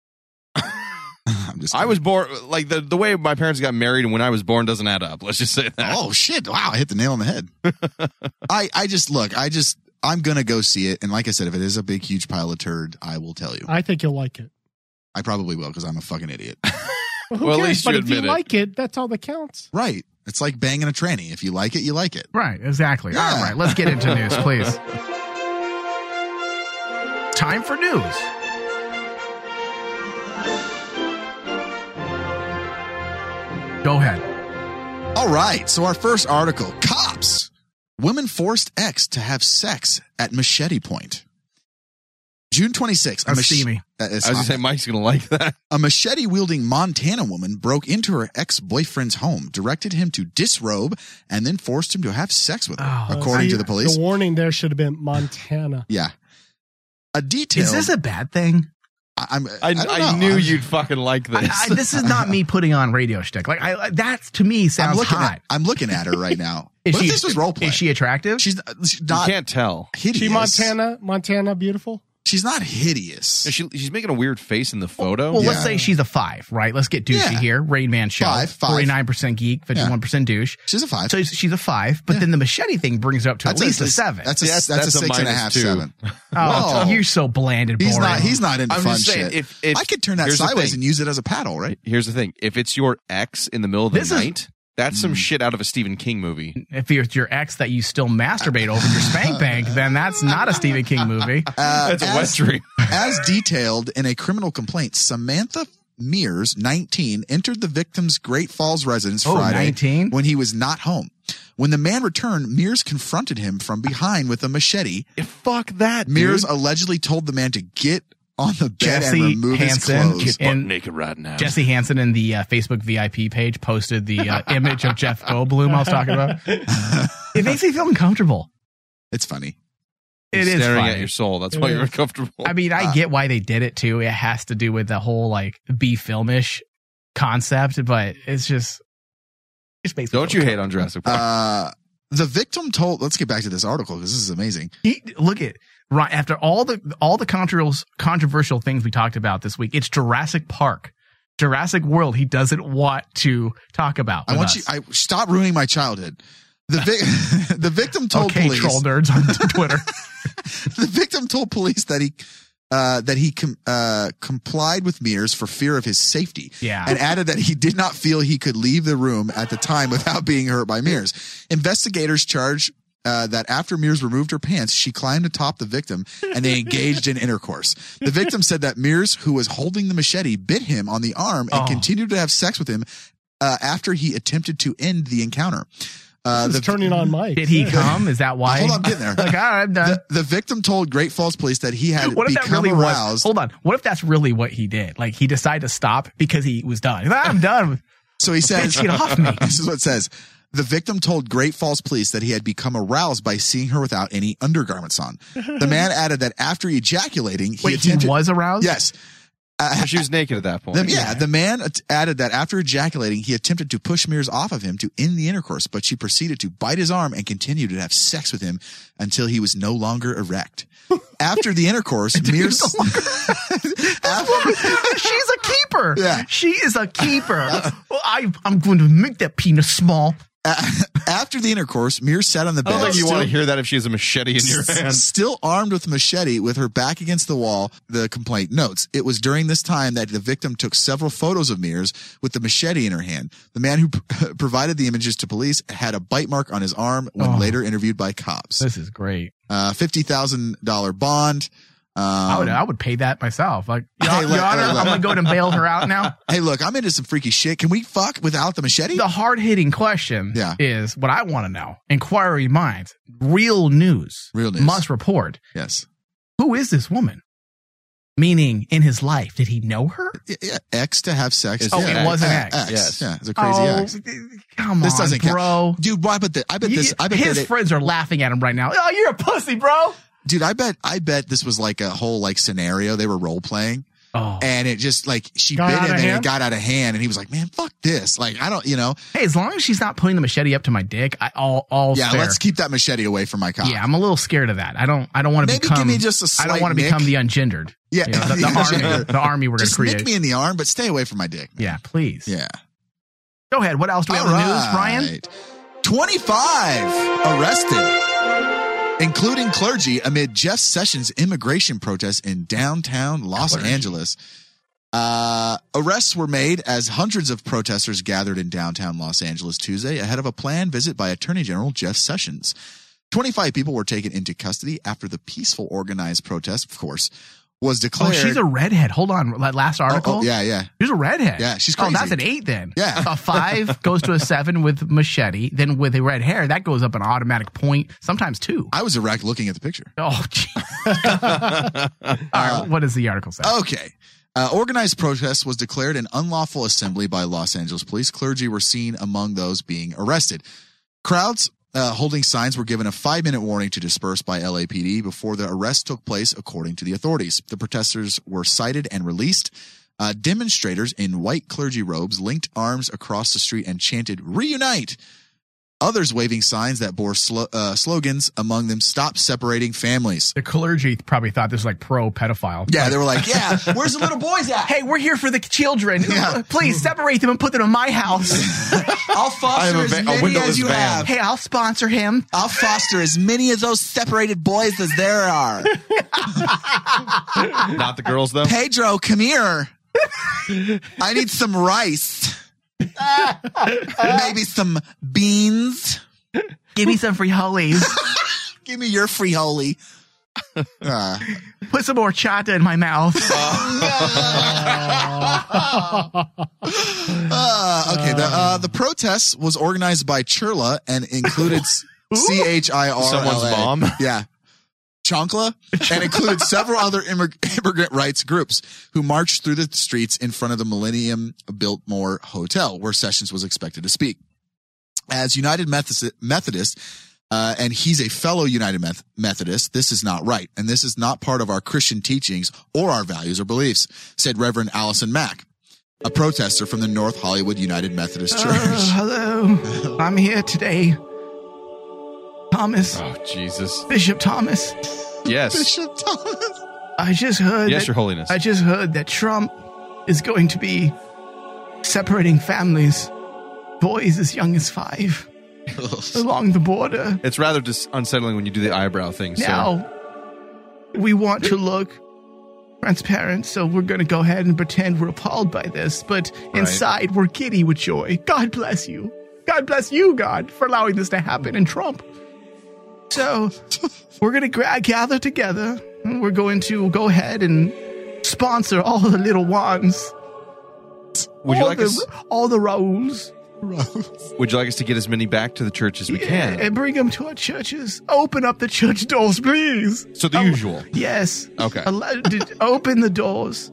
[SPEAKER 4] I'm just
[SPEAKER 3] I was born like the the way my parents got married and when I was born doesn't add up. Let's just say that.
[SPEAKER 4] Oh shit! Wow, I hit the nail on the head. I I just look. I just I'm gonna go see it. And like I said, if it is a big huge pile of turd, I will tell you.
[SPEAKER 10] I think you'll like it.
[SPEAKER 4] I probably will because I'm a fucking idiot.
[SPEAKER 10] Well, who
[SPEAKER 4] Well, at
[SPEAKER 10] cares?
[SPEAKER 4] least
[SPEAKER 10] but
[SPEAKER 4] you
[SPEAKER 10] if you
[SPEAKER 4] admit it.
[SPEAKER 10] like it, that's all that counts.
[SPEAKER 4] right. It's like banging a tranny. If you like it, you like it.
[SPEAKER 2] Right. Exactly. All
[SPEAKER 4] Yeah.
[SPEAKER 2] right. Let's get into news, please. Time for news. Go ahead.
[SPEAKER 4] All right. So our first article: cops, women forced ex to have sex at machete point. June 26th.
[SPEAKER 3] That's steamy. I was gonna say Mike's gonna like that.
[SPEAKER 4] A machete wielding Montana woman broke into her ex boyfriend's home, directed him to disrobe, and then forced him to have sex
[SPEAKER 2] Oh,
[SPEAKER 4] with her, according
[SPEAKER 10] Uh, See,
[SPEAKER 4] to the police.
[SPEAKER 10] The warning there should have been Montana.
[SPEAKER 4] yeah. A detail.
[SPEAKER 2] Is this a bad thing?
[SPEAKER 4] I, I'm,
[SPEAKER 3] I,
[SPEAKER 4] don't
[SPEAKER 3] I
[SPEAKER 4] know.
[SPEAKER 3] knew
[SPEAKER 4] I'm-
[SPEAKER 3] you'd fucking like this.
[SPEAKER 2] I, this is not me putting on radio shtick. Like I, I- that's to me sounds
[SPEAKER 4] I'm looking
[SPEAKER 2] hot.
[SPEAKER 4] At, I'm looking at her right now.
[SPEAKER 2] Is
[SPEAKER 4] what
[SPEAKER 2] she-
[SPEAKER 4] if this was role play?
[SPEAKER 2] Is she attractive?
[SPEAKER 4] She's, uh, she's not.
[SPEAKER 3] you can't tell.
[SPEAKER 4] hideous.
[SPEAKER 10] She Montana, Montana, beautiful.
[SPEAKER 4] She's not hideous.
[SPEAKER 3] She, she's making a weird face in the photo.
[SPEAKER 2] Well, let's say she's a five, right? Let's get douchey
[SPEAKER 3] Yeah.
[SPEAKER 2] here. Rain Man show.
[SPEAKER 3] Five, five.
[SPEAKER 2] 49% geek, 51% douche.
[SPEAKER 4] She's a five.
[SPEAKER 2] So she's- she's a five, but then the machete thing brings her up to
[SPEAKER 4] That's
[SPEAKER 2] at
[SPEAKER 4] a-
[SPEAKER 2] least a,
[SPEAKER 4] that's-
[SPEAKER 2] seven.
[SPEAKER 4] that's a- That's- that's a that's a six and a minus half, two. seven.
[SPEAKER 2] Oh,
[SPEAKER 4] Whoa.
[SPEAKER 2] you're so bland and boring.
[SPEAKER 4] He's not. He's not into
[SPEAKER 3] I'm
[SPEAKER 4] fun
[SPEAKER 3] just saying,
[SPEAKER 4] shit.
[SPEAKER 3] if- if-
[SPEAKER 4] I could turn that
[SPEAKER 3] here's the
[SPEAKER 4] sideways
[SPEAKER 3] thing.
[SPEAKER 4] and use it as a paddle, right?
[SPEAKER 3] Here's the thing: if it's your ex in the middle of the
[SPEAKER 2] This is-
[SPEAKER 3] night, that's some shit out of a Stephen King movie.
[SPEAKER 2] If you're it's your ex that you still masturbate over your spank bank, then that's not a Stephen King movie.
[SPEAKER 4] Uh,
[SPEAKER 3] That's a
[SPEAKER 4] as-
[SPEAKER 3] Western.
[SPEAKER 4] as detailed in a criminal complaint, Samantha Mears, 19, entered the victim's Great Falls residence
[SPEAKER 2] Oh,
[SPEAKER 4] Friday
[SPEAKER 2] 19?
[SPEAKER 4] when he was not home. When the man returned, Mears confronted him from behind with a machete.
[SPEAKER 3] Fuck that,
[SPEAKER 4] Mears
[SPEAKER 3] dude.
[SPEAKER 4] allegedly told the man to get on the bed
[SPEAKER 2] Jesse
[SPEAKER 4] and remove
[SPEAKER 2] Hansen.
[SPEAKER 4] his clothes.
[SPEAKER 2] Get butt And-
[SPEAKER 3] naked right now.
[SPEAKER 2] Jesse Hansen in the uh, Facebook VIP page posted the uh, image of Jeff Goldblum I was talking about. It makes me feel uncomfortable.
[SPEAKER 4] It's funny.
[SPEAKER 2] It is
[SPEAKER 3] staring
[SPEAKER 2] funny.
[SPEAKER 3] at your soul. That's why
[SPEAKER 2] It
[SPEAKER 3] you're
[SPEAKER 2] is.
[SPEAKER 3] uncomfortable.
[SPEAKER 2] I mean,
[SPEAKER 4] Uh.
[SPEAKER 2] I get why they did it too. It has to do with the whole like B filmish concept, but it's just it just makes me
[SPEAKER 3] Don't
[SPEAKER 2] feel
[SPEAKER 3] you hate on Jurassic Park?
[SPEAKER 4] Uh, the victim told, let's get back to this article because this is amazing.
[SPEAKER 2] He, look at right after all the all the controversial controversial things we talked about this week. It's Jurassic Park, Jurassic World. He doesn't want to talk about.
[SPEAKER 4] I
[SPEAKER 2] with
[SPEAKER 4] want
[SPEAKER 2] us.
[SPEAKER 4] you, I stop ruining my childhood. The, vic- the victim told
[SPEAKER 2] okay,
[SPEAKER 4] police.
[SPEAKER 2] troll nerds on Twitter.
[SPEAKER 4] the victim told police that he uh, that he com- uh, complied with Mears for fear of his safety.
[SPEAKER 2] Yeah.
[SPEAKER 4] And added that he did not feel he could leave the room at the time without being hurt by Mears. Investigators charge uh, that after Mears removed her pants, she climbed atop the victim and they engaged in intercourse. The victim said that Mears, who was holding the machete, bit him on the arm and
[SPEAKER 2] Oh.
[SPEAKER 4] continued to have sex with him uh, after he attempted to end the encounter. Uh,
[SPEAKER 10] This is turning on Mike.
[SPEAKER 2] Did he come? Is that why?
[SPEAKER 4] Hold on, I'm getting there.
[SPEAKER 2] like, all right, I'm done.
[SPEAKER 4] The, the victim told Great Falls police that he had
[SPEAKER 2] What if that
[SPEAKER 4] become
[SPEAKER 2] really was?
[SPEAKER 4] aroused.
[SPEAKER 2] Hold on. What if that's really what he did? Like he decided to stop because he was done. He's like, I'm done.
[SPEAKER 4] So he says,
[SPEAKER 2] Bitch, get off me.
[SPEAKER 4] This is what it says. The victim told Great Falls police that he had become aroused by seeing her without any undergarments on. The man added that after ejaculating, he
[SPEAKER 2] Wait, he
[SPEAKER 4] attempted-
[SPEAKER 2] was aroused.
[SPEAKER 4] Yes. Uh,
[SPEAKER 3] she was naked at that point.
[SPEAKER 4] The- yeah, the man at- added that after ejaculating, he attempted to push Mears off of him to end the intercourse, but she proceeded to bite his arm and continued to have sex with him until he was no longer erect. After the intercourse, Mears.
[SPEAKER 2] She's a keeper.
[SPEAKER 4] Yeah.
[SPEAKER 2] She is a keeper. well, I, I'm going to make that penis small.
[SPEAKER 4] After the intercourse, Mears sat on the
[SPEAKER 3] I
[SPEAKER 4] bed.
[SPEAKER 3] don't think you
[SPEAKER 4] still-
[SPEAKER 3] want to hear that if she has a machete in your hand.
[SPEAKER 4] Still armed with machete, with her back against the wall, the complaint notes. It was during this time that the victim took several photos of Mears with the machete in her hand. The man who p- provided the images to police had a bite mark on his arm when
[SPEAKER 2] Oh.
[SPEAKER 4] later interviewed by cops.
[SPEAKER 2] This is great.
[SPEAKER 4] Uh, $50,000 bond. Um,
[SPEAKER 2] I would I would pay that myself. Like, Your,
[SPEAKER 4] Hey, look,
[SPEAKER 2] Your Honor,
[SPEAKER 4] hey, look.
[SPEAKER 2] I'm going to go and bail her out now.
[SPEAKER 4] hey, look, I'm into some freaky shit. Can we fuck without the machete?
[SPEAKER 2] The hard hitting question
[SPEAKER 4] Yeah.
[SPEAKER 2] is what I want to know. Inquiry minds, real news,
[SPEAKER 4] Real news.
[SPEAKER 2] must report.
[SPEAKER 4] Yes.
[SPEAKER 2] Who is this woman? Meaning, in his life, did he know her?
[SPEAKER 4] Yeah, yeah. X to have sex.
[SPEAKER 3] It's Oh,
[SPEAKER 4] yeah,
[SPEAKER 3] it was
[SPEAKER 2] an
[SPEAKER 4] X.
[SPEAKER 2] X.
[SPEAKER 3] Yes.
[SPEAKER 4] Yeah, it's a crazy
[SPEAKER 2] oh,
[SPEAKER 4] X.
[SPEAKER 2] Come
[SPEAKER 4] This
[SPEAKER 2] on,
[SPEAKER 4] doesn't count.
[SPEAKER 2] bro.
[SPEAKER 4] Dude, why? But the, I bet this. I bet
[SPEAKER 2] his
[SPEAKER 4] that it-
[SPEAKER 2] friends are laughing at him right now. Oh, you're a pussy, bro.
[SPEAKER 4] dude i bet i bet this was like a whole like scenario they were role playing
[SPEAKER 2] Oh.
[SPEAKER 4] and it just like she
[SPEAKER 10] Got
[SPEAKER 4] bit
[SPEAKER 10] out
[SPEAKER 4] him
[SPEAKER 10] of
[SPEAKER 4] and it
[SPEAKER 10] hand?
[SPEAKER 4] got out of hand and he was like man fuck this like i don't you know
[SPEAKER 2] Hey, as long as she's not putting the machete up to my dick, I all all
[SPEAKER 4] yeah
[SPEAKER 2] fair.
[SPEAKER 4] let's keep that machete away from my cop
[SPEAKER 2] yeah, I'm a little scared of that. I don't. I don't want to
[SPEAKER 4] Maybe give
[SPEAKER 2] become.
[SPEAKER 4] me just a
[SPEAKER 2] I don't
[SPEAKER 4] slight
[SPEAKER 2] want to
[SPEAKER 4] nick.
[SPEAKER 2] become the ungendered.
[SPEAKER 4] yeah,
[SPEAKER 2] You know, the, the army. The army we're gonna
[SPEAKER 4] just
[SPEAKER 2] create.
[SPEAKER 4] nick me in the arm but stay away from my dick
[SPEAKER 2] yeah, please. Oh,
[SPEAKER 4] yeah
[SPEAKER 2] Go ahead. What else do we have in the news, Brian?
[SPEAKER 4] 25 arrested including clergy amid jeff sessions immigration protests in downtown los
[SPEAKER 2] Clergy.
[SPEAKER 4] angeles Uh, arrests were made as hundreds of protesters gathered in downtown Los Angeles Tuesday ahead of a planned visit by Attorney General Jeff Sessions. 25 people were taken into custody after the peaceful organized protest, of course, was
[SPEAKER 2] Oh,
[SPEAKER 4] declared.
[SPEAKER 2] she's a redhead. Hold on. That last
[SPEAKER 4] Oh,
[SPEAKER 2] article.
[SPEAKER 4] oh, yeah, yeah.
[SPEAKER 2] She's a redhead.
[SPEAKER 4] Yeah, she's
[SPEAKER 2] Oh,
[SPEAKER 4] crazy.
[SPEAKER 2] that's an eight then.
[SPEAKER 4] Yeah.
[SPEAKER 2] A five goes to a seven with machete. Then with a red hair, that goes up an automatic point, sometimes two.
[SPEAKER 4] I was erect looking at the picture.
[SPEAKER 2] Oh, geez. All right. What does the article say?
[SPEAKER 4] Okay. Uh, organized protest was declared an unlawful assembly by Los Angeles police. Clergy were seen among those being arrested. Crowds uh, holding signs were given a five minute warning to disperse by LAPD before the arrest took place, according to the authorities. The protesters were cited and released. Uh, demonstrators in white clergy robes linked arms across the street and chanted, Reunite! Others waving signs that bore slo- uh, slogans, among them, Stop Separating Families.
[SPEAKER 2] The clergy probably thought this was like pro pedophile.
[SPEAKER 4] Yeah, they were like, yeah, where's the little boys at?
[SPEAKER 2] Hey, we're here for the children. Please separate them and put them in my house.
[SPEAKER 4] I'll foster
[SPEAKER 2] I have a
[SPEAKER 4] as
[SPEAKER 2] va-
[SPEAKER 3] oh,
[SPEAKER 2] a
[SPEAKER 4] many
[SPEAKER 2] windowless
[SPEAKER 4] as you
[SPEAKER 2] van.
[SPEAKER 4] have.
[SPEAKER 2] Hey, I'll sponsor him.
[SPEAKER 4] I'll foster as many of those separated boys as there are. Ah.
[SPEAKER 3] Not the girls though.
[SPEAKER 4] Pedro, come here. I need some rice. Maybe some beans.
[SPEAKER 2] Give me some frijoles.
[SPEAKER 4] Give me your frijoli. Uh,
[SPEAKER 2] Put some horchata in my mouth.
[SPEAKER 4] Oh, uh, okay, the, uh, the protest was organized by Chirla and included C H I R.
[SPEAKER 3] Someone's mom?
[SPEAKER 4] Yeah. Chonkla and included several other immig- immigrant rights groups who marched through the streets in front of the Millennium Biltmore Hotel, where Sessions was expected to speak. As United Methodist, Methodist uh, and he's a fellow United Meth- Methodist, this is not right, and this is not part of our Christian teachings or our values or beliefs," said Reverend Allison Mack, a protester from the North Hollywood United Methodist
[SPEAKER 2] Uh.
[SPEAKER 4] Church.
[SPEAKER 2] Oh, hello. I'm here today. Thomas,
[SPEAKER 3] Oh Jesus.
[SPEAKER 2] Bishop Thomas.
[SPEAKER 3] Yes.
[SPEAKER 4] Bishop Thomas.
[SPEAKER 2] I just heard.
[SPEAKER 3] Yes,
[SPEAKER 2] that-
[SPEAKER 3] Your Holiness.
[SPEAKER 2] I just heard that Trump is going to be separating families, boys as young as five, along the border.
[SPEAKER 3] It's rather just unsettling when you do the eyebrow thing. So.
[SPEAKER 2] Now, we want to look transparent, so we're going to go ahead and pretend we're appalled by this, but inside we're giddy with joy. God bless you. God bless you, God, for allowing this to happen in Trump. So, we're going to gra- gather together, and we're going to go ahead and sponsor all the little ones.
[SPEAKER 3] Would you
[SPEAKER 2] all
[SPEAKER 3] like
[SPEAKER 2] the,
[SPEAKER 3] us-
[SPEAKER 2] all the Raoul's?
[SPEAKER 3] Would you like us to get as many back to the church as we can?
[SPEAKER 2] And bring them to our churches. Open up the church doors, please.
[SPEAKER 3] So
[SPEAKER 4] Oh.
[SPEAKER 3] the usual.
[SPEAKER 2] Yes.
[SPEAKER 3] Okay.
[SPEAKER 2] Allow- did- open the doors.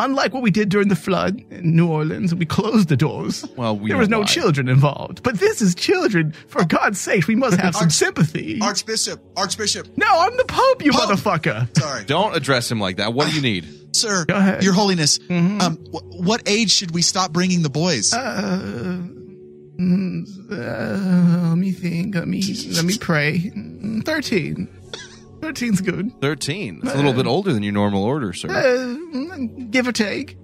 [SPEAKER 2] Unlike what we did during the flood in New Orleans, we closed the doors.
[SPEAKER 3] Well, we
[SPEAKER 2] there was
[SPEAKER 3] know
[SPEAKER 2] no
[SPEAKER 3] why.
[SPEAKER 2] children involved. But this is children. For God's sake, we must have some sympathy.
[SPEAKER 4] Archbishop, Archbishop.
[SPEAKER 2] No, I'm the Pope, you motherfucker.
[SPEAKER 4] Sorry.
[SPEAKER 3] Don't address him like that. What do you need?
[SPEAKER 4] Sir, Your Holiness, um, wh- what age should we stop bringing the boys?
[SPEAKER 2] Uh, mm, uh, let me think. Let me let me pray. Mm, Thirteen. Thirteen's good.
[SPEAKER 3] Thirteen. It's a little bit older than your normal order,
[SPEAKER 2] Uh,
[SPEAKER 3] sir.
[SPEAKER 2] mm, give or take.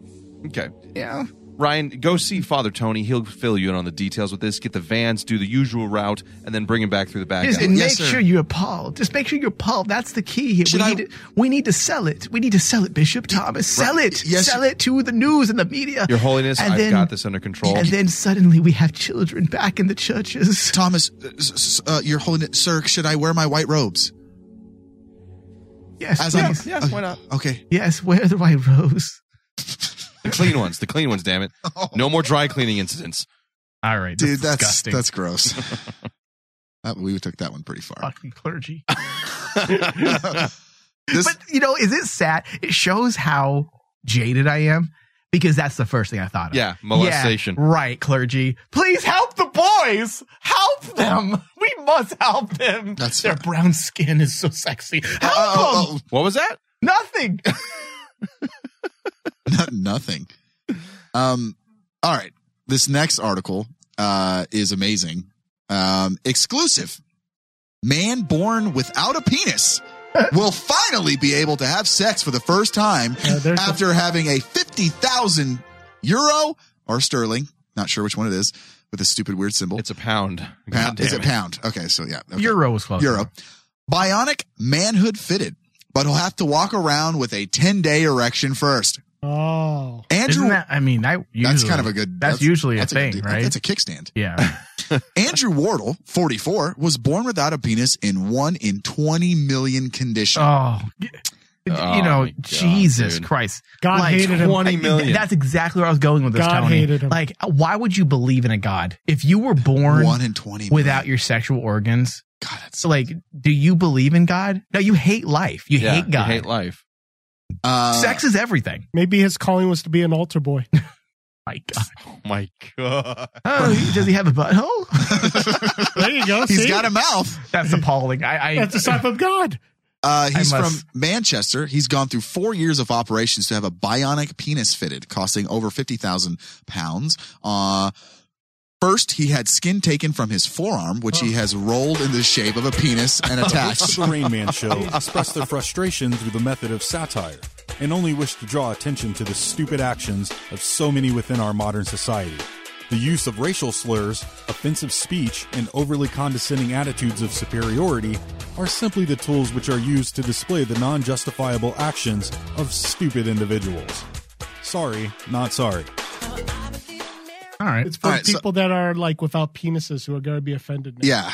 [SPEAKER 3] Okay.
[SPEAKER 2] Yeah.
[SPEAKER 3] Ryan, go see Father Tony. He'll fill you in on the details with this. Get the vans, do the usual route, and then bring him back through the back.
[SPEAKER 2] Just
[SPEAKER 3] alley.
[SPEAKER 2] and make sure you're appalled. Just make sure you're appalled. That's the key here. We need, to, we need to sell it. We need to sell it, Bishop Thomas. Sell it.
[SPEAKER 3] Yes,
[SPEAKER 2] sell it to the news and the media.
[SPEAKER 3] Your Holiness,
[SPEAKER 2] And
[SPEAKER 3] I've
[SPEAKER 2] then-
[SPEAKER 3] got this under control.
[SPEAKER 2] And then suddenly we have children back in the churches.
[SPEAKER 4] Thomas, uh, s- s- uh, Your Holiness, sir, should I wear my white robes?
[SPEAKER 2] Yes,
[SPEAKER 4] As I'm-
[SPEAKER 2] please.
[SPEAKER 4] Yeah, why not? Okay.
[SPEAKER 2] Yes, wear the white rose.
[SPEAKER 3] the clean ones, the clean ones, damn it.
[SPEAKER 2] Oh.
[SPEAKER 3] No more dry cleaning incidents.
[SPEAKER 2] All right,
[SPEAKER 4] Dude, that's that's gross. That- we took that one pretty far.
[SPEAKER 2] Fucking clergy. but you know, is it sad? It shows how jaded I am because that's the first thing I thought of.
[SPEAKER 3] Yeah, molestation.
[SPEAKER 2] right, clergy. Please help the boys. Help them. We must help them.
[SPEAKER 4] That's
[SPEAKER 2] Their brown skin is so sexy. Help them.
[SPEAKER 3] What Uh, was that?
[SPEAKER 2] Nothing.
[SPEAKER 4] Not, nothing. Um, all right. This next article uh, is amazing. Um, exclusive. Man born without a penis will finally be able to have sex for the first time after having a 50,000 euro or sterling, not sure which one it is, with a stupid weird symbol. It's
[SPEAKER 3] a pound.
[SPEAKER 4] pound
[SPEAKER 3] damn
[SPEAKER 4] is it,
[SPEAKER 3] it.
[SPEAKER 4] pound? Okay, so yeah. okay.
[SPEAKER 2] Euro was close.
[SPEAKER 4] Euro. Bionic manhood fitted, but he'll have to walk around with a 10 day erection first.
[SPEAKER 10] Oh.
[SPEAKER 4] Andrew,
[SPEAKER 2] Isn't that, I mean, I
[SPEAKER 4] that's
[SPEAKER 2] usually-
[SPEAKER 4] kind of a good.
[SPEAKER 2] That's, usually
[SPEAKER 4] that's
[SPEAKER 2] a thing,
[SPEAKER 4] good-
[SPEAKER 2] right?
[SPEAKER 4] That's a kickstand.
[SPEAKER 2] yeah.
[SPEAKER 4] Andrew Wardle, 44, was born without a penis in one in 20 million condition.
[SPEAKER 2] Oh,
[SPEAKER 4] Oh
[SPEAKER 2] you know, Jesus Christ.
[SPEAKER 4] God hated him. 20 million.
[SPEAKER 2] That's exactly where I was going with this,
[SPEAKER 4] God
[SPEAKER 2] Tony.
[SPEAKER 4] hated him.
[SPEAKER 2] Like, why would you believe in a God if you were born
[SPEAKER 4] One in 20 million.
[SPEAKER 2] without your sexual organs? God, that's like, do you believe in God? No, you hate life. You
[SPEAKER 3] Yeah,
[SPEAKER 2] hate God.
[SPEAKER 3] You hate life.
[SPEAKER 4] Uh,
[SPEAKER 2] Sex is Oh everything.
[SPEAKER 10] Maybe his calling was to be an altar boy.
[SPEAKER 2] My God.
[SPEAKER 3] Oh my god.
[SPEAKER 2] Oh, he- does he have a butthole?
[SPEAKER 10] there you go.
[SPEAKER 4] He's
[SPEAKER 10] see?
[SPEAKER 4] got a mouth.
[SPEAKER 2] That's appalling. I, I
[SPEAKER 10] That's a sign of God.
[SPEAKER 4] Uh, he's
[SPEAKER 2] I
[SPEAKER 4] from
[SPEAKER 2] must-
[SPEAKER 4] Manchester. He's gone through four years of operations to have a bionic penis fitted, costing over fifty thousand pounds. Uh, first, he had skin taken from his forearm, which
[SPEAKER 10] Oh.
[SPEAKER 4] he has rolled in the shape of a penis and attached.
[SPEAKER 6] The Rain Man Show expressed their frustration through the method of satire and only wished to draw attention to the stupid actions of so many within our modern society. The use of racial slurs, offensive speech, and overly condescending attitudes of superiority are simply the tools which are used to display the non justifiable actions of stupid individuals. Sorry, not sorry.
[SPEAKER 2] All right.
[SPEAKER 10] It's for
[SPEAKER 4] All right, so-
[SPEAKER 10] people that are like without penises who are going to be offended. Now.
[SPEAKER 4] yeah,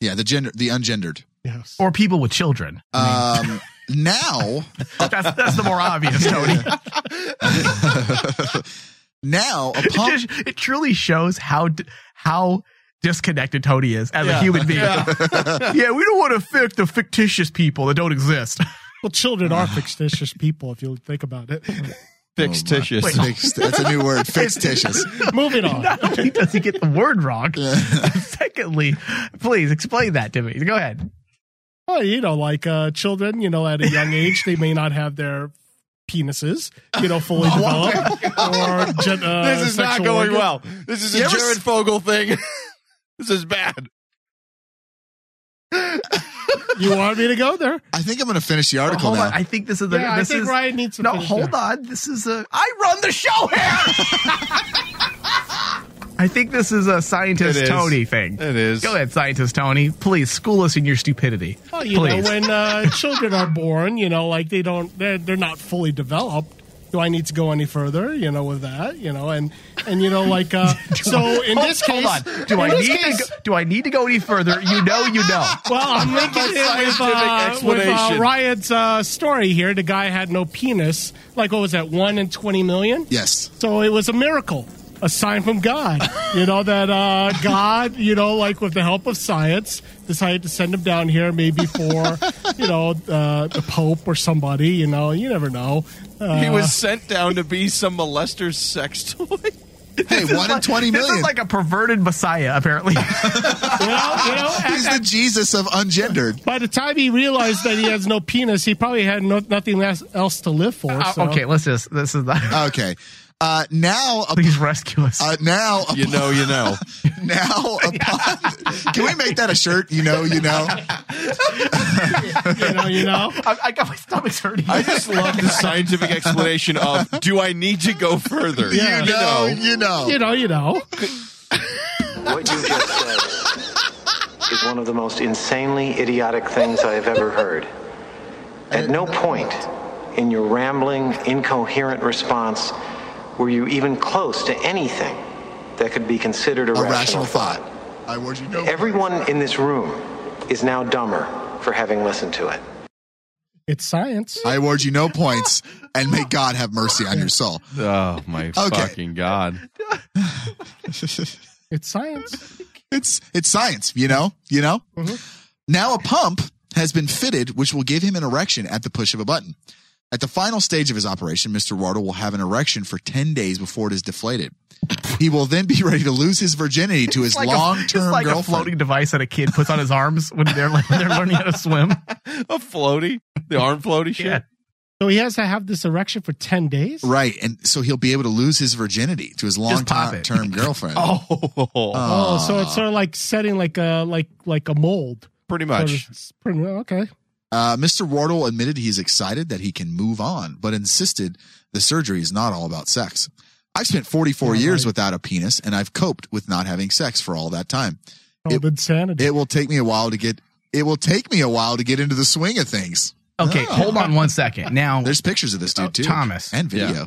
[SPEAKER 4] yeah. The gender, the ungendered.
[SPEAKER 10] Yes.
[SPEAKER 2] Or people with children.
[SPEAKER 4] Um, now,
[SPEAKER 2] That's, that's the more obvious, Tony.
[SPEAKER 4] now,
[SPEAKER 2] It,
[SPEAKER 4] upon
[SPEAKER 2] just, it truly shows how d- how disconnected Tony is as a human being. Yeah, we don't want to affect the fictitious people that don't exist.
[SPEAKER 10] Well, children
[SPEAKER 2] Ah.
[SPEAKER 10] are fictitious people if you think about it.
[SPEAKER 3] Fictitious.
[SPEAKER 2] Wait.
[SPEAKER 4] Fixed- that's a new word. Fictitious.
[SPEAKER 10] Moving on.
[SPEAKER 2] Not only does he get the word wrong, secondly, please explain that to me. Go ahead.
[SPEAKER 10] Well, you know, like uh, children, you know, at a young age, they may not have their penises, you know, fully
[SPEAKER 2] Oh,
[SPEAKER 10] developed. or gen- uh,
[SPEAKER 3] this is not
[SPEAKER 10] sexual
[SPEAKER 3] going
[SPEAKER 10] organ.
[SPEAKER 3] well. This is a
[SPEAKER 4] You ever
[SPEAKER 3] Jared
[SPEAKER 4] s-
[SPEAKER 3] Fogle thing. this is bad.
[SPEAKER 10] You wanted me to go there.
[SPEAKER 4] I think I'm going to finish the article
[SPEAKER 2] Hold
[SPEAKER 4] now.
[SPEAKER 2] on. I think this is the.
[SPEAKER 10] yeah, I
[SPEAKER 2] this
[SPEAKER 10] think
[SPEAKER 2] is,
[SPEAKER 10] Ryan needs to
[SPEAKER 2] no,
[SPEAKER 10] finish
[SPEAKER 2] hold
[SPEAKER 10] there.
[SPEAKER 2] on. This is a. I run the show here. I think this is a scientist
[SPEAKER 3] It is.
[SPEAKER 2] Tony thing.
[SPEAKER 3] It is.
[SPEAKER 2] Go ahead, scientist Tony. Please school us in your stupidity.
[SPEAKER 10] Well, you
[SPEAKER 2] Please.
[SPEAKER 10] know, when uh, children are born, you know, like they don't, they're, they're not fully developed. Do I need to go any further? You know, with that, you know, and and you know, like uh, so. In this case,
[SPEAKER 2] hold on. Do
[SPEAKER 10] in
[SPEAKER 2] I
[SPEAKER 10] this
[SPEAKER 2] need
[SPEAKER 10] case-
[SPEAKER 2] to go, do I need to go any further? You know, you know.
[SPEAKER 10] Well, I'm linking it with, uh,
[SPEAKER 3] scientific
[SPEAKER 10] with uh,
[SPEAKER 3] explanation.
[SPEAKER 10] Riot's uh, story here. The guy had no penis. Like, what was that? One in 20 million?
[SPEAKER 4] yes.
[SPEAKER 10] So it was a miracle, a sign from God. You know, that uh, God, you know, like with the help of science, decided to send him down here maybe for, you know, uh, the Pope or somebody. You know, you never know. Uh,
[SPEAKER 3] he was sent down to be some molester's sex toy.
[SPEAKER 4] Hey, one in twenty
[SPEAKER 2] This
[SPEAKER 4] million.
[SPEAKER 2] is like a perverted messiah, apparently.
[SPEAKER 10] you know, you know,
[SPEAKER 4] He's the Jesus of ungendered.
[SPEAKER 10] by the time he realized that he has no penis, he probably had no, nothing less, else to live for.
[SPEAKER 2] Uh,
[SPEAKER 10] so.
[SPEAKER 2] okay, let's just. This is the.
[SPEAKER 4] Okay. Uh, now, up-
[SPEAKER 2] Please rescue us.
[SPEAKER 4] uh, now,
[SPEAKER 3] You know, you know. Oh,
[SPEAKER 4] now, upon, can we make that a shirt? You know, you know.
[SPEAKER 10] You know, you know.
[SPEAKER 2] I, I got my stomach's hurting.
[SPEAKER 3] I just love the scientific explanation of do I need to go further?
[SPEAKER 10] Yeah.
[SPEAKER 4] You know, you know.
[SPEAKER 10] You know, you know.
[SPEAKER 16] What you just said is one of the most insanely idiotic things I have ever heard. At no point in your rambling, incoherent response were you even close to anything that could be considered a,
[SPEAKER 4] A rational thought. I warned you. No.
[SPEAKER 16] Everyone in this room is now dumber for having listened to it.
[SPEAKER 10] It's science.
[SPEAKER 4] I award you no points, and may God have mercy on your soul.
[SPEAKER 3] Oh my fucking god.
[SPEAKER 10] It's science.
[SPEAKER 4] It's it's science, you know, you know.
[SPEAKER 2] Mm-hmm.
[SPEAKER 4] Now a pump has been fitted, which will give him an erection at the push of a button. At the final stage of his operation, Mr. Wardle will have an erection for ten days before it is deflated. He will then be ready to lose his virginity to his
[SPEAKER 2] It's like a-
[SPEAKER 4] long-term
[SPEAKER 2] it's like a
[SPEAKER 4] girlfriend.
[SPEAKER 2] floating device that a kid puts on his arms when they're like, they're learning how to swim.
[SPEAKER 3] A floaty? The arm floaty shit?
[SPEAKER 2] Yeah.
[SPEAKER 10] So he has to have this erection for 10 days?
[SPEAKER 4] Right, and so he'll be able to lose his virginity to his
[SPEAKER 2] pop it.
[SPEAKER 4] long-term girlfriend.
[SPEAKER 3] Oh,
[SPEAKER 10] Oh,
[SPEAKER 4] Uh,
[SPEAKER 10] so it's sort of like setting like a like like a mold.
[SPEAKER 3] pretty
[SPEAKER 10] Sort
[SPEAKER 3] much.
[SPEAKER 10] of- it's pretty- okay.
[SPEAKER 4] Uh, Mr. Wardle admitted he's excited that he can move on, but insisted the surgery is not all about sex. I've spent 44 years without a penis, and I've coped with not having sex for all that time.
[SPEAKER 10] Called Oh, insanity.
[SPEAKER 4] It will take me a while to get. It will take me a while to get into the swing of things.
[SPEAKER 2] Okay, hold on one second. Now,
[SPEAKER 4] Oh. There's pictures of this dude
[SPEAKER 2] Oh,
[SPEAKER 4] too,
[SPEAKER 2] Thomas.
[SPEAKER 4] and video.
[SPEAKER 3] Yeah.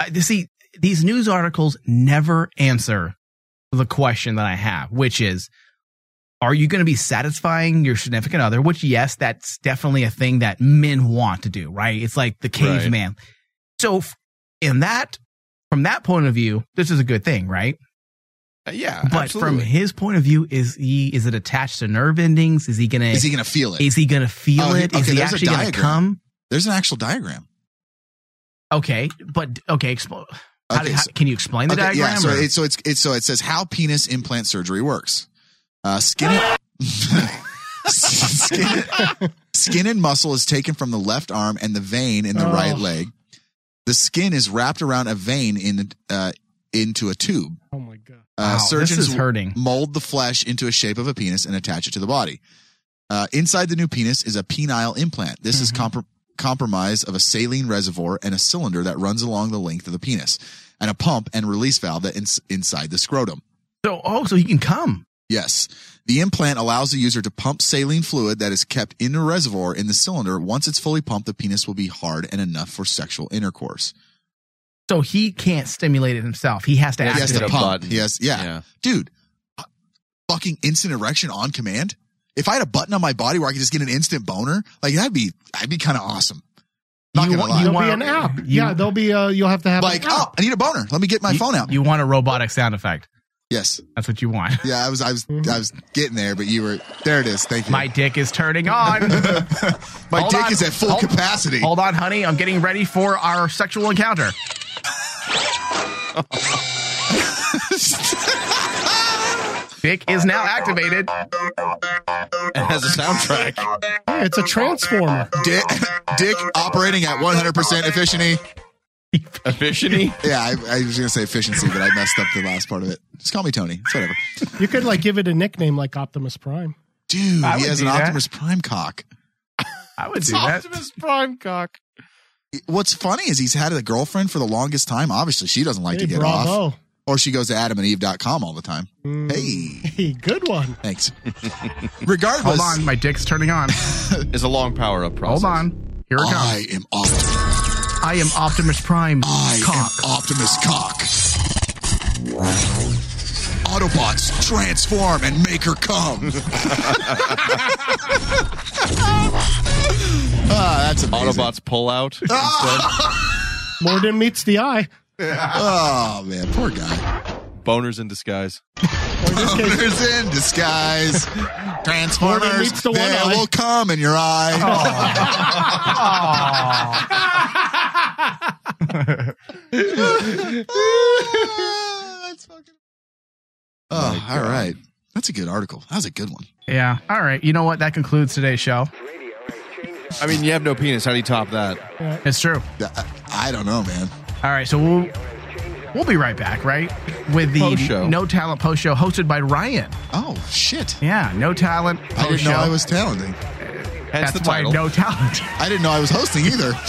[SPEAKER 2] I, you see, these news articles never answer the question that I have, which is, are you going to be satisfying your significant other? Which, yes, that's definitely a thing that men want to do, right? It's like the
[SPEAKER 3] Right.
[SPEAKER 2] caveman. So, f- in that, from that point of view, this is a good thing, right?
[SPEAKER 3] Uh, yeah.
[SPEAKER 2] But from
[SPEAKER 3] absolutely.
[SPEAKER 2] his point of view, is he is it attached to nerve endings? Is he gonna
[SPEAKER 4] Is he gonna feel it?
[SPEAKER 2] is he gonna feel
[SPEAKER 4] Oh, he-
[SPEAKER 2] it? Is
[SPEAKER 4] okay,
[SPEAKER 2] he
[SPEAKER 4] there's a
[SPEAKER 2] actually gonna
[SPEAKER 4] diagram.
[SPEAKER 2] come?
[SPEAKER 4] There's an actual diagram.
[SPEAKER 2] Okay, but okay, expo- How do- how- can you explain the diagram?
[SPEAKER 4] Yeah, so
[SPEAKER 2] or-
[SPEAKER 4] it, so it's it's so it says how penis implant surgery works. Uh, skin, skin, skin and muscle is taken from the left arm and the vein in the
[SPEAKER 17] Oh.
[SPEAKER 4] right leg. The skin is wrapped around a vein in uh, into a tube.
[SPEAKER 10] Oh my god!
[SPEAKER 4] Uh,
[SPEAKER 10] Wow, this
[SPEAKER 4] surgeons
[SPEAKER 10] is hurting.
[SPEAKER 4] mold the flesh into a shape of a penis and attach it to the body. Uh, inside the new penis is a penile implant. This is
[SPEAKER 2] Mm-hmm.
[SPEAKER 4] compr- compromised of a saline reservoir and a cylinder that runs along the length of the penis, and a pump and release valve that ins- inside the scrotum.
[SPEAKER 2] So, oh, so he can come.
[SPEAKER 4] Yes. The implant allows the user to pump saline fluid that is kept in the reservoir in the cylinder. Once it's fully pumped, the penis will be hard and enough for sexual intercourse.
[SPEAKER 2] So he can't stimulate it himself. He has to
[SPEAKER 4] He has
[SPEAKER 2] activate
[SPEAKER 4] to
[SPEAKER 2] it.
[SPEAKER 4] pump. He has, yeah. Dude, uh, fucking instant erection on command. If I had a button on my body where I could just get an instant boner, like that'd be, that'd be kind of awesome. Not gonna lie.
[SPEAKER 10] there'll be an app. yeah, there'll be. Uh, you'll have to have
[SPEAKER 4] Like,
[SPEAKER 10] an app.
[SPEAKER 4] oh, I need a boner. Let me get my phone out.
[SPEAKER 2] You want a robotic sound effect?
[SPEAKER 4] Yes,
[SPEAKER 2] that's what you want.
[SPEAKER 4] Yeah, I was, I was,
[SPEAKER 10] Mm-hmm.
[SPEAKER 4] I was getting there, but you were there. It is. Thank you.
[SPEAKER 2] My dick is turning on.
[SPEAKER 4] My
[SPEAKER 2] Hold
[SPEAKER 4] dick
[SPEAKER 2] on.
[SPEAKER 4] is at full
[SPEAKER 2] Hold-
[SPEAKER 4] capacity.
[SPEAKER 2] Hold on, honey. I'm getting ready for our sexual encounter. dick is now activated.
[SPEAKER 3] It has a soundtrack.
[SPEAKER 10] Hey, it's a transformer.
[SPEAKER 4] Dick, dick operating at 100% efficiency.
[SPEAKER 3] Efficiency?
[SPEAKER 4] Yeah, I, I was going to say efficiency, but I messed up the last part of it. Just call me Tony. It's whatever.
[SPEAKER 10] You could like give it a nickname like Optimus Prime.
[SPEAKER 4] Dude,
[SPEAKER 10] I
[SPEAKER 4] he
[SPEAKER 10] would
[SPEAKER 4] has
[SPEAKER 10] do
[SPEAKER 4] an
[SPEAKER 10] that.
[SPEAKER 4] Optimus Prime cock.
[SPEAKER 2] I would
[SPEAKER 10] It's do that. Optimus Prime cock.
[SPEAKER 4] What's funny is he's had a girlfriend for the longest time. Obviously, she doesn't like
[SPEAKER 10] Hey,
[SPEAKER 4] to get
[SPEAKER 10] bravo. Mm.
[SPEAKER 4] off. Or she goes to adamandeve.com all the time. Hey.
[SPEAKER 10] Hey, good one.
[SPEAKER 4] Thanks. Regardless.
[SPEAKER 2] Hold on, my dick's turning on.
[SPEAKER 3] It's a long power up process.
[SPEAKER 2] Hold on. Here it comes.
[SPEAKER 4] I am Optimus.
[SPEAKER 2] I am Optimus Prime.
[SPEAKER 4] I
[SPEAKER 2] cock.
[SPEAKER 4] am Optimus Cock. Autobots transform and make her come. ah, that's amazing. Ah!
[SPEAKER 3] Autobots pull out.
[SPEAKER 10] More than meets the eye.
[SPEAKER 4] oh man, poor guy.
[SPEAKER 3] Boners in disguise.
[SPEAKER 4] Boners in disguise.
[SPEAKER 10] Boners
[SPEAKER 4] Transformers.
[SPEAKER 10] meets the
[SPEAKER 4] They
[SPEAKER 10] one eye.
[SPEAKER 4] will come in your eye. Oh, all right. That's a good article. That was a good one.
[SPEAKER 2] Yeah. All right. You know what? That concludes today's show.
[SPEAKER 3] I mean, you have no penis. How do you top that?
[SPEAKER 2] It's true.
[SPEAKER 4] I don't know, man.
[SPEAKER 2] All right. So we'll we'll be right back, right? With the
[SPEAKER 3] Post show.
[SPEAKER 2] No Talent post show hosted by Ryan.
[SPEAKER 4] Oh shit.
[SPEAKER 2] Yeah. No Talent. Post
[SPEAKER 4] I didn't
[SPEAKER 2] show.
[SPEAKER 4] know I was talented.
[SPEAKER 2] That's why No Talent.
[SPEAKER 4] I didn't know I was hosting either.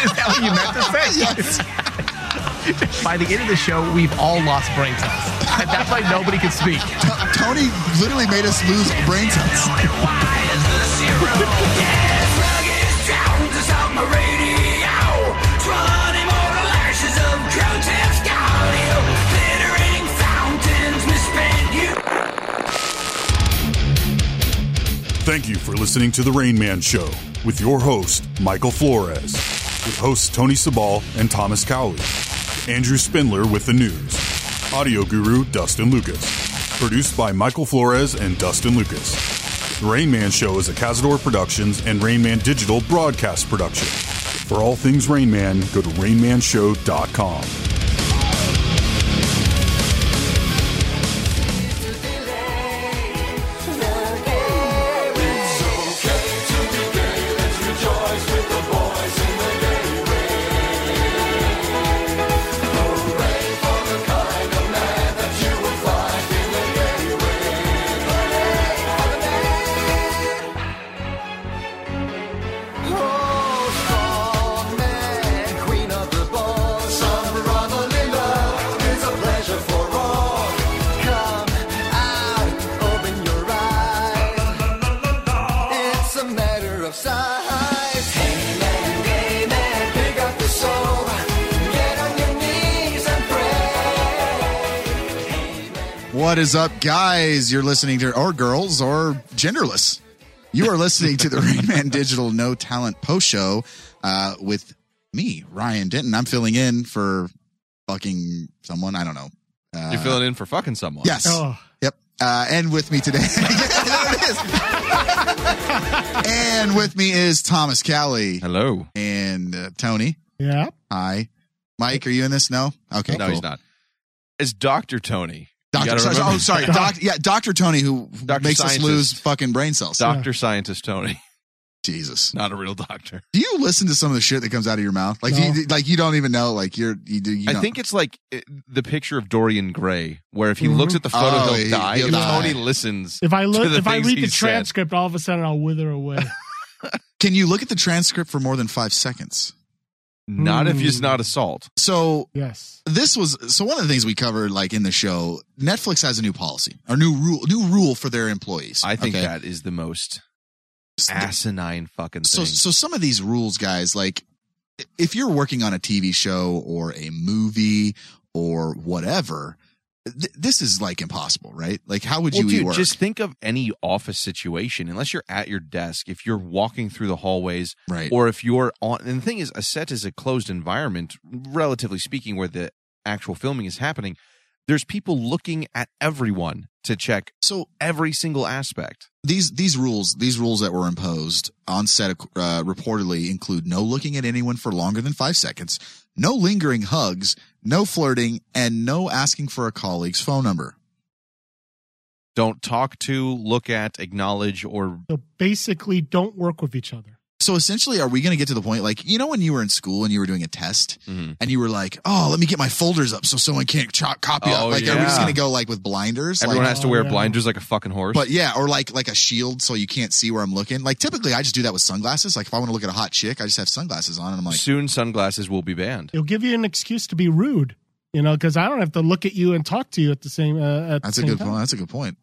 [SPEAKER 2] Is that what you meant to say? By the end of the show, we've all lost brain cells. That's why nobody can speak.
[SPEAKER 4] Tony literally made us lose brain cells.
[SPEAKER 1] Thank you for listening to The Rain Man Show with your host, Michael Flores, with hosts Tony Sabal and Thomas Cowley, Andrew Spindler with the news, audio guru Dustin Lucas, produced by Michael Flores and Dustin Lucas. The Rain Man Show is a Cazador Productions and Rain Man Digital broadcast production. For all things Rain Man, go to rainmanshow.com.
[SPEAKER 14] Size. Hey man, gay man, pick up the soul. Get on your knees and pray.
[SPEAKER 4] What is up, guys? You're listening to, or girls, or genderless. You are listening to the Rain Man Digital No Talent Post Show uh, with me, Ryan Denton. I'm filling in for fucking someone. I don't know. Uh,
[SPEAKER 3] You're filling in for fucking someone.
[SPEAKER 4] Yes.
[SPEAKER 2] Oh.
[SPEAKER 4] Yep. Uh, and with me today, and with me is Thomas Cowley.
[SPEAKER 3] Hello.
[SPEAKER 4] And uh, Tony.
[SPEAKER 10] Yeah.
[SPEAKER 4] Hi. Mike, are you in this? No. Okay.
[SPEAKER 3] no,
[SPEAKER 4] cool.
[SPEAKER 3] he's not. It's Doctor Tony. You
[SPEAKER 4] Doctor,
[SPEAKER 3] gotta
[SPEAKER 4] sorry,
[SPEAKER 3] remember-
[SPEAKER 4] oh, sorry. Doc, yeah, Doctor Tony, who makes us
[SPEAKER 3] Scientist.
[SPEAKER 4] lose fucking brain cells.
[SPEAKER 3] Doctor Scientist Tony.
[SPEAKER 4] Jesus,
[SPEAKER 3] not a real doctor.
[SPEAKER 4] Do you listen to some of the shit that comes out of your mouth? Like,
[SPEAKER 3] No.
[SPEAKER 4] you, like you don't even know. Like you're, you, do- you
[SPEAKER 3] I
[SPEAKER 4] don't-
[SPEAKER 3] think it's like uh, the picture of Dorian Gray, where if he
[SPEAKER 4] Mhm.
[SPEAKER 3] looks at the photo,
[SPEAKER 4] Oh,
[SPEAKER 3] he'll
[SPEAKER 4] he-
[SPEAKER 3] die.
[SPEAKER 4] he'll
[SPEAKER 3] if
[SPEAKER 4] die.
[SPEAKER 3] Tony listens,
[SPEAKER 10] Mm-hmm. If I
[SPEAKER 3] to
[SPEAKER 10] look,
[SPEAKER 3] the
[SPEAKER 10] if I
[SPEAKER 3] things
[SPEAKER 10] read
[SPEAKER 3] he
[SPEAKER 10] the
[SPEAKER 3] said-
[SPEAKER 10] transcript, all of a sudden I'll wither away.
[SPEAKER 4] Can you look at the transcript for more than five seconds?
[SPEAKER 3] not if
[SPEAKER 2] Hmm.
[SPEAKER 5] Mm.
[SPEAKER 3] it's not assault.
[SPEAKER 4] So
[SPEAKER 10] yes,
[SPEAKER 4] this was so one of the things we covered like in the show. Netflix has a new policy or new rule, new rule for their employees.
[SPEAKER 3] I think
[SPEAKER 4] okay?
[SPEAKER 3] that is the most asinine fucking
[SPEAKER 4] so
[SPEAKER 3] thing.
[SPEAKER 4] so some of these rules guys like if you're working on a tv show or a movie or whatever th- this is like impossible right like how would
[SPEAKER 3] Well,
[SPEAKER 4] you
[SPEAKER 3] dude,
[SPEAKER 4] work
[SPEAKER 3] just think of any office situation unless you're at your desk if you're walking through the hallways
[SPEAKER 4] Right.
[SPEAKER 3] or if you're on and the thing is a set is a closed environment relatively speaking where the actual filming is happening there's people looking at everyone to check
[SPEAKER 4] so
[SPEAKER 3] every single aspect
[SPEAKER 4] these these rules these rules that were imposed on set uh, reportedly include no looking at anyone for longer than five seconds no lingering hugs no flirting and no asking for a colleague's phone number
[SPEAKER 3] don't talk to look at acknowledge or
[SPEAKER 10] So basically, don't work with each other.
[SPEAKER 4] So essentially, are we going to get to the point like you know when you were in school and you were doing a test and you were like, "Oh, let me get my folders up so someone can't cho- copy
[SPEAKER 3] Oh,
[SPEAKER 4] up." Like, are we just
[SPEAKER 3] yeah.
[SPEAKER 4] going to go like with blinders?
[SPEAKER 3] everyone
[SPEAKER 4] Like-
[SPEAKER 3] has to
[SPEAKER 10] Oh,
[SPEAKER 3] wear blinders like a fucking horse
[SPEAKER 4] But yeah, or like like a shield so you can't see where I'm looking. Like typically, I just do that with sunglasses. Like if I want to look at a hot chick, I just have sunglasses on and I'm like,
[SPEAKER 3] soon sunglasses will be banned
[SPEAKER 10] It'll give you an excuse to be rude, you know, because I don't have to look at you and talk to you at the same. Uh, at
[SPEAKER 4] "That's
[SPEAKER 10] the same
[SPEAKER 4] a good
[SPEAKER 10] time.
[SPEAKER 4] point. That's a good point."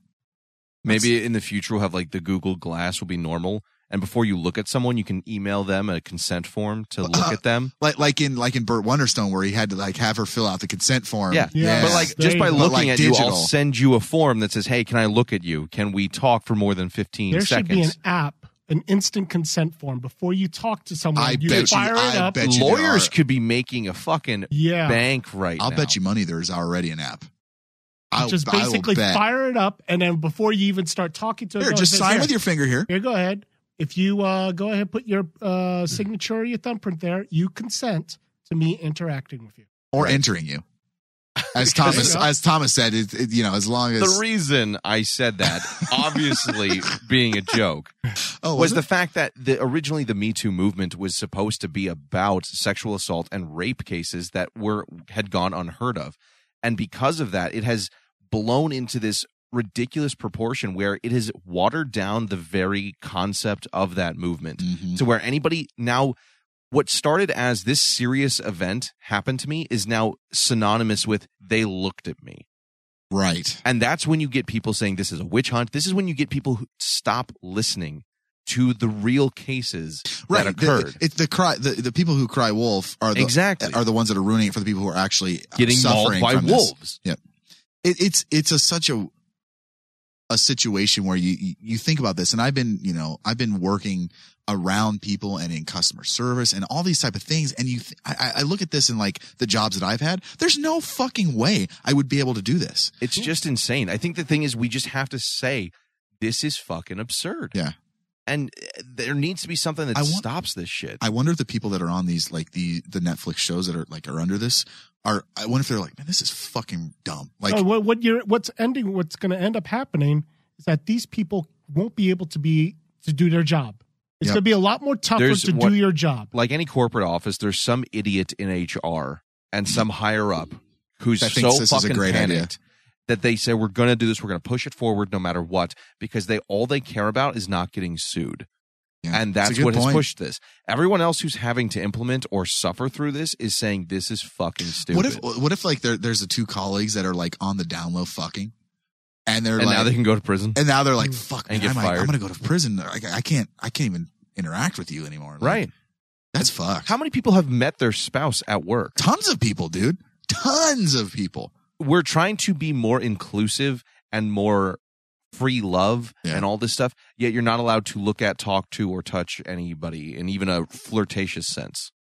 [SPEAKER 3] maybe in the future we'll have like the google glass will be normal and before you look at someone you can email them a consent form to look at them
[SPEAKER 4] Like like in like in Burt Wonderstone where he had to like have her fill out the consent form.
[SPEAKER 3] Yeah. But like just by
[SPEAKER 4] But,
[SPEAKER 3] looking
[SPEAKER 4] like,
[SPEAKER 3] at you, I'll send you a form that says, Hey, can I look at you? Can we talk for more than 15
[SPEAKER 10] There should be an
[SPEAKER 3] seconds?
[SPEAKER 10] app, an instant consent form before you talk to someone.
[SPEAKER 3] I
[SPEAKER 10] you
[SPEAKER 3] bet you-
[SPEAKER 10] fire it
[SPEAKER 3] I
[SPEAKER 10] up.
[SPEAKER 3] bet you there Lawyers are. could be making a fucking
[SPEAKER 10] Yeah.
[SPEAKER 3] bank right
[SPEAKER 4] I'll
[SPEAKER 3] now.
[SPEAKER 4] bet you money there's already an app. I'll,
[SPEAKER 10] just
[SPEAKER 4] I will
[SPEAKER 10] basically
[SPEAKER 4] bet.
[SPEAKER 10] fire it up, and then before you even start talking to it,
[SPEAKER 4] Here,
[SPEAKER 10] no, it
[SPEAKER 4] just
[SPEAKER 10] says,
[SPEAKER 4] sign with your finger here.
[SPEAKER 10] Here, go ahead. If you uh, go ahead, put your uh, signature or your thumbprint there. You consent to me interacting with you.
[SPEAKER 4] or entering you. As
[SPEAKER 3] Because-
[SPEAKER 4] Thomas, as Thomas said, it, it- you know, as long as
[SPEAKER 3] The reason I said that, obviously being a joke,
[SPEAKER 4] Oh, was
[SPEAKER 3] was
[SPEAKER 4] it?
[SPEAKER 3] the fact that the, originally the Me Too movement was supposed to be about sexual assault and rape cases that were had gone unheard of, and because of that, it has blown into this ridiculous proportion where it has watered down the very concept of that movement
[SPEAKER 4] Mm-hmm.
[SPEAKER 3] to where anybody now what started as this serious event happened to me is now synonymous with they looked at me
[SPEAKER 4] right.
[SPEAKER 3] and that's when you get people saying this is a witch hunt. This is when you get people who stop listening to the real cases
[SPEAKER 4] right
[SPEAKER 3] that
[SPEAKER 4] the-
[SPEAKER 3] occurred.
[SPEAKER 4] it's the cry. The, the people who cry wolf are the,
[SPEAKER 3] Exactly.
[SPEAKER 4] are the ones that are ruining it for the people who are actually
[SPEAKER 3] Getting mauled
[SPEAKER 4] suffering
[SPEAKER 3] by
[SPEAKER 4] from this.
[SPEAKER 3] wolves.
[SPEAKER 4] Yeah, it, it's it's a such a a situation where you you- you think about this, and I've been you know I've been working around people and in customer service and all these type of things, and you th- I, I- I look at this and like the jobs that I've had, there's no fucking way I would be able to do this.
[SPEAKER 3] it's just insane. I think the thing is, we just have to say this is fucking absurd.
[SPEAKER 4] Yeah.
[SPEAKER 3] and uh, there needs to be something that
[SPEAKER 4] I want-
[SPEAKER 3] stops this shit.
[SPEAKER 4] I wonder if the people that are on these like the the Netflix shows that are like are under this are I wonder if they're like, man, this is fucking dumb. Like
[SPEAKER 10] No, Oh, what, what you're, what's ending, what's going to end up happening is that these people won't be able to be to do their job. It's
[SPEAKER 3] Yep.
[SPEAKER 10] going to be a lot more tougher
[SPEAKER 3] There's
[SPEAKER 10] to
[SPEAKER 3] what-
[SPEAKER 10] do your job.
[SPEAKER 3] Like any corporate office, there's some idiot in HR and some higher up who's
[SPEAKER 4] That
[SPEAKER 3] so
[SPEAKER 4] thinks this is a
[SPEAKER 3] fucking
[SPEAKER 4] great idea.
[SPEAKER 3] panicked that they say we're going to do this, we're going to push it forward no matter what, because they all they care about is not getting sued. and
[SPEAKER 4] that's a
[SPEAKER 3] that's
[SPEAKER 4] good
[SPEAKER 3] what has
[SPEAKER 4] point.
[SPEAKER 3] pushed this. Everyone else who's having to implement or suffer through this is saying this is fucking stupid.
[SPEAKER 4] what if what if like there, there's the two colleagues that are like on the down low fucking and they're
[SPEAKER 3] and
[SPEAKER 4] like
[SPEAKER 3] now they can go to prison.
[SPEAKER 4] and now they're like fuck
[SPEAKER 3] And
[SPEAKER 4] man,
[SPEAKER 3] get
[SPEAKER 4] I'm,
[SPEAKER 3] fired.
[SPEAKER 4] Like, I'm gonna go to prison. I, I can't I can't even interact with you anymore. Like,
[SPEAKER 3] right.
[SPEAKER 4] That's fucked.
[SPEAKER 3] How many people have met their spouse at work?
[SPEAKER 4] Tons of people, dude. Tons of people.
[SPEAKER 3] We're trying to be more inclusive and more free love and all this stuff, yet you're not allowed to look at, talk to, or touch anybody in even a flirtatious sense.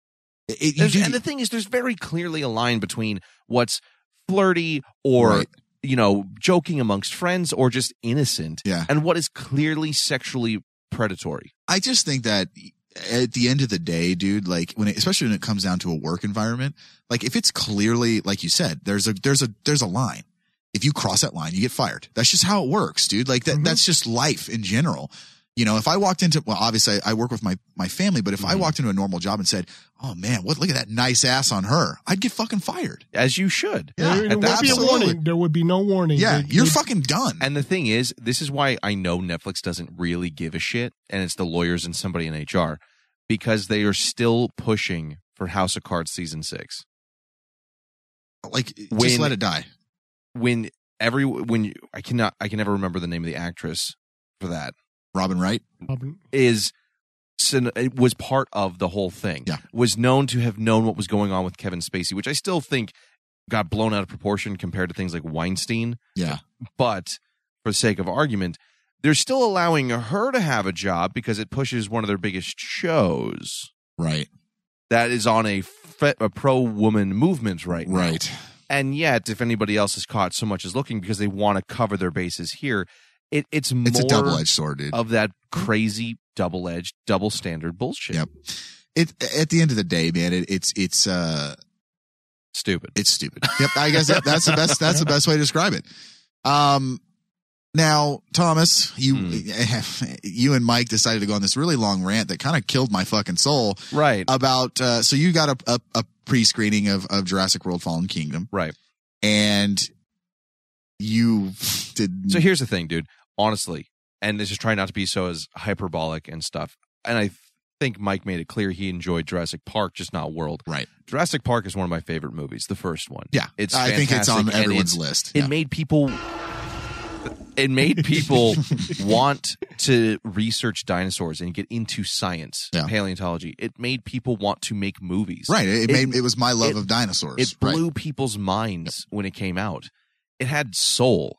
[SPEAKER 4] It,
[SPEAKER 3] There's- and the thing is, there's very clearly a line between what's flirty or
[SPEAKER 4] Right.
[SPEAKER 3] you know joking amongst friends or just innocent,
[SPEAKER 4] Yeah.
[SPEAKER 3] and what is clearly sexually predatory.
[SPEAKER 4] I just think that at the end of the day, dude, like when it, especially when it comes down to a work environment, like if it's clearly, like you said, there's a, there's a, there's a line. If you cross that line, you get fired. That's just how it works, dude. Like that,
[SPEAKER 10] Mm-hmm.
[SPEAKER 4] that's just life in general. You know, if I walked into, well, obviously I, I work with my, my family, but if
[SPEAKER 10] Mm-hmm.
[SPEAKER 4] I walked into a normal job and said, Oh man, what, look at that nice ass on her. I'd get fucking fired.
[SPEAKER 3] As you should.
[SPEAKER 4] Yeah,
[SPEAKER 10] there, there would be a
[SPEAKER 4] absolutely.
[SPEAKER 10] warning. There would be no warning. They- they-
[SPEAKER 4] done.
[SPEAKER 3] And the thing is, this is why I know Netflix doesn't really give a shit, and it's the lawyers and somebody in HR because they are still pushing for House of Cards season six.
[SPEAKER 4] Like, just let it die.
[SPEAKER 3] When every when you, I cannot, I can never remember the name of the actress for that.
[SPEAKER 4] Robin Wright
[SPEAKER 10] Robin-
[SPEAKER 3] is. syn- It was part of the whole thing. Yeah. Was known to have known what was going on with Kevin Spacey, which I still think got blown out of proportion compared to things like Weinstein.
[SPEAKER 4] Yeah.
[SPEAKER 3] But for the sake of argument, they're still allowing her to have a job because it pushes one of their biggest shows.
[SPEAKER 4] Right.
[SPEAKER 3] That is on a, fe- a pro woman movement right now.
[SPEAKER 4] Right.
[SPEAKER 3] And yet, if anybody else is caught so much as looking because they want to cover their bases here, it, it's more
[SPEAKER 4] It's a double-edged sword, dude.
[SPEAKER 3] of that crazy double edged, double standard bullshit.
[SPEAKER 4] Yep. It at the end of the day, man, it, it's it's uh
[SPEAKER 3] stupid.
[SPEAKER 4] It's stupid. Yep, I guess that, that's the best that's the best way to describe it. Um now, Thomas, you
[SPEAKER 3] Hmm.
[SPEAKER 4] you and Mike decided to go on this really long rant that kind of killed my fucking soul.
[SPEAKER 3] Right.
[SPEAKER 4] About uh so you got a a, a pre-screening of of Jurassic World Fallen Kingdom.
[SPEAKER 3] Right.
[SPEAKER 4] And you did
[SPEAKER 3] So here's the thing, dude. Honestly, and this is trying not to be so as hyperbolic and stuff. And I th- think Mike made it clear he enjoyed Jurassic Park, just not World.
[SPEAKER 4] Right.
[SPEAKER 3] Jurassic Park is one of my favorite movies. The first one.
[SPEAKER 4] Yeah.
[SPEAKER 3] It's.
[SPEAKER 4] I think it's
[SPEAKER 3] fantastic,
[SPEAKER 4] on
[SPEAKER 3] and
[SPEAKER 4] everyone's
[SPEAKER 3] it's-
[SPEAKER 4] list.
[SPEAKER 3] It made people. It made people want to research dinosaurs and get into science, paleontology. It made people want to make movies.
[SPEAKER 4] Right. It, made it was my love
[SPEAKER 3] it-
[SPEAKER 4] of dinosaurs.
[SPEAKER 3] It
[SPEAKER 4] Right.
[SPEAKER 3] blew people's minds when it came out. It had soul.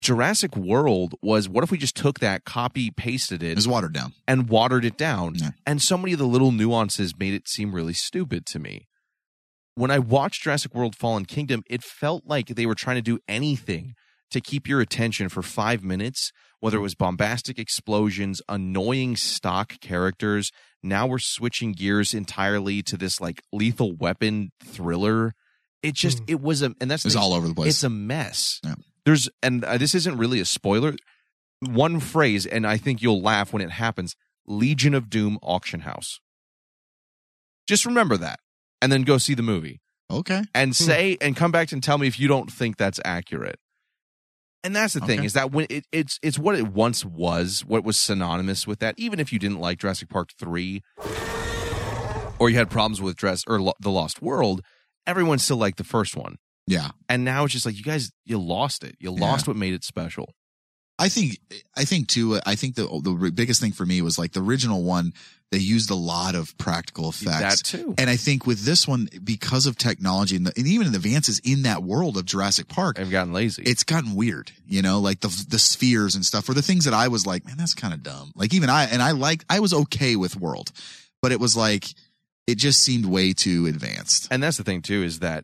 [SPEAKER 3] Jurassic World was what if we just took that, copy pasted it, it
[SPEAKER 4] was watered down,
[SPEAKER 3] and watered it down. And so many of the little nuances made it seem really stupid to me. When I watched Jurassic World Fallen Kingdom, it felt like they were trying to do anything to keep your attention for five minutes, whether it was bombastic explosions, annoying stock characters. Now we're switching gears entirely to this like lethal weapon thriller. It just, it was a, and that's
[SPEAKER 4] It was
[SPEAKER 3] the-
[SPEAKER 4] all over the place.
[SPEAKER 3] It's a mess. There's, and uh, this isn't really a spoiler. One phrase, and I think you'll laugh when it happens Legion of Doom Auction House. Just remember that and then go see the movie.
[SPEAKER 4] Okay.
[SPEAKER 3] And say, and come back and tell me if you don't think that's accurate. And that's the thing
[SPEAKER 18] Okay.
[SPEAKER 3] is that when it, it's it's what it once was, what was synonymous with that. Even if you didn't like Jurassic Park three, or you had problems with Dress or Lo- the Lost World, everyone still liked the first one.
[SPEAKER 4] Yeah.
[SPEAKER 3] And now it's just like you guys, you lost it. You lost what made it special.
[SPEAKER 4] I think I think too. uh, I think the the r- biggest thing for me was like the original one. They used a lot of practical effects,
[SPEAKER 3] That too.
[SPEAKER 4] and I think with this one, because of technology and, the, and even the advances in that world of Jurassic Park,
[SPEAKER 3] I've gotten lazy.
[SPEAKER 4] It's gotten weird, you know, like the the spheres and stuff, or the things that I was like, man, that's kind of dumb. Like even I and I like I was okay with world, but it was like it just seemed way too advanced.
[SPEAKER 3] And that's the thing too is that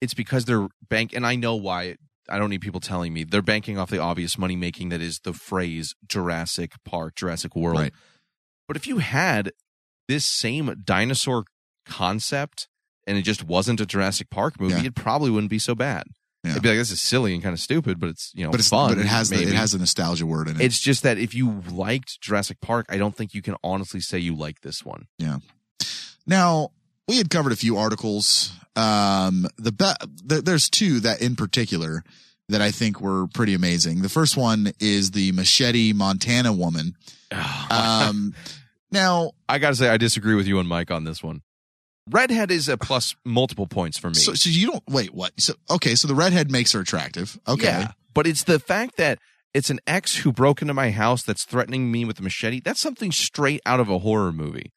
[SPEAKER 3] it's because they're bank and I know why I don't need people telling me they're banking off the obvious money making that is the phrase Jurassic Park, Jurassic World. But if you had this same dinosaur concept and it just wasn't a Jurassic Park movie, it probably wouldn't be so bad. It'd be like this is silly and kind of stupid, but it's you know
[SPEAKER 4] but it's
[SPEAKER 3] fun.
[SPEAKER 4] but it has the, it
[SPEAKER 3] maybe.
[SPEAKER 4] has a nostalgia word in it.
[SPEAKER 3] It's just that if you liked Jurassic Park, I don't think you can honestly say you like this one.
[SPEAKER 4] Yeah. Now we had covered a few articles. Um, the, be- the there's two that in particular that I think were pretty amazing. The first one is the Machete Montana woman. Um, now
[SPEAKER 3] I gotta say I disagree with you and Mike on this one. Redhead is a plus multiple points for me.
[SPEAKER 4] so, so you don't wait. What? So okay, so the redhead makes her attractive. Okay,
[SPEAKER 3] Yeah, but it's the fact that it's an ex who broke into my house that's threatening me with a machete. That's something straight out of a horror movie.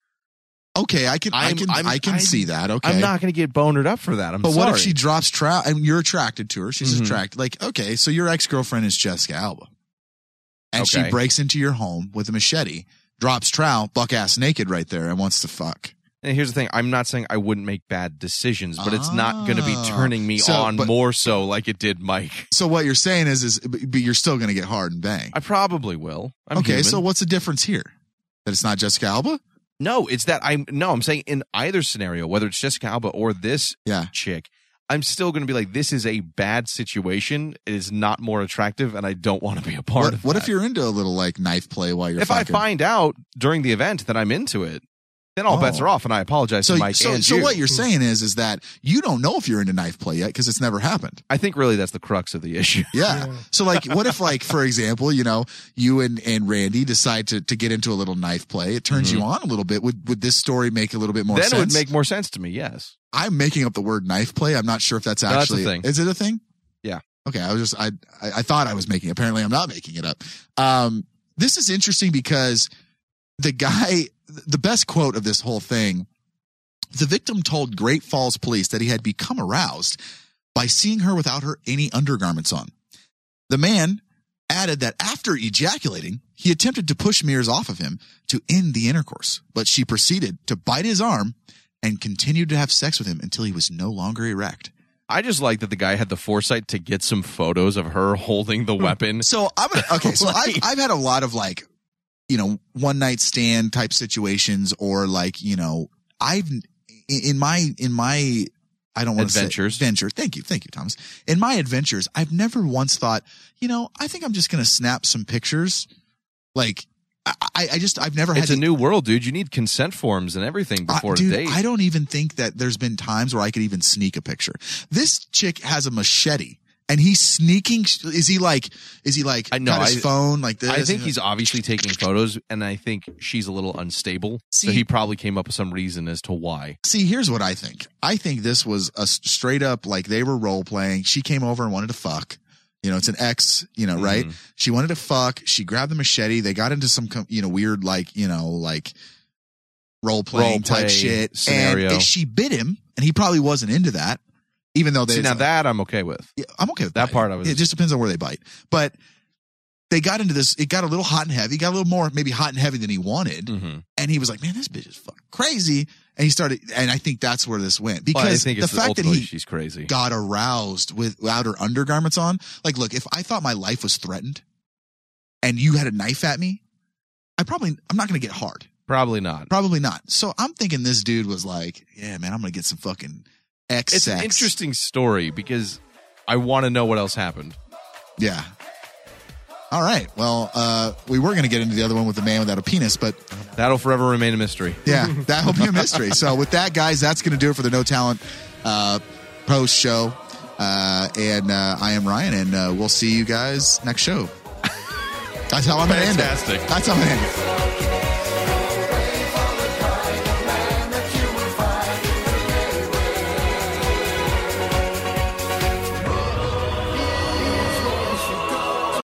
[SPEAKER 4] okay, I can i
[SPEAKER 3] I'm-
[SPEAKER 4] can
[SPEAKER 3] I'm-
[SPEAKER 4] I can
[SPEAKER 3] I'm-
[SPEAKER 4] see that. Okay,
[SPEAKER 3] I'm not going to get bonered up for that. I'm
[SPEAKER 4] but what if
[SPEAKER 3] sorry.
[SPEAKER 4] she drops trout and you're attracted to her? She's
[SPEAKER 3] Mhm.
[SPEAKER 4] attracted. Like, okay, so your ex girlfriend is Jessica Alba, and
[SPEAKER 3] Okay.
[SPEAKER 4] she breaks into your home with a machete, drops trout, buck ass naked right there, and wants to fuck.
[SPEAKER 3] And here's the thing: I'm not saying I wouldn't make bad decisions, but it's not going to be
[SPEAKER 4] Ah.
[SPEAKER 3] turning me
[SPEAKER 4] So,
[SPEAKER 3] on
[SPEAKER 4] but-
[SPEAKER 3] more so like it did Mike.
[SPEAKER 4] So what you're saying is, is but but you're still going to get hard and bang.
[SPEAKER 3] I probably will. I'm
[SPEAKER 4] okay,
[SPEAKER 3] human.
[SPEAKER 4] so what's the difference here? That it's not Jessica Alba?
[SPEAKER 3] No, it's that I'm no, I'm saying in either scenario, whether it's Jessica Alba or this chick, I'm still going to be like, this is a bad situation. It is not more attractive, and I don't want to be a part
[SPEAKER 4] What,
[SPEAKER 3] of.
[SPEAKER 4] what
[SPEAKER 3] that.
[SPEAKER 4] if you're into a little like knife play while you're
[SPEAKER 3] If I
[SPEAKER 4] fucking?
[SPEAKER 3] find out during the event that I'm into it, then all bets
[SPEAKER 4] Oh.
[SPEAKER 3] are off, and I apologize
[SPEAKER 4] so,
[SPEAKER 3] to Mike
[SPEAKER 4] so,
[SPEAKER 3] and
[SPEAKER 4] so
[SPEAKER 3] you.
[SPEAKER 4] what you're saying is is that you don't know if you're into knife play yet because it's never happened.
[SPEAKER 3] I think really that's the crux of the issue.
[SPEAKER 4] Yeah. So like, what if like, for example, you know, you and, and Randy decide to, to get into a little knife play. It turns you on a little bit. Would, would this story make a little bit more
[SPEAKER 3] Mm-hmm. then
[SPEAKER 4] sense?
[SPEAKER 3] it would make more sense to me. Yes.
[SPEAKER 4] I'm making up the word knife play. I'm not sure if that's
[SPEAKER 3] No, that's a
[SPEAKER 4] actually,
[SPEAKER 3] thing.
[SPEAKER 4] is it a thing?
[SPEAKER 3] Yeah.
[SPEAKER 4] Okay. I was just, I, I, I thought I was making, apparently I'm not making it up. Um, this is interesting because the guy, the best quote of this whole thing, the victim told Great Falls police that he had become aroused by seeing her without her any undergarments on. The man added that after ejaculating, he attempted to push Mears off of him to end the intercourse, but she proceeded to bite his arm and continued to have sex with him until he was no longer erect.
[SPEAKER 3] I just like that the guy had the foresight to get some photos of her holding the weapon.
[SPEAKER 4] Hmm. So I'm gonna, okay. So I've, I've had a lot of like, you know, one night stand type situations, or like, you know, I've in- in my in my I don't want to
[SPEAKER 3] Adventures.
[SPEAKER 4] say adventure. Thank you, thank you, Thomas. In my adventures, I've never once thought, you know, I think I'm just gonna snap some pictures. Like, I, I I just I've never had
[SPEAKER 3] it's a
[SPEAKER 4] the-
[SPEAKER 3] new world, dude. You need consent forms and everything
[SPEAKER 4] I-
[SPEAKER 3] before
[SPEAKER 4] dude,
[SPEAKER 3] a date.
[SPEAKER 4] I don't even think that there's been times where I could even sneak a picture. This chick has a machete. And he's sneaking. Is he like? Is he like?
[SPEAKER 3] I know
[SPEAKER 4] got his
[SPEAKER 3] I-
[SPEAKER 4] phone like this.
[SPEAKER 3] I think he's obviously taking photos, and I think she's a little unstable. so
[SPEAKER 4] See-
[SPEAKER 3] he probably came up with some reason as to why.
[SPEAKER 4] See, here's what I think. I think this was a s- straight up like they were role playing. She came over and wanted to fuck. You know, it's an ex, you know, right?
[SPEAKER 3] Mm-hmm.
[SPEAKER 4] She wanted to fuck. She grabbed the machete. They got into some, com- you know, weird, like, you know, like role playing
[SPEAKER 3] play
[SPEAKER 4] type shit.
[SPEAKER 3] scenario.
[SPEAKER 4] And if she bit him, and he probably wasn't into that, even though they.
[SPEAKER 3] See, now that I'm okay with.
[SPEAKER 4] I'm okay with
[SPEAKER 3] that part. I was.
[SPEAKER 4] it just depends on where they bite. But they got into this. It got a little hot and heavy. Got a little more maybe hot and heavy than he wanted.
[SPEAKER 3] Mm-hmm.
[SPEAKER 4] And he was like, "Man, this bitch is fucking crazy." And he started. And I think that's where this went
[SPEAKER 3] but I
[SPEAKER 4] because
[SPEAKER 3] think
[SPEAKER 4] the
[SPEAKER 3] it's
[SPEAKER 4] fact that
[SPEAKER 3] ultimately
[SPEAKER 4] he
[SPEAKER 3] she's crazy.
[SPEAKER 4] got aroused with- without her undergarments on. Like, look, if I thought my life was threatened, and you had a knife at me, I probably I'm not going to get hard.
[SPEAKER 3] Probably not.
[SPEAKER 4] Probably not. So I'm thinking this dude was like, "Yeah, man, I'm going to get some fucking X
[SPEAKER 3] It's
[SPEAKER 4] sex."
[SPEAKER 3] an interesting story because I want to know what else happened.
[SPEAKER 4] Yeah. All right. Well, uh, we were going to get into the other one with the man without a penis, but
[SPEAKER 3] That'll forever remain a mystery.
[SPEAKER 4] yeah, that will be a mystery. So, with that, guys, that's going to do it for the No Talent uh, post show. Uh, and uh, I am Ryan, and uh, we'll see you guys next show. That's how I'm going to end it.
[SPEAKER 3] Fantastic.
[SPEAKER 4] That's how I'm going to end it.